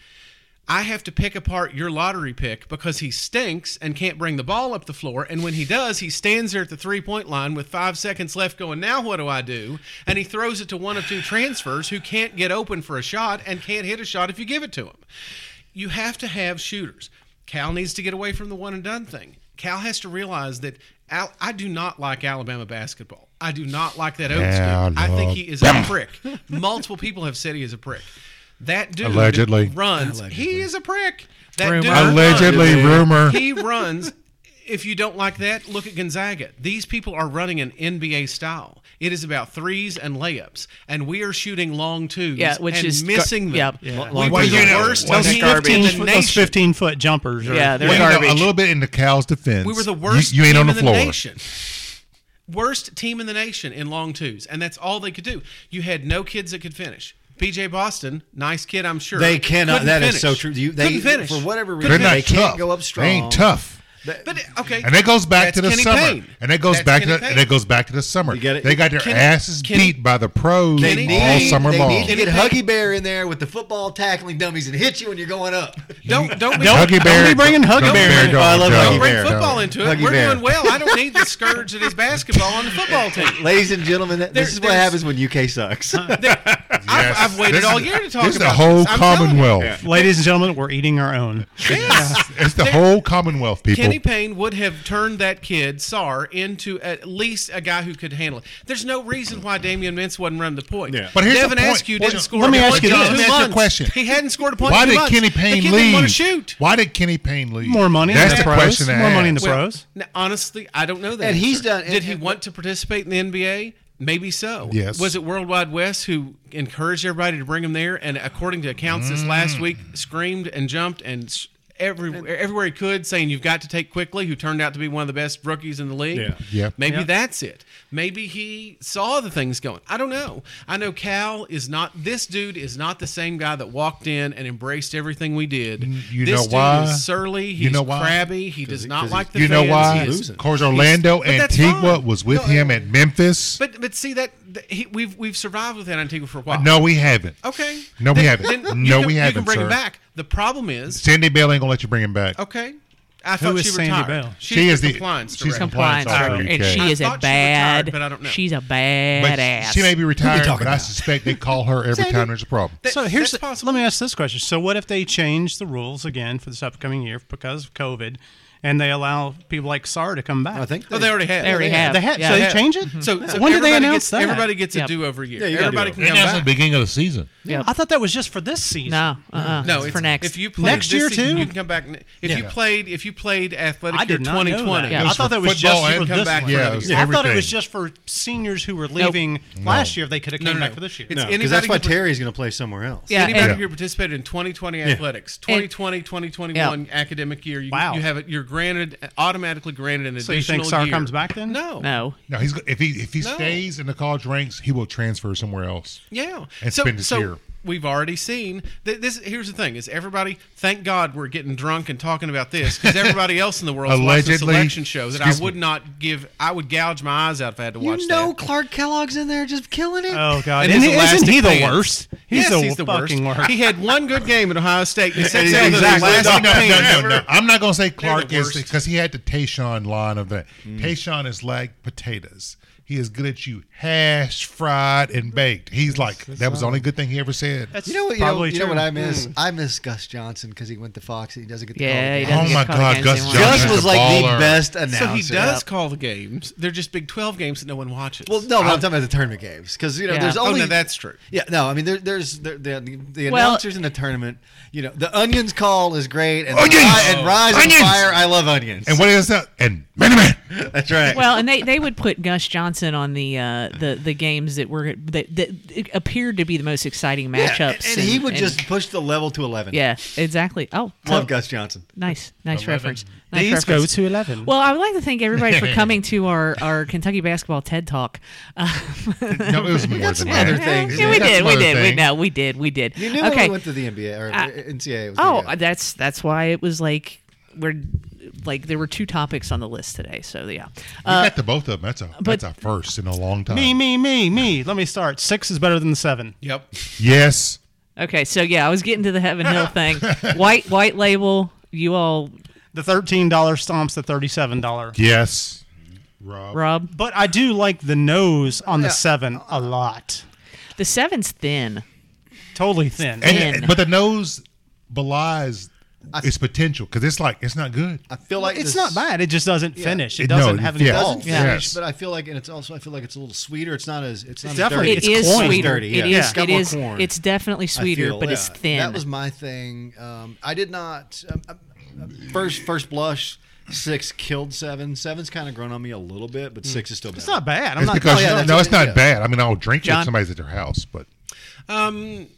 S5: "I have to pick apart your lottery pick because he stinks and can't bring the ball up the floor, and when he does, he stands there at the three-point line with five seconds left, going, "Now what do I do?" And he throws it to one of two transfers who can't get open for a shot and can't hit a shot if you give it to him. You have to have shooters. Cal needs to get away from the one and done thing. Cal has to realize that Al- I do not like Alabama basketball. I do not like that Oates
S4: Yeah,
S5: dude. I think
S4: no.
S5: he is a prick. Multiple people have said he is a prick. That dude
S4: Allegedly.
S5: runs. He is a prick. That
S3: Rumor.
S5: dude
S4: Allegedly,
S5: runs.
S4: rumor.
S5: He runs. If you don't like that, look at Gonzaga. These people are running an NBA style. It is about threes and layups, and we are shooting long twos.
S3: Yeah, which
S5: and
S3: is gar-
S5: missing them.
S3: yep. Yeah.
S5: We
S1: Long
S5: were
S1: twos
S5: the
S1: are-
S5: worst
S1: those
S5: team in
S1: 15,
S5: the
S1: foot- those
S5: nation.
S1: 15 foot jumpers. Are,
S3: Yeah, they're
S4: Well, you know,
S3: garbage.
S4: a little bit in the Cow's defense.
S5: We were the worst.
S4: You, you ain't
S5: team
S4: on the
S5: in
S4: floor.
S5: The nation. Worst team in the nation in long twos, and that's all they could do. You had no kids that could finish. PJ Boston, nice kid, I'm sure.
S2: They cannot-
S5: couldn't
S2: that is
S5: finish.
S2: so true. You- they-
S5: couldn't finish
S2: for whatever
S5: Couldn't
S2: reason,
S4: They're
S5: finish.
S2: They
S4: not
S2: can't
S4: tough.
S2: go up strong.
S4: They ain't tough.
S5: But okay,
S4: And that goes back
S5: That's
S4: to the
S5: Kenny
S4: summer.
S5: Payne.
S4: And that goes
S5: That's
S4: back
S5: Kenny
S4: to
S5: Payne.
S4: and that goes back to the summer.
S2: You get it?
S4: They got their
S5: Kenny-
S4: asses
S5: Kenny-
S4: beat by the pros
S5: They
S4: all
S5: need-
S4: summer
S2: they
S4: long.
S2: need to get
S5: Kenny
S2: Huggy Bear in there with the football tackling dummies and hit you when you're going up.
S5: don't don't be,
S4: Huggy Bear,
S1: be bringing Huggy
S4: Don't
S1: Bear.
S4: Don't,
S2: Oh, I love
S4: don't.
S2: Huggy
S5: don't bring
S2: Bear.
S5: football into it.
S2: Huggy
S5: We're
S2: Bear.
S5: doing well. I don't need the scourge that is basketball on the football team.
S2: Ladies and gentlemen, th- this
S5: There-
S2: is what
S5: there's-
S2: happens when UK sucks.
S5: I've, I've waited
S4: This is-
S5: all year to talk
S4: This is the
S5: about
S4: whole
S5: this. I'm telling you.
S4: Commonwealth.
S1: Ladies and gentlemen, we're eating our own.
S5: Yes.
S4: It's the whole Commonwealth, people.
S5: Kenny Payne would have turned that kid Sar into at least a guy who could handle it. There's no reason why Damian Mintz wasn't running the point.
S2: Yeah.
S4: But here's the
S5: Devin
S4: point.
S5: Askew
S4: Well,
S5: didn't score.
S1: let me
S5: a
S1: ask
S5: point
S1: you
S5: in
S1: this.
S5: two
S1: Let me ask
S4: you a
S5: months.
S4: question.
S5: He hadn't scored a point.
S4: Why
S5: in two
S4: did
S5: months.
S4: Kenny Payne
S5: the kid Didn't
S4: leave?
S5: want to shoot.
S4: Why did Kenny Payne leave?
S1: More money in
S4: That's
S1: the
S4: the
S1: pros.
S4: question. to
S1: More money in
S4: ask.
S1: the pros.
S5: n- honestly, I don't know that.
S2: And he's
S5: answer.
S2: done-
S5: Did he
S2: and-
S5: want to participate in the NBA? Maybe so.
S4: Yes.
S5: Was it World Wide West who encouraged everybody to bring them there? And according to accounts this
S4: Mm.
S5: last week, screamed and jumped and s- every, everywhere he could, saying you've got to take quickly. Who turned out to be one of the best rookies in the league.
S2: Yeah.
S4: Yeah.
S5: Maybe that's it. Maybe he saw the things going. I don't know. I know Cal is not. This dude is not the same guy that walked in and embraced everything we did.
S4: you
S5: this
S4: know
S5: dude
S4: why?
S5: Is surly. He's
S4: You know why?
S5: crabby. He does not like the
S4: you know
S5: fans.
S4: why?
S5: He is-
S4: Of course, Orlando
S5: But that's
S4: Antigua
S5: fine.
S4: was with
S5: No,
S4: him at Memphis.
S5: But but see that th- he, we've we've survived with Antigua for a while.
S4: no, we haven't.
S5: Okay.
S4: No, we
S5: Then-
S4: haven't.
S5: then you
S4: No,
S5: can-
S4: we
S5: You can
S4: haven't,
S5: bring
S4: sir.
S5: him back. The problem is
S4: Sandy Bell ain't gonna let you bring him back.
S5: okay. I thought
S1: is
S5: she
S1: Sandy
S5: retired.
S1: Bell?
S5: She's
S4: She
S5: the
S4: is the-
S5: compliance
S4: she's
S5: director.
S4: Compliance
S3: compliance
S4: officer,
S3: officer, and
S4: UK.
S3: she
S5: I
S3: is a
S5: thought she
S3: bad.
S5: retired, but I don't know.
S3: She's a
S4: But
S3: bad ass.
S4: she may be retired,
S2: talking
S4: but I
S2: about?
S4: suspect they call her every time there's a problem.
S5: That-
S1: so here's
S5: that's
S1: the-
S5: possible.
S1: let me ask this question. So what if they change the rules again for this upcoming year because of COVID, and they allow people like SAR to come back?
S6: I think
S5: Oh, they already have.
S3: They already have.
S1: they had.
S3: Yeah.
S1: so
S3: They
S1: they
S5: have.
S1: change it.
S5: So, so
S1: when did they
S5: everybody
S1: announce
S5: gets,
S1: that?
S5: Everybody gets a
S3: Yep.
S5: do-over year.
S2: you got a
S5: everybody
S2: do-over.
S5: can
S7: that's the
S5: come back.
S7: beginning of the season.
S3: Yep.
S1: I thought that was just for this season.
S3: no, uh-uh.
S5: No,
S3: it's
S5: it's-
S3: for next.
S5: If you played
S1: Next
S5: this
S1: year,
S5: season,
S1: too?
S5: you can come back. ne- If you played, if you played athletic
S1: I
S5: year
S1: did not know
S5: 2020,
S1: that. I thought that was
S4: football
S1: just
S4: and
S1: for
S5: come
S1: this
S5: back
S1: one.
S5: for
S4: Yeah,
S5: another
S4: it was
S5: year.
S1: I thought it was
S4: everything.
S1: just for seniors who were leaving last year. If they could have
S5: No,
S1: come
S5: no,
S1: back
S5: no.
S1: for this year.
S5: It's
S2: No, 'cause
S5: anybody
S2: that's why
S5: can-
S2: Terry's going to play somewhere else.
S3: Yeah,
S5: Anybody
S3: and-
S5: who participated in 2020 athletics, 2020 2021 academic year, you,
S1: Wow.
S5: you have it. You're granted automatically granted an
S1: So
S5: additional
S1: you think SAR
S5: year.
S1: comes back then?
S5: No,
S3: no,
S4: No, he's go- if he if he
S5: No.
S4: stays in the college ranks, he will transfer somewhere else.
S5: Yeah,
S4: And
S5: so,
S4: spend his
S5: so
S4: year.
S5: We've already seen th- this. Here's the thing: is everybody? Thank God we're getting drunk and talking about this because everybody else in the world watched a
S4: Allegedly.
S5: selection show that I
S4: Excuse
S5: would
S4: me.
S5: not give. I would gouge my eyes out if I had to watch
S6: You know
S5: that.
S6: Clark Kellogg's in there just killing it.
S1: Oh God!
S5: And his
S1: Isn't, isn't he
S5: elastic
S1: the
S5: pants.
S1: worst? He's,
S5: yes,
S1: the,
S5: he's the
S1: fucking worst.
S5: He had one good game at Ohio State. He said
S4: Yeah,
S5: exactly.
S4: No,
S5: Last
S4: no,
S5: game
S4: no, no,
S5: ever.
S4: no. I'm not going to say Clark
S5: the
S4: is
S5: worst.
S4: because he had the Tayshawn line of that.
S7: Mm.
S4: Tayshawn is like potatoes. He is good at you hash, fried, and baked. He's like that was the only good thing he ever said.
S1: That's
S6: You know what? You, know,
S1: probably
S6: you know
S1: true.
S6: what I miss?
S2: Hmm.
S6: I miss Gus Johnson because he went to Fox and he doesn't get the
S3: Yeah,
S6: call
S3: he
S6: again.
S3: doesn't
S4: Oh
S3: get
S4: my
S3: called
S4: God,
S3: against
S4: Gus
S3: anyone.
S4: Johnson.
S6: Gus
S4: He's
S6: was
S4: a
S6: like the
S4: baller.
S6: best announcer.
S5: So he does call the games. They're just Big 12 games that no one watches.
S6: Well, no, but I'm talking about the tournament games because you know
S3: Yeah.
S6: there's
S5: oh,
S6: only
S5: no, that's true.
S6: Yeah, no, I mean there, there's there, the the
S3: Well-
S6: announcers in the tournament. You know, the onions call is great, and
S4: Onions!
S6: ri- and rise
S4: Onions!
S6: and fire. I love onions.
S4: And what is that? And man, man,
S6: That's right.
S3: Well, and they, they would put Gus Johnson on the uh, the the games that were that, that appeared to be the most exciting
S6: Yeah,
S3: matchups.
S6: and, and he would
S3: and-
S6: just push the level to eleven.
S3: yeah, exactly. Oh,
S6: love
S3: so-
S6: Gus Johnson.
S3: nice, nice reference. Nice
S1: These go
S3: reference.
S1: to eleven.
S3: Well, I would like to thank everybody for coming to our, our Kentucky basketball TED Talk. Uh,
S4: no, it was more than
S6: some
S4: that.
S6: other things.
S3: yeah, we
S4: That's
S3: did, we
S4: another
S3: did, we
S4: thing.
S3: no, we did, we did.
S6: You knew when
S3: okay.
S6: we went to the NBA or
S3: Uh,
S6: NCAA. It was
S3: oh,
S6: gonna go.
S3: that's that's why it was like we're like there were two topics on the list today. So yeah,
S4: We
S3: uh,
S4: got to both of them. That's a
S3: but-
S4: that's a first in a long time.
S1: me, me, me, me. Let me start. Six is better than seven.
S5: Yep.
S4: Yes.
S3: okay. So yeah, I was getting to the Heaven Hill thing. White white label. You all,
S1: The thirteen dollar stomps the thirty-seven dollar.
S4: Yes. Rob.
S3: Rob.
S1: But I do like the nose on the seven a lot.
S3: The seven's thin.
S1: Totally thin.
S4: And,
S3: Thin.
S4: but the nose belies its potential because it's like it's not good.
S6: I feel like
S1: it's
S6: this-
S1: not bad. It just doesn't finish. It
S4: no,
S1: doesn't have any
S4: yeah.
S1: balls.
S6: Yeah.
S4: Yes.
S6: But I feel like, and it's also I feel like it's a little sweeter. It's not as it's not as
S1: definitely-
S6: dirty.
S3: It
S1: It's
S3: is
S1: corn.
S3: sweeter.
S6: Dirty, yeah.
S3: It is.
S6: It's got
S3: it
S6: more
S3: is.
S6: corn.
S3: It's definitely
S6: I
S3: sweeter,
S6: feel,
S3: but it's
S6: yeah.
S3: thin.
S6: That was my thing. Um, I did not um, um, first first blush. Six killed seven. Seven's kind of grown on me a little bit, but six is still better.
S1: It's not bad. I'm
S4: It's
S1: not.
S4: because
S6: oh, yeah, that's
S4: no,
S6: what
S4: it's
S6: it-
S4: not
S6: yeah.
S4: bad. I mean, I'll drink it
S3: John?
S4: if somebody's at their house, but
S5: Um,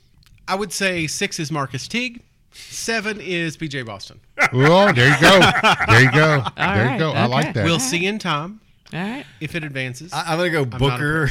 S5: I would say six is Marcus Teague. Seven is PJ Boston.
S4: oh, there you go, there you go, there
S3: right,
S4: you go. I like
S3: okay.
S4: that.
S5: We'll see in time
S3: All right.
S5: if it advances.
S6: I, I'm gonna go
S5: not a-
S6: Booker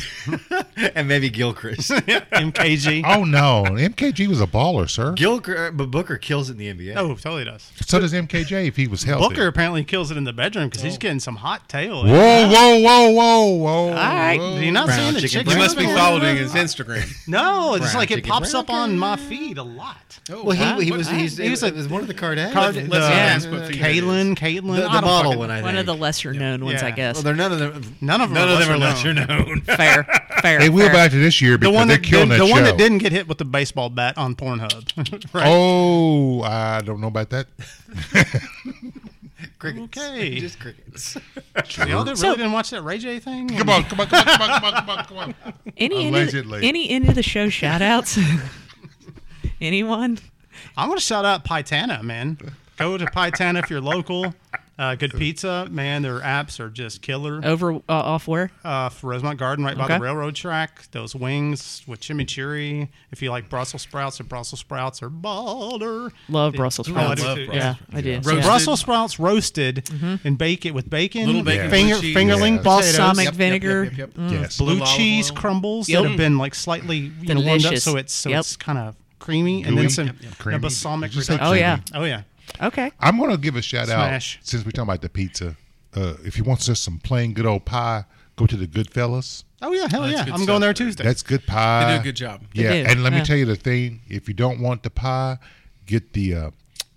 S6: and maybe Gilchrist.
S1: MKG.
S4: oh no, MKG was a baller, sir.
S6: Gilchrist, uh, but Booker kills it in the NBA.
S1: Oh, totally does.
S4: So does MKJ if he was healthy.
S1: Booker apparently kills it in the bedroom because he's getting some hot tail.
S4: Whoa, whoa, whoa, whoa, whoa. All
S3: right.
S1: Have you not
S6: Brown
S1: seen the
S6: chicken
S1: chicken?
S5: you must be
S1: brown?
S5: following his Instagram.
S1: No, it's
S6: Brown
S1: like it
S6: chicken
S1: pops
S6: brown.
S1: up on my feed a lot.
S5: Oh,
S6: Well,
S5: wow.
S6: he, he
S5: What-
S6: was he's,
S1: he was
S6: was,
S1: a-
S6: one of the Kardashians.
S1: Card, the,
S5: Let's not ask what feed it is.
S1: Kalen, Caitlin,
S6: the,
S1: I
S6: the
S1: don't
S6: model
S1: fucking-
S6: one, I think.
S3: One of the lesser known ones, I
S1: Yeah.
S3: guess.
S6: Well, they're none of them.
S1: None of them.
S6: None
S1: are
S6: of them are
S1: lesser known.
S6: lesser known.
S3: fair, fair.
S4: They will
S3: fair.
S4: back to this year
S1: The
S4: because
S1: one
S4: they're
S1: that
S4: killing
S1: didn't,
S4: that
S1: the
S4: show.
S1: one that didn't get hit with the baseball bat on Pornhub. right.
S4: Oh, I don't know about that.
S6: crickets.
S1: Okay.
S6: Just crickets.
S1: Y'all didn't, really didn't watch that Ray J thing?
S4: Oh, Come on, come on, come on, come on, come on, come on, come on.
S3: Any end of the,
S4: Allegedly.
S3: any end of the show shout outs? Anyone?
S1: I'm gonna shout out Pitana, man. Go to Pitana if you're local. Uh, good pizza, man. Their apps are just killer.
S3: Over uh, off where?
S1: Uh, for Rosemont Garden, right by
S3: Okay.
S1: the railroad track, those wings with chimichurri. If you like Brussels sprouts, and Brussels sprouts are baller.
S3: Love Brussels
S5: I love
S3: sprouts.
S1: Brussels
S3: yeah, I do.
S5: Roasted.
S3: Yeah.
S1: Brussels sprouts roasted and bake it with bacon,
S5: Little bacon, blue
S1: finger,
S5: cheese.
S1: fingerling, potatoes,
S4: Yes.
S3: Balsamic
S5: Yep, yep,
S3: vinegar.
S5: yep, yep, yep.
S4: Yes.
S1: blue
S5: Blue
S1: cheese
S5: olive oil.
S1: crumbles
S3: Yep.
S1: that have been like slightly you know, warmed up,
S3: Delicious.
S1: so it's so
S3: Yep.
S1: it's kind of creamy, and
S4: Gooey.
S1: then some
S4: Yep, yep.
S1: you know,
S4: Creamy.
S1: balsamic.
S4: Did you say
S1: reduction.
S3: Oh yeah.
S1: Oh yeah.
S3: Okay.
S4: I'm going to give a shout
S1: Smash.
S4: out since we're talking about the pizza. Uh, if you want just some plain good old pie, go to the Goodfellas.
S1: Oh yeah. Hell
S5: That's
S1: yeah.
S5: good
S1: I'm
S5: stuff.
S1: going there Tuesday.
S4: That's good pie.
S5: They do a good job.
S3: They
S4: Yeah,
S3: do,
S4: and let
S3: yeah.
S4: me tell you the thing: if you don't want the pie, get the uh,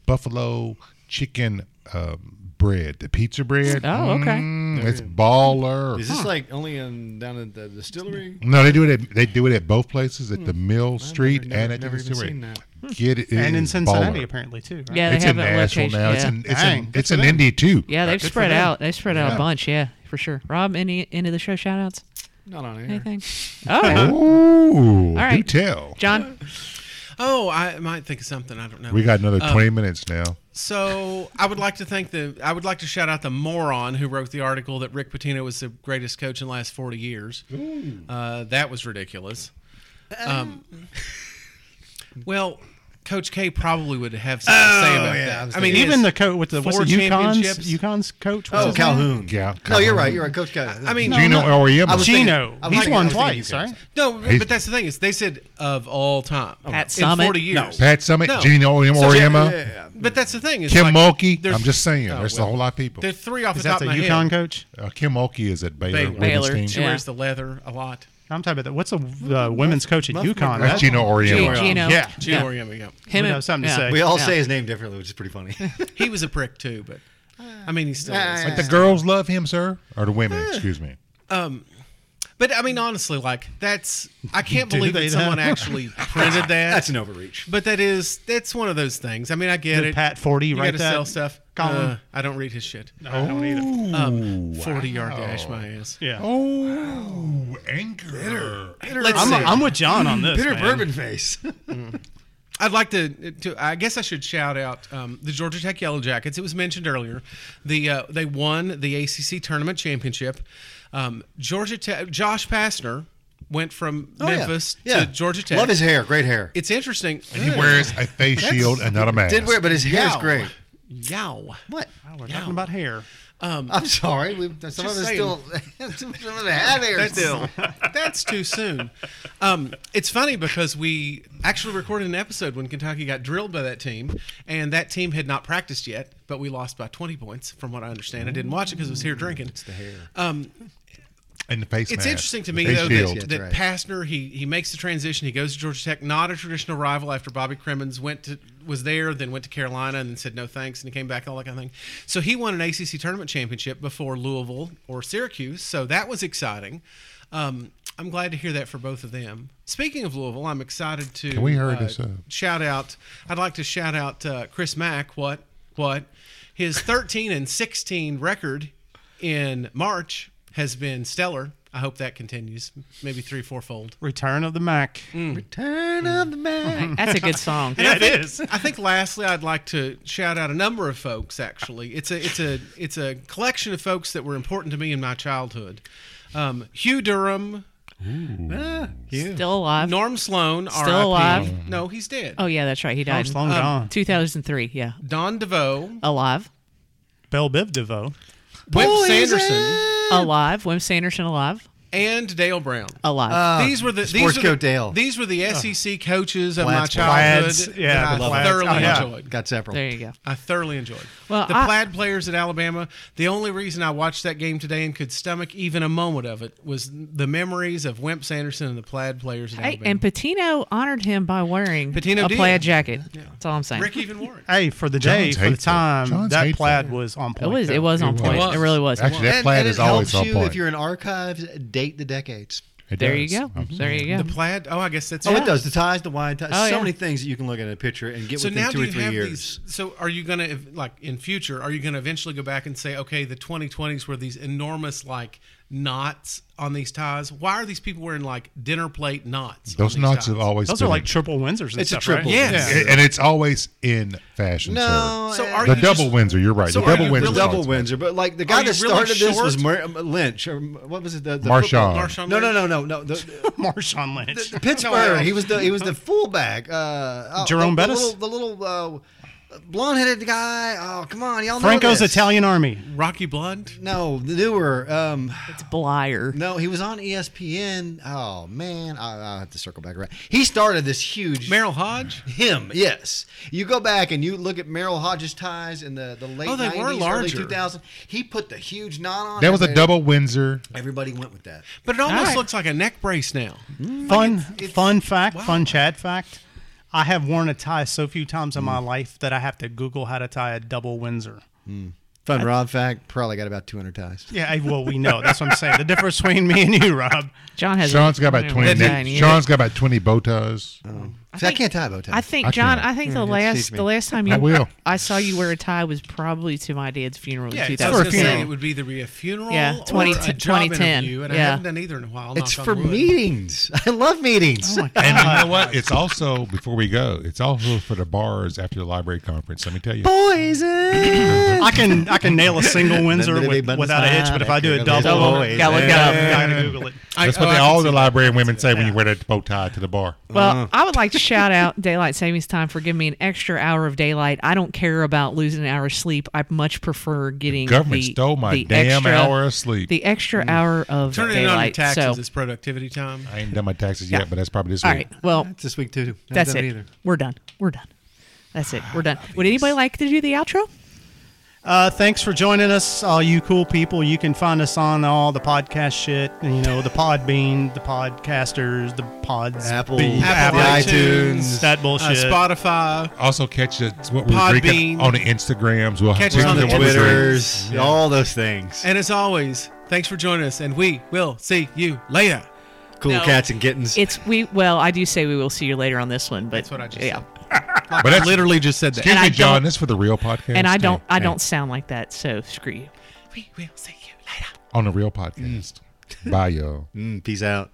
S4: buffalo chicken um, bread, the pizza bread.
S3: Oh, okay.
S4: Mm, it's baller.
S6: Is this like only in, down at the distillery?
S4: no, they do it. At, they do it at both places at the Mill Street
S6: never-
S4: and at
S6: never
S4: the
S6: even
S4: distillery.
S6: seen that.
S4: Get it, it
S1: and in
S4: is
S1: Cincinnati
S4: baller.
S1: apparently too. Right?
S3: Yeah, they
S4: It's
S3: have
S4: in
S3: a
S4: Nashville
S3: location.
S4: now.
S3: Yeah.
S4: It's in it's
S1: Dang,
S4: in,
S1: good
S4: it's
S1: for
S4: in
S1: them.
S4: Indy too.
S3: yeah, they've
S1: good for
S3: spread
S1: them.
S3: out. They spread out
S4: Yeah.
S3: a bunch. Yeah, for sure. Rob, any end of the show shout outs?
S6: Not on air.
S3: Anything? Oh,
S4: Ooh,
S3: All right.
S4: do tell.
S3: John.
S5: Oh, I might think of something. I don't know.
S4: We got another twenty minutes now.
S5: So I would like to thank the I would like to shout out the moron who wrote the article that Rick Pitino was the greatest coach in the last forty years. Uh, that was ridiculous. Um, well, Coach K probably would have something to say about
S6: yeah, I was
S5: that. I mean,
S6: thinking-
S5: his-
S1: Even the coach with the what's
S5: Four
S1: it, UConn's
S5: championships.
S1: UConn's coach. what's
S6: Oh,
S1: his name?
S6: Calhoun.
S4: Yeah,
S6: No, you're
S4: Calhoun.
S6: right. You're right, Coach Calhoun.
S5: I mean,
S4: Gino
S5: no,
S4: Oriem.
S6: I was thinking-
S1: Gino.
S6: I was
S1: He's
S6: thinking-
S1: won
S6: I was thinking
S1: twice,
S6: you guys.
S1: right?
S5: no,
S4: He's-
S5: but that's the thing is they said of all time
S3: Pat
S5: in
S3: Summitt?
S5: forty years.
S4: Pat Summit,
S5: No.
S4: Gene Oriema,
S5: So, yeah, But that's the thing is
S4: Kim
S5: like,
S4: Mulkey.
S5: there's-
S4: I'm just saying,
S5: Oh,
S4: there's
S5: well.
S4: a whole lot of people.
S5: There's three off
S1: Is
S5: the
S1: that
S5: top
S1: the
S5: of my
S1: UConn
S5: head.
S1: coach?
S4: Uh, Kim Mulkey is at Baylor.
S5: Baylor.
S4: with
S3: Baylor.
S4: his team.
S5: She
S3: Yeah.
S5: wears the leather a lot.
S1: I'm talking about that. What's the uh, women's coach at UConn? That-
S4: That's Gino Oriema.
S3: Gino.
S1: Yeah.
S5: Gino
S3: Yeah.
S5: Oriema, yeah.
S3: Him
S1: We'd
S3: and
S1: have something to
S3: yeah.
S1: say.
S6: we all
S3: Yeah.
S6: say his name differently, which is pretty funny.
S5: He was a prick too, but I mean he still is.
S4: The girls love him, sir, or the women? Excuse me.
S5: But I mean, honestly, like that's I can't
S1: Do
S5: believe
S1: they
S5: that someone
S1: though?
S5: actually printed that.
S6: That's an overreach.
S5: But that is that's one of those things. I mean, I get
S1: Did
S5: it.
S1: Pat 40
S5: you
S1: write
S5: gotta
S1: that?
S5: sell stuff.
S1: Column?
S5: Uh, I don't read his shit.
S1: I don't either.
S5: Um, Forty yard dash my ass.
S1: Yeah.
S4: Oh, anchor.
S5: Let's
S1: I'm,
S5: see.
S1: I'm with John on this.
S6: Bitter
S1: man.
S6: bourbon face. Oh,
S5: I'd like to, to. I guess I should shout out um, the Georgia Tech Yellow Jackets. It was mentioned earlier. The uh, they won the ACC tournament championship. Um, Georgia Tech. Josh Pastner went from
S6: Oh, yeah.
S5: Memphis
S6: Yeah.
S5: to Georgia Tech.
S6: Love his hair. Great hair.
S5: It's interesting.
S4: He wears a face shield and not a mask.
S6: Did wear, it, but his hair is
S5: Yow.
S6: great.
S5: Mm, Yow.
S6: What?
S1: Oh, we're talking about hair.
S6: I'm sorry. We, some of us
S5: saying.
S6: still some of us have hair still.
S5: That's too soon. Um, it's funny because we actually recorded an episode when Kentucky got drilled by that team, and that team had not practiced yet, but we lost by 20 points, from what I understand. I didn't watch it because I was here drinking. It's the hair. Um,
S4: And the face
S5: it's
S4: mask.
S5: interesting to
S4: The
S5: me,
S4: face
S5: though,
S4: shield.
S5: that, that
S6: right.
S5: Pastner, he, he makes the transition. He goes to Georgia Tech, not a traditional rival after Bobby Crimmins went to was there, then went to Carolina and then said no thanks, and he came back, all that kind of thing. So he won an ACC tournament championship before Louisville or Syracuse, so that was exciting. Um, I'm glad to hear that for both of them. Speaking of Louisville, I'm excited to
S4: we hurry
S5: uh,
S4: this up?
S5: shout out. I'd like to shout out uh, Chris Mack. What what? His 13 and 16 record in March has been stellar. I hope that continues, maybe three, fourfold.
S1: Return of the Mac.
S6: Return of the man.
S3: That's a good song.
S1: Yeah, it is.
S5: I think lastly, I'd like to shout out a number of folks. Actually, it's a it's a it's a collection of folks that were important to me in my childhood. Um, Hugh Durham,
S3: Still alive.
S5: Norm Sloan, still
S3: alive?
S5: No, he's dead.
S3: oh yeah, that's right. He died. um,
S1: It's long gone.
S3: 2003. Yeah,
S5: Don DeVoe,
S3: alive.
S1: Bell Biv DeVoe.
S5: Webb Sanderson,
S3: Alive. Wim Sanderson alive.
S5: and Dale Brown.
S3: Alive.
S5: these were the
S6: Uh, Sports
S5: these were the,
S6: coat Dale. Uh,
S5: These were the SEC coaches of my
S6: Plaid's-
S5: childhood.
S1: Plaid's, yeah,
S5: that
S1: the
S5: I
S1: Plaid's.
S5: thoroughly
S1: Oh, yeah.
S5: enjoyed.
S6: Got several.
S3: there you go.
S5: I thoroughly enjoyed.
S3: Well,
S5: the
S3: I-
S5: plaid players at Alabama. The only reason I watched that game today and could stomach even a moment of it was the memories of Wimp Sanderson and the plaid players at
S3: Hey,
S5: Alabama.
S3: and Patino honored him by wearing
S5: Pitino
S3: a
S5: did.
S3: plaid jacket. That's all I'm saying.
S5: Rick even wore it.
S1: Hey, for the day,
S4: John's
S1: for the
S4: hateful.
S1: time,
S4: John's
S1: that
S4: hateful.
S1: plaid was on
S3: It
S1: point.
S3: was. It
S1: though.
S3: was on
S4: It
S3: point.
S5: was.
S3: It really was.
S4: Actually, that
S6: And,
S4: plaid
S6: and it
S4: is always
S6: helps
S4: on
S6: you
S4: point.
S6: if you're in archives, date the decades.
S4: It
S3: there you
S4: does. Mm-hmm.
S3: go.
S4: I'm
S3: There you go.
S5: The plaid. Oh, I guess that's.
S6: Oh, it does. The ties, the wine ties.
S3: Oh,
S6: so
S3: yeah.
S6: many things that you can look at in a picture and get
S5: So
S6: within
S5: now
S6: two
S5: do
S6: or
S5: you
S6: three
S5: have
S6: years.
S5: these? So are you gonna if- like in future? Are you gonna eventually go back and say, okay, the 2020s were these enormous like knots on these ties. Why are these people wearing like dinner plate knots? on
S4: Those
S5: these
S4: knots
S5: ties?
S4: have always
S1: Those
S4: been
S1: are like triple Windsors and
S2: It's a
S1: stuff,
S2: triple
S1: right?
S5: Yes.
S1: Yeah.
S4: and and it's always in fashion,
S2: No,
S5: So
S2: eh,
S5: are
S4: sir. The
S5: you
S4: double
S5: just-
S4: Windsor, you're right.
S5: so
S4: the
S5: are
S4: double
S5: you
S4: Windsor.
S5: really-
S2: double Windsor, but like the guy
S5: Are you
S2: that
S5: really
S2: started this was
S5: short?
S2: Mer- Lynch or what was it? The, the
S4: Marshawn.
S5: Marshawn
S2: No, no,
S5: Lynch?
S2: no, no, no. The, the-
S1: Marshawn Lynch.
S2: the Pittsburgh. he was the he was the fullback. Uh, oh,
S1: Jerome
S2: the,
S1: Bettis?
S2: The little, the little uh, blonde-headed guy. Oh, come on, y'all. know
S1: Franco's
S2: this.
S1: Italian Army.
S5: Rocky Blunt.
S2: No, the newer. Um,
S3: It's Blyer.
S2: no, he was on E ESPN. Oh man, I, I have to circle back around. He started this huge.
S5: Merrill Hodge.
S2: him, yes. You go back and you look at Merrill Hodges' ties in the, the late
S5: Oh, they were
S2: 90s, early
S5: larger.
S2: 2000. He put the huge knot on.
S4: That was a
S2: it.
S4: double Windsor.
S2: Everybody went with that.
S5: But it almost
S1: right.
S5: looks like a neck brace now.
S1: Fun, fun fact,
S5: wow.
S1: fun Chad fact. I have worn a tie so few times in my
S4: Mm.
S1: life that I have to Google how to tie a double Windsor.
S2: Fun Rob fact, probably got about 200 ties.
S1: Yeah, I- well, we know. That's what I'm saying. The difference between me and you, Rob.
S3: John has.
S4: Sean's got about twenty.
S3: Nine
S4: Neck,
S3: years.
S4: Sean's got about twenty bow ties.
S2: See, I can't tie a bow tie.
S3: I think
S4: I
S3: John.
S4: can't.
S3: I think the
S2: you'll
S3: last
S2: teach me.
S3: the last time you
S4: I will.
S3: I saw you wear a tie was probably to my dad's funeral
S5: Yeah,
S3: in
S5: I was gonna
S3: 2000.
S5: say it would be either be a funeral
S3: Yeah,
S5: or
S3: 20
S5: a job
S3: 2010.
S5: interview, and I
S3: Yeah.
S5: haven't done either in a while.
S2: it's
S5: knock on
S2: for
S5: wood.
S2: meetings. I love meetings.
S4: And you know what? It's also before we go. It's also for the bars after the library conference. Let me tell you.
S2: uh. Poison.
S1: I can I can nail a single Windsor with, without a hitch, but if I do a double,
S2: Double.
S1: gotta look it up. Gotta Google it.
S5: I-
S4: That's
S5: oh,
S4: what
S5: I
S4: they,
S5: can
S4: all
S5: see
S4: the
S5: that.
S4: librarian women say when you wear that bow tie to the bar.
S3: Well, I would like to shout out daylight savings time for giving me an extra hour of daylight. I don't care about losing an hour of sleep. I much prefer getting
S4: Government
S3: the-
S4: stole my
S3: the
S4: damn
S3: extra-
S4: hour of sleep.
S3: The extra hour of
S5: Mm. Turn it in on your
S3: daylight.
S5: taxes.
S3: so,
S5: It's productivity time.
S4: I ain't done my taxes yet, but that's probably this
S3: all
S4: week.
S3: right. Well,
S2: It's this week too. I
S3: that's
S2: haven't
S3: it.
S2: done either.
S3: We're done. We're done. That's it. We're done. Would anybody like to do the outro?
S1: Uh, thanks for joining us, all you cool people. You can find us on all the podcast shit. You know, the Podbean, the podcasters, the pods,
S2: Apple,
S1: Bee-
S5: Apple,
S2: iTunes.
S1: that
S5: Uh,
S1: bullshit.
S5: Spotify.
S4: Also catch it, what we're drinking
S5: Podbean.
S4: on the Instagrams. We'll
S5: Catch
S4: we'll
S5: us on
S4: do
S5: the
S4: what we're drinking.
S2: Twitters, all those things.
S5: And as always, thanks for joining us, and we will see you later.
S2: Cool
S3: No.
S2: cats and kittens.
S3: It's we. Well, I do say we will see you later on this one, but
S5: That's what I just
S3: yeah.
S5: said.
S4: But that's,
S5: Literally just said that.
S4: excuse
S3: And
S4: me,
S3: I
S4: John.
S3: don't-
S4: That's for the real podcast.
S3: And I don't. I
S4: Hey,
S3: don't sound like that. So screw you.
S5: We will see you
S4: hey,
S5: later.
S3: Mm.
S4: on the real podcast. Bye, y'all.
S2: Mm, peace out.